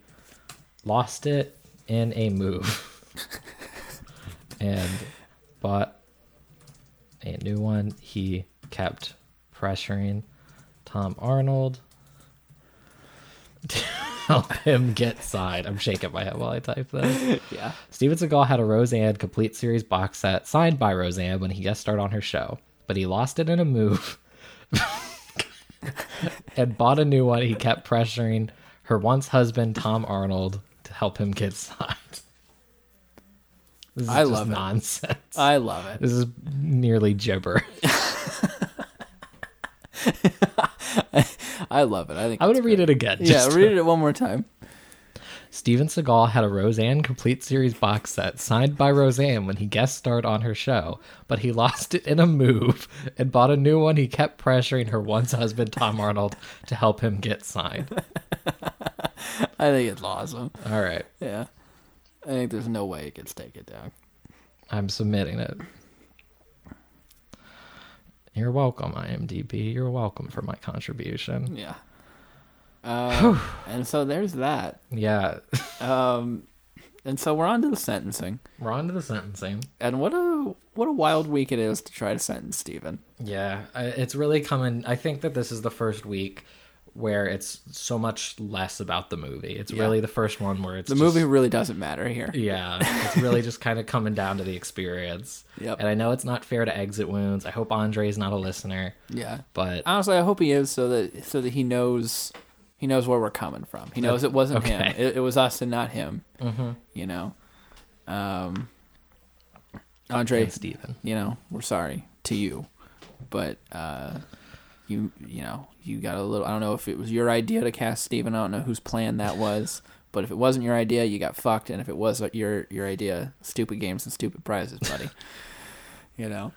Speaker 3: lost it in a move and bought a new one. He kept pressuring Tom Arnold to help him get signed. I'm shaking my head while I type this.
Speaker 4: Yeah.
Speaker 3: Steven Seagal had a Roseanne complete series box set signed by Roseanne when he guest starred on her show, but he lost it in a move and bought a new one. He kept pressuring her once husband, Tom Arnold, to help him get signed. This is
Speaker 4: I
Speaker 3: just
Speaker 4: love it.
Speaker 3: nonsense.
Speaker 4: I love it.
Speaker 3: This is nearly gibber.
Speaker 4: I love it. I think
Speaker 3: I'm
Speaker 4: it's
Speaker 3: gonna read it
Speaker 4: great.
Speaker 3: again.
Speaker 4: Yeah,
Speaker 3: just to-
Speaker 4: read it one more time.
Speaker 3: Steven Seagal had a Roseanne complete series box set signed by Roseanne when he guest starred on her show, but he lost it in a move and bought a new one. He kept pressuring her once husband, Tom Arnold, to help him get signed.
Speaker 4: I think it's awesome.
Speaker 3: All right,
Speaker 4: Yeah. I think there's no way it gets taken down.
Speaker 3: I'm submitting it. You're welcome, IMDb. You're welcome for my contribution.
Speaker 4: Yeah. Uh, and so there's that.
Speaker 3: Yeah,
Speaker 4: Um, and so we're on to the sentencing.
Speaker 3: we're on to the sentencing.
Speaker 4: And what a what a wild week it is to try to sentence Steven.
Speaker 3: Yeah, I- it's really coming. I think that this is the first week where it's so much less about the movie. It's really the first one where it's
Speaker 4: The
Speaker 3: just-
Speaker 4: movie really doesn't matter here.
Speaker 3: Yeah, it's really just kind of coming down to the experience.
Speaker 4: Yep.
Speaker 3: And I know it's not fair to exit wounds. I hope Andre's not a listener,
Speaker 4: Yeah.
Speaker 3: but
Speaker 4: Honestly, I hope he is so that so that he knows he knows where we're coming from. He knows it wasn't
Speaker 3: Okay.
Speaker 4: him. It, it was us and not him. Mm-hmm. You know. Um, Andre,
Speaker 3: and Steven.
Speaker 4: you know, we're sorry to you, but uh, you you know you got a little. I don't know if it was your idea to cast Steven. I don't know whose plan that was, but if it wasn't your idea, you got fucked. And if it was uh, your your idea, stupid games and stupid prizes, buddy. you know.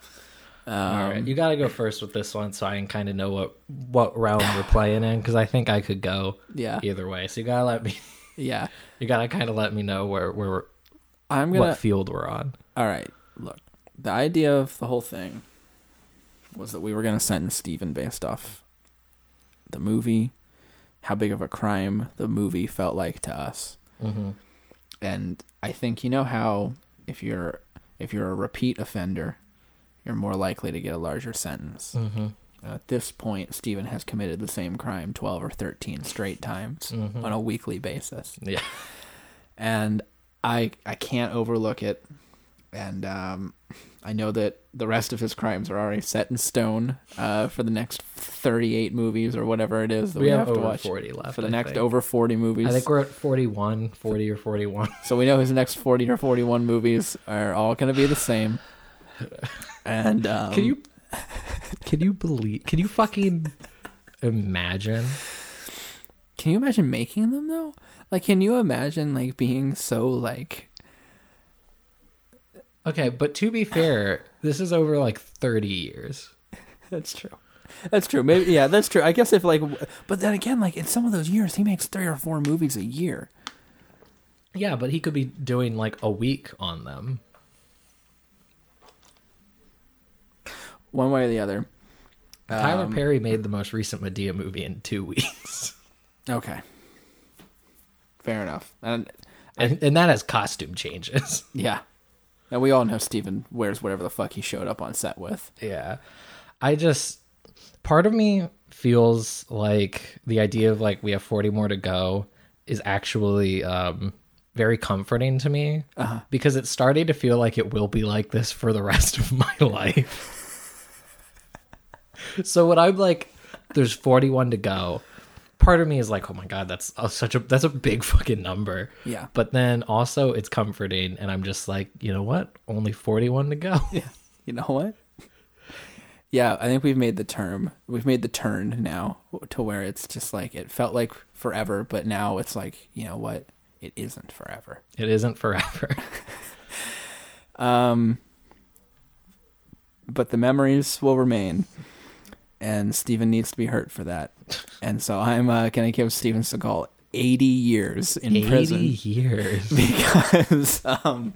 Speaker 4: Um,
Speaker 3: All right, you got to go first with this one, so I can kind of know what what realm we're playing in, because I think I could go
Speaker 4: Yeah.
Speaker 3: either way. So you gotta let me,
Speaker 4: Yeah.
Speaker 3: you gotta kind of let me know where where we're,
Speaker 4: I'm gonna.
Speaker 3: what field we're on.
Speaker 4: All right, look. The idea of the whole thing was that we were going to sentence Steven based off the movie, how big of a crime the movie felt like to us. Mm-hmm. And I think you know how if you're if you're a repeat offender, you're more likely to get a larger sentence. Mm-hmm. At this point, Steven has committed the same crime 12 or 13 straight times
Speaker 3: mm-hmm.
Speaker 4: on a weekly basis
Speaker 3: Yeah,
Speaker 4: and I I can't overlook it. And um, I know that the rest of his crimes are already set in stone uh, for the next 38 movies or whatever it is that we,
Speaker 3: We have
Speaker 4: have, to
Speaker 3: over
Speaker 4: watch
Speaker 3: 40 left,
Speaker 4: for the
Speaker 3: I
Speaker 4: next
Speaker 3: think.
Speaker 4: over 40 movies.
Speaker 3: I think we're at 41, 40 or forty-one.
Speaker 4: So we know his next 40 or 41 movies are all going to be the same. And um,
Speaker 3: Can you can you believe? Can you fucking imagine?
Speaker 4: Can you imagine making them though? Like, can you imagine like being so like
Speaker 3: Okay, but to be fair, this is over like thirty years.
Speaker 4: That's true. That's true. Maybe yeah, that's true. I guess if like, w- but then again, like in some of those years, he makes three or four movies a year.
Speaker 3: Yeah, but he could be doing like a week on them.
Speaker 4: One way or the other. Um,
Speaker 3: Tyler Perry made the most recent Medea movie in two weeks,
Speaker 4: Okay. Fair enough. And
Speaker 3: and, and that has costume changes.
Speaker 4: yeah, and we all know Steven wears whatever the fuck he showed up on set with.
Speaker 3: Yeah. I just part of me feels like the idea of like we have 40 more to go is actually um very comforting to me because it's starting to feel like it will be like this for the rest of my life. so when I'm like there's 41 to go, part of me is like, "Oh my god, that's a, such a that's a big fucking number."
Speaker 4: Yeah.
Speaker 3: But then also it's comforting and I'm just like, "You know what? Only 41 to go."
Speaker 4: You know what? Yeah, I think we've made the term. We've made the turn now to where it's just like it felt like forever, but now it's like you know what? It isn't forever.
Speaker 3: It isn't forever.
Speaker 4: Um, but the memories will remain, and Steven needs to be hurt for that. And so I'm uh, going to give Steven Seagal 80 years in
Speaker 3: 80
Speaker 4: prison
Speaker 3: years.
Speaker 4: because um,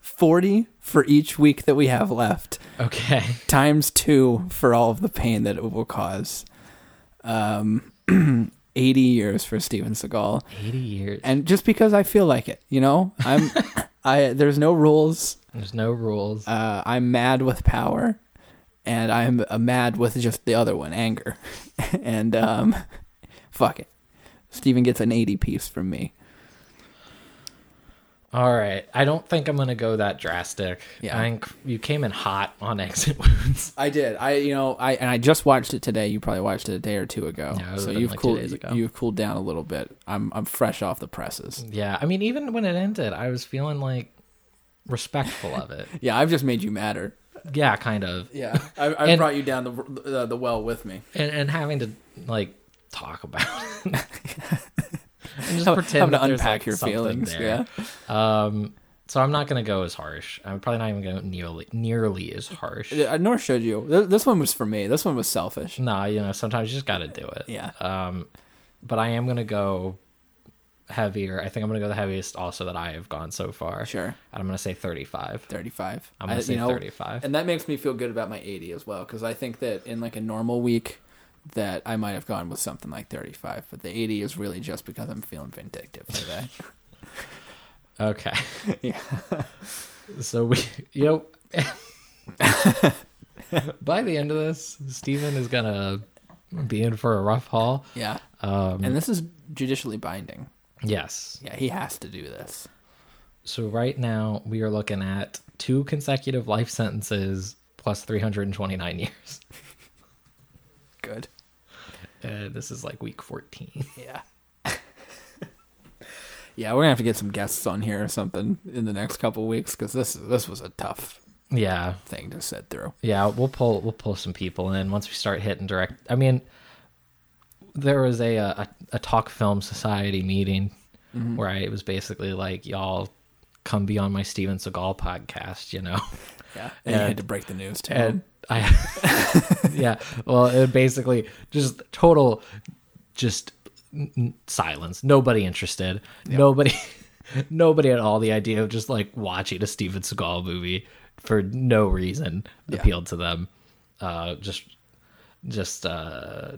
Speaker 4: 40 for each week that we have left,
Speaker 3: Okay.
Speaker 4: times two for all of the pain that it will cause. Um, 80 years for Steven Seagal
Speaker 3: 80 years.
Speaker 4: and just because I feel like it, you know, I'm, I, there's no rules.
Speaker 3: There's no rules.
Speaker 4: uh, I'm mad with power, and I'm uh, mad with just the other one, anger. and um, fuck it. Steven gets an 80 piece from me.
Speaker 3: All right. I don't think I'm going to go that drastic.
Speaker 4: Yeah.
Speaker 3: I think you came in hot on exit wounds.
Speaker 4: I did. I you know I and I just watched it today. You probably watched it a day or two ago.
Speaker 3: Yeah, it would've
Speaker 4: so
Speaker 3: been
Speaker 4: you've
Speaker 3: like two
Speaker 4: cooled
Speaker 3: days ago.
Speaker 4: you've cooled down a little bit. I'm I'm fresh off the presses.
Speaker 3: yeah. I mean, even when it ended, I was feeling like respectful of it.
Speaker 4: Yeah, I've just made you madder.
Speaker 3: yeah, kind of.
Speaker 4: Yeah, I, I
Speaker 3: And-
Speaker 4: brought you down the, the the well with me.
Speaker 3: And, and having to, like, talk about it. and just
Speaker 4: Having
Speaker 3: pretend
Speaker 4: to
Speaker 3: that there's,
Speaker 4: unpack
Speaker 3: like,
Speaker 4: your
Speaker 3: something
Speaker 4: feelings.
Speaker 3: there.
Speaker 4: Yeah.
Speaker 3: So I'm not going to go as harsh. I'm probably not even going to nearly, nearly as harsh.
Speaker 4: Yeah, Nor should you. Th- This one was for me. This one was selfish.
Speaker 3: Um, No, you know, sometimes you just got to do it.
Speaker 4: Yeah.
Speaker 3: but I am gonna go heavier. I think I'm gonna go the heaviest also that I have gone so far.
Speaker 4: Sure.
Speaker 3: And I'm gonna say 35.
Speaker 4: 35.
Speaker 3: I'm gonna say 35.
Speaker 4: And that makes me feel good about my 80 as well because I think that in like a normal week that I might have gone with something like 35, but the 80 is really just because I'm feeling vindictive today.
Speaker 3: Okay.
Speaker 4: Yeah.
Speaker 3: so we, you know, by the end of this, Steven is gonna be in for a rough haul.
Speaker 4: yeah. Um, and this is judicially binding.
Speaker 3: Yes.
Speaker 4: Yeah, he has to do this.
Speaker 3: So right now we are looking at two consecutive life sentences plus 329 years.
Speaker 4: Good.
Speaker 3: Uh, this is like week 14.
Speaker 4: Yeah. yeah, we're gonna have to get some guests on here or something in the next couple weeks because this this was a tough
Speaker 3: yeah.
Speaker 4: thing to sit through.
Speaker 3: Yeah, we'll pull we'll pull some people in once we start hitting direct. I mean, there was a uh, a, a talk film society meeting where I, it was basically like y'all come be on my Steven Seagal podcast, you know.
Speaker 4: Yeah, and, you had to break the news to
Speaker 3: And
Speaker 4: him.
Speaker 3: I yeah, well, it basically just total just n- n- silence. Nobody interested. Nobody nobody at all the idea of just like watching a Steven Seagal movie for no reason appealed to them. Uh just just uh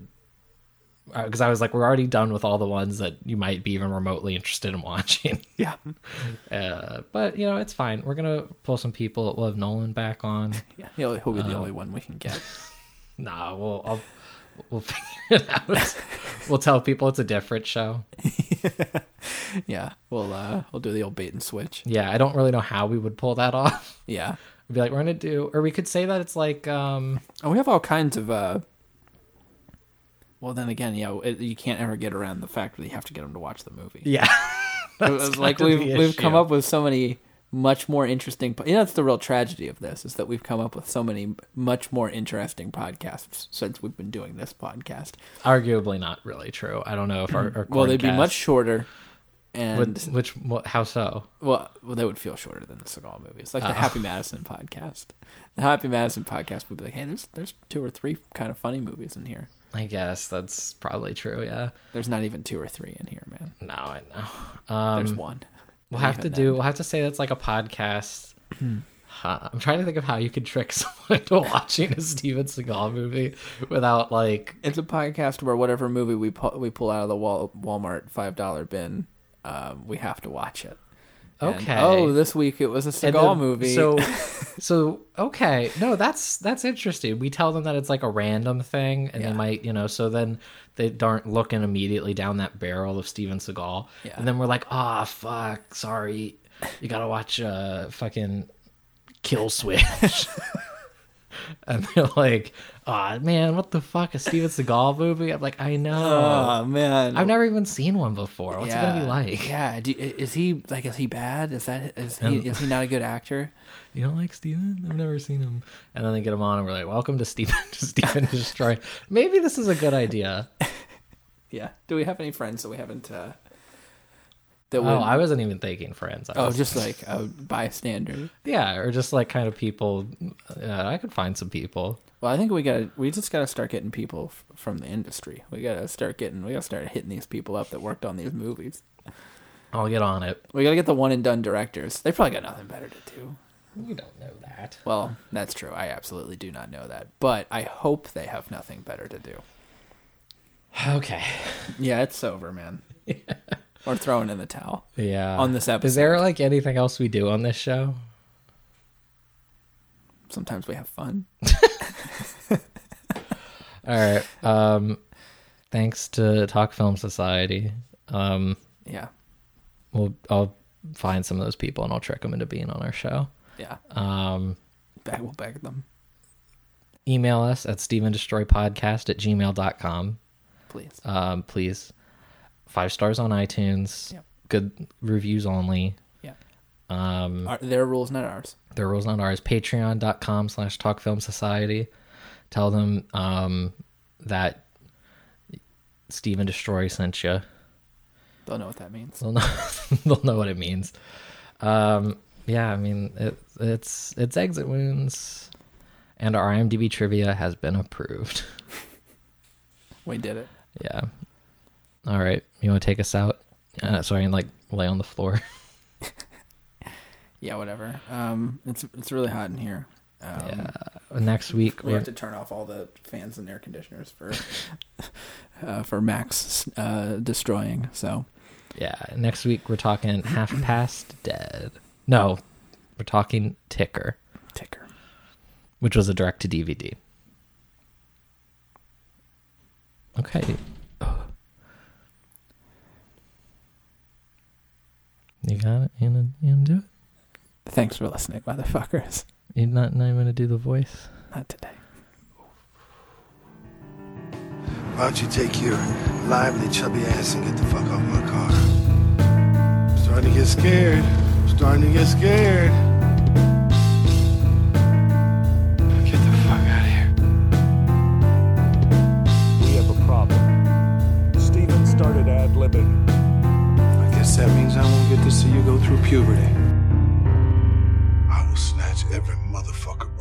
Speaker 3: because I was like, we're already done with all the ones that you might be even remotely interested in watching.
Speaker 4: Yeah,
Speaker 3: Uh, but you know, it's fine. We're gonna pull some people. We'll have Nolan back on.
Speaker 4: yeah, he'll, he'll be the only one we can get.
Speaker 3: Nah, we'll I'll, we'll figure it out. we'll tell people it's a different show.
Speaker 4: Yeah, we'll uh, we'll do the old bait and switch.
Speaker 3: Yeah, I don't really know how we would pull that off.
Speaker 4: Yeah,
Speaker 3: We'd be like, we're gonna do, or we could say that it's like, um,
Speaker 4: and we have all kinds of. uh Well, then again, yeah, it, you can't ever get around the fact that you have to get them to watch the movie.
Speaker 3: yeah,
Speaker 4: It was like
Speaker 3: kind of
Speaker 4: we've
Speaker 3: the
Speaker 4: we've come
Speaker 3: issue.
Speaker 4: up with so many much more interesting. po- You know, that's the real tragedy of this is that we've come up with so many much more interesting podcasts since we've been doing this podcast.
Speaker 3: arguably not really true. I don't know if our, our
Speaker 4: Well, they'd be
Speaker 3: corncast
Speaker 4: much shorter, and
Speaker 3: would, which what, how so?
Speaker 4: well, well, they would feel shorter than the Seagal movies, like the
Speaker 3: Oh.
Speaker 4: Happy Madison podcast. The Happy Madison podcast would be like, hey, there's there's two or three kind of funny movies in here.
Speaker 3: I guess that's probably true. Yeah.
Speaker 4: There's not even two or three in here, man.
Speaker 3: No, I know. Um,
Speaker 4: There's one.
Speaker 3: We'll have to do. We'll have to say that's like a podcast.
Speaker 4: Hmm.
Speaker 3: Huh. I'm trying to think of how you could trick someone into watching a Steven Seagal movie without like
Speaker 4: It's a podcast where whatever movie we pull, we pull out of the wall, Walmart five dollar bin, um, we have to watch it. And,
Speaker 3: Okay.
Speaker 4: oh, this week it was a
Speaker 3: And the-
Speaker 4: Seagal movie.
Speaker 3: So, so okay, no, that's that's interesting. We tell them that it's like a random thing, and
Speaker 4: Yeah.
Speaker 3: they might, you know, so then they aren't looking immediately down that barrel of Steven Seagal,
Speaker 4: Yeah.
Speaker 3: and then we're like, ah, fuck, sorry, you gotta watch uh, fucking Kill Switch. And they're like, "Ah, man, what the fuck? A Steven Seagal movie?" I'm like, "I know.
Speaker 4: oh man,
Speaker 3: I've never even seen one before. What's it gonna be like?
Speaker 4: Yeah, do, is he like is he bad? Is that is he is he not a good actor?
Speaker 3: you don't like Steven? I've never seen him. And then they get him on and we're like, welcome to Steven, to Steven Destroy. Maybe this is a good idea.
Speaker 4: Yeah. Do we have any friends that we haven't? Uh, that would,
Speaker 3: Oh, I wasn't even thinking friends. I
Speaker 4: oh,
Speaker 3: was,
Speaker 4: just like a bystander.
Speaker 3: yeah, or just like kind of people. Uh, I could find some people.
Speaker 4: Well, I think we got we just got to start getting people f- from the industry. We got to start getting we got to start hitting these people up that worked on these movies.
Speaker 3: I'll get on it.
Speaker 4: We gotta get the one and done directors. They probably got nothing better to do.
Speaker 3: We don't know that.
Speaker 4: Well, that's true. I absolutely do not know that, but I hope they have nothing better to do.
Speaker 3: Okay.
Speaker 4: Yeah, it's over, man. We're throwing in the towel.
Speaker 3: Yeah.
Speaker 4: On this
Speaker 3: Is there like anything else we do on this show?
Speaker 4: Sometimes we have fun.
Speaker 3: All right. Um, thanks to Talk Film Society. Um,
Speaker 4: Yeah,
Speaker 3: we'll, I'll find some of those people and I'll trick them into being on our show.
Speaker 4: yeah.
Speaker 3: Um,
Speaker 4: Back, we'll beg them,
Speaker 3: email us at stevendestroypodcast at gmail.com
Speaker 4: please.
Speaker 3: um, please five stars on itunes
Speaker 4: Yep.
Speaker 3: good reviews only
Speaker 4: Yeah,
Speaker 3: um,
Speaker 4: Our, their rules, not ours.
Speaker 3: the rules not ours patreon.com slash talk film society tell them um, that steven destroy sent you
Speaker 4: They'll know what that means.
Speaker 3: they'll know, they'll know what it means um, yeah i mean it, it's it's exit wounds and our imdb trivia has been approved
Speaker 4: We did it.
Speaker 3: Yeah. All right. You want to take us out? uh, so I can like lay on the floor.
Speaker 4: Yeah, whatever. Um, it's it's really hot in here. Um,
Speaker 3: yeah. Next week
Speaker 4: We
Speaker 3: we're-
Speaker 4: have to turn off all the fans and air conditioners for uh, for Max uh, destroying. So
Speaker 3: yeah. Next week we're talking half past dead. No, we're talking ticker,
Speaker 4: ticker.
Speaker 3: which was a direct to DVD. Okay. You got it. You gonna, you gonna do it?
Speaker 4: Thanks for listening, motherfuckers.
Speaker 3: You're not not even gonna do the voice.
Speaker 4: Not today.
Speaker 1: Why don't you take your lively, chubby ass and get the fuck off my car? I'm starting to get scared. I'm starting to get scared. Get the fuck out of here.
Speaker 2: We have a problem. Steven started ad libbing.
Speaker 5: I guess that means I won't get to see you go through puberty.
Speaker 1: I will snatch every motherfucker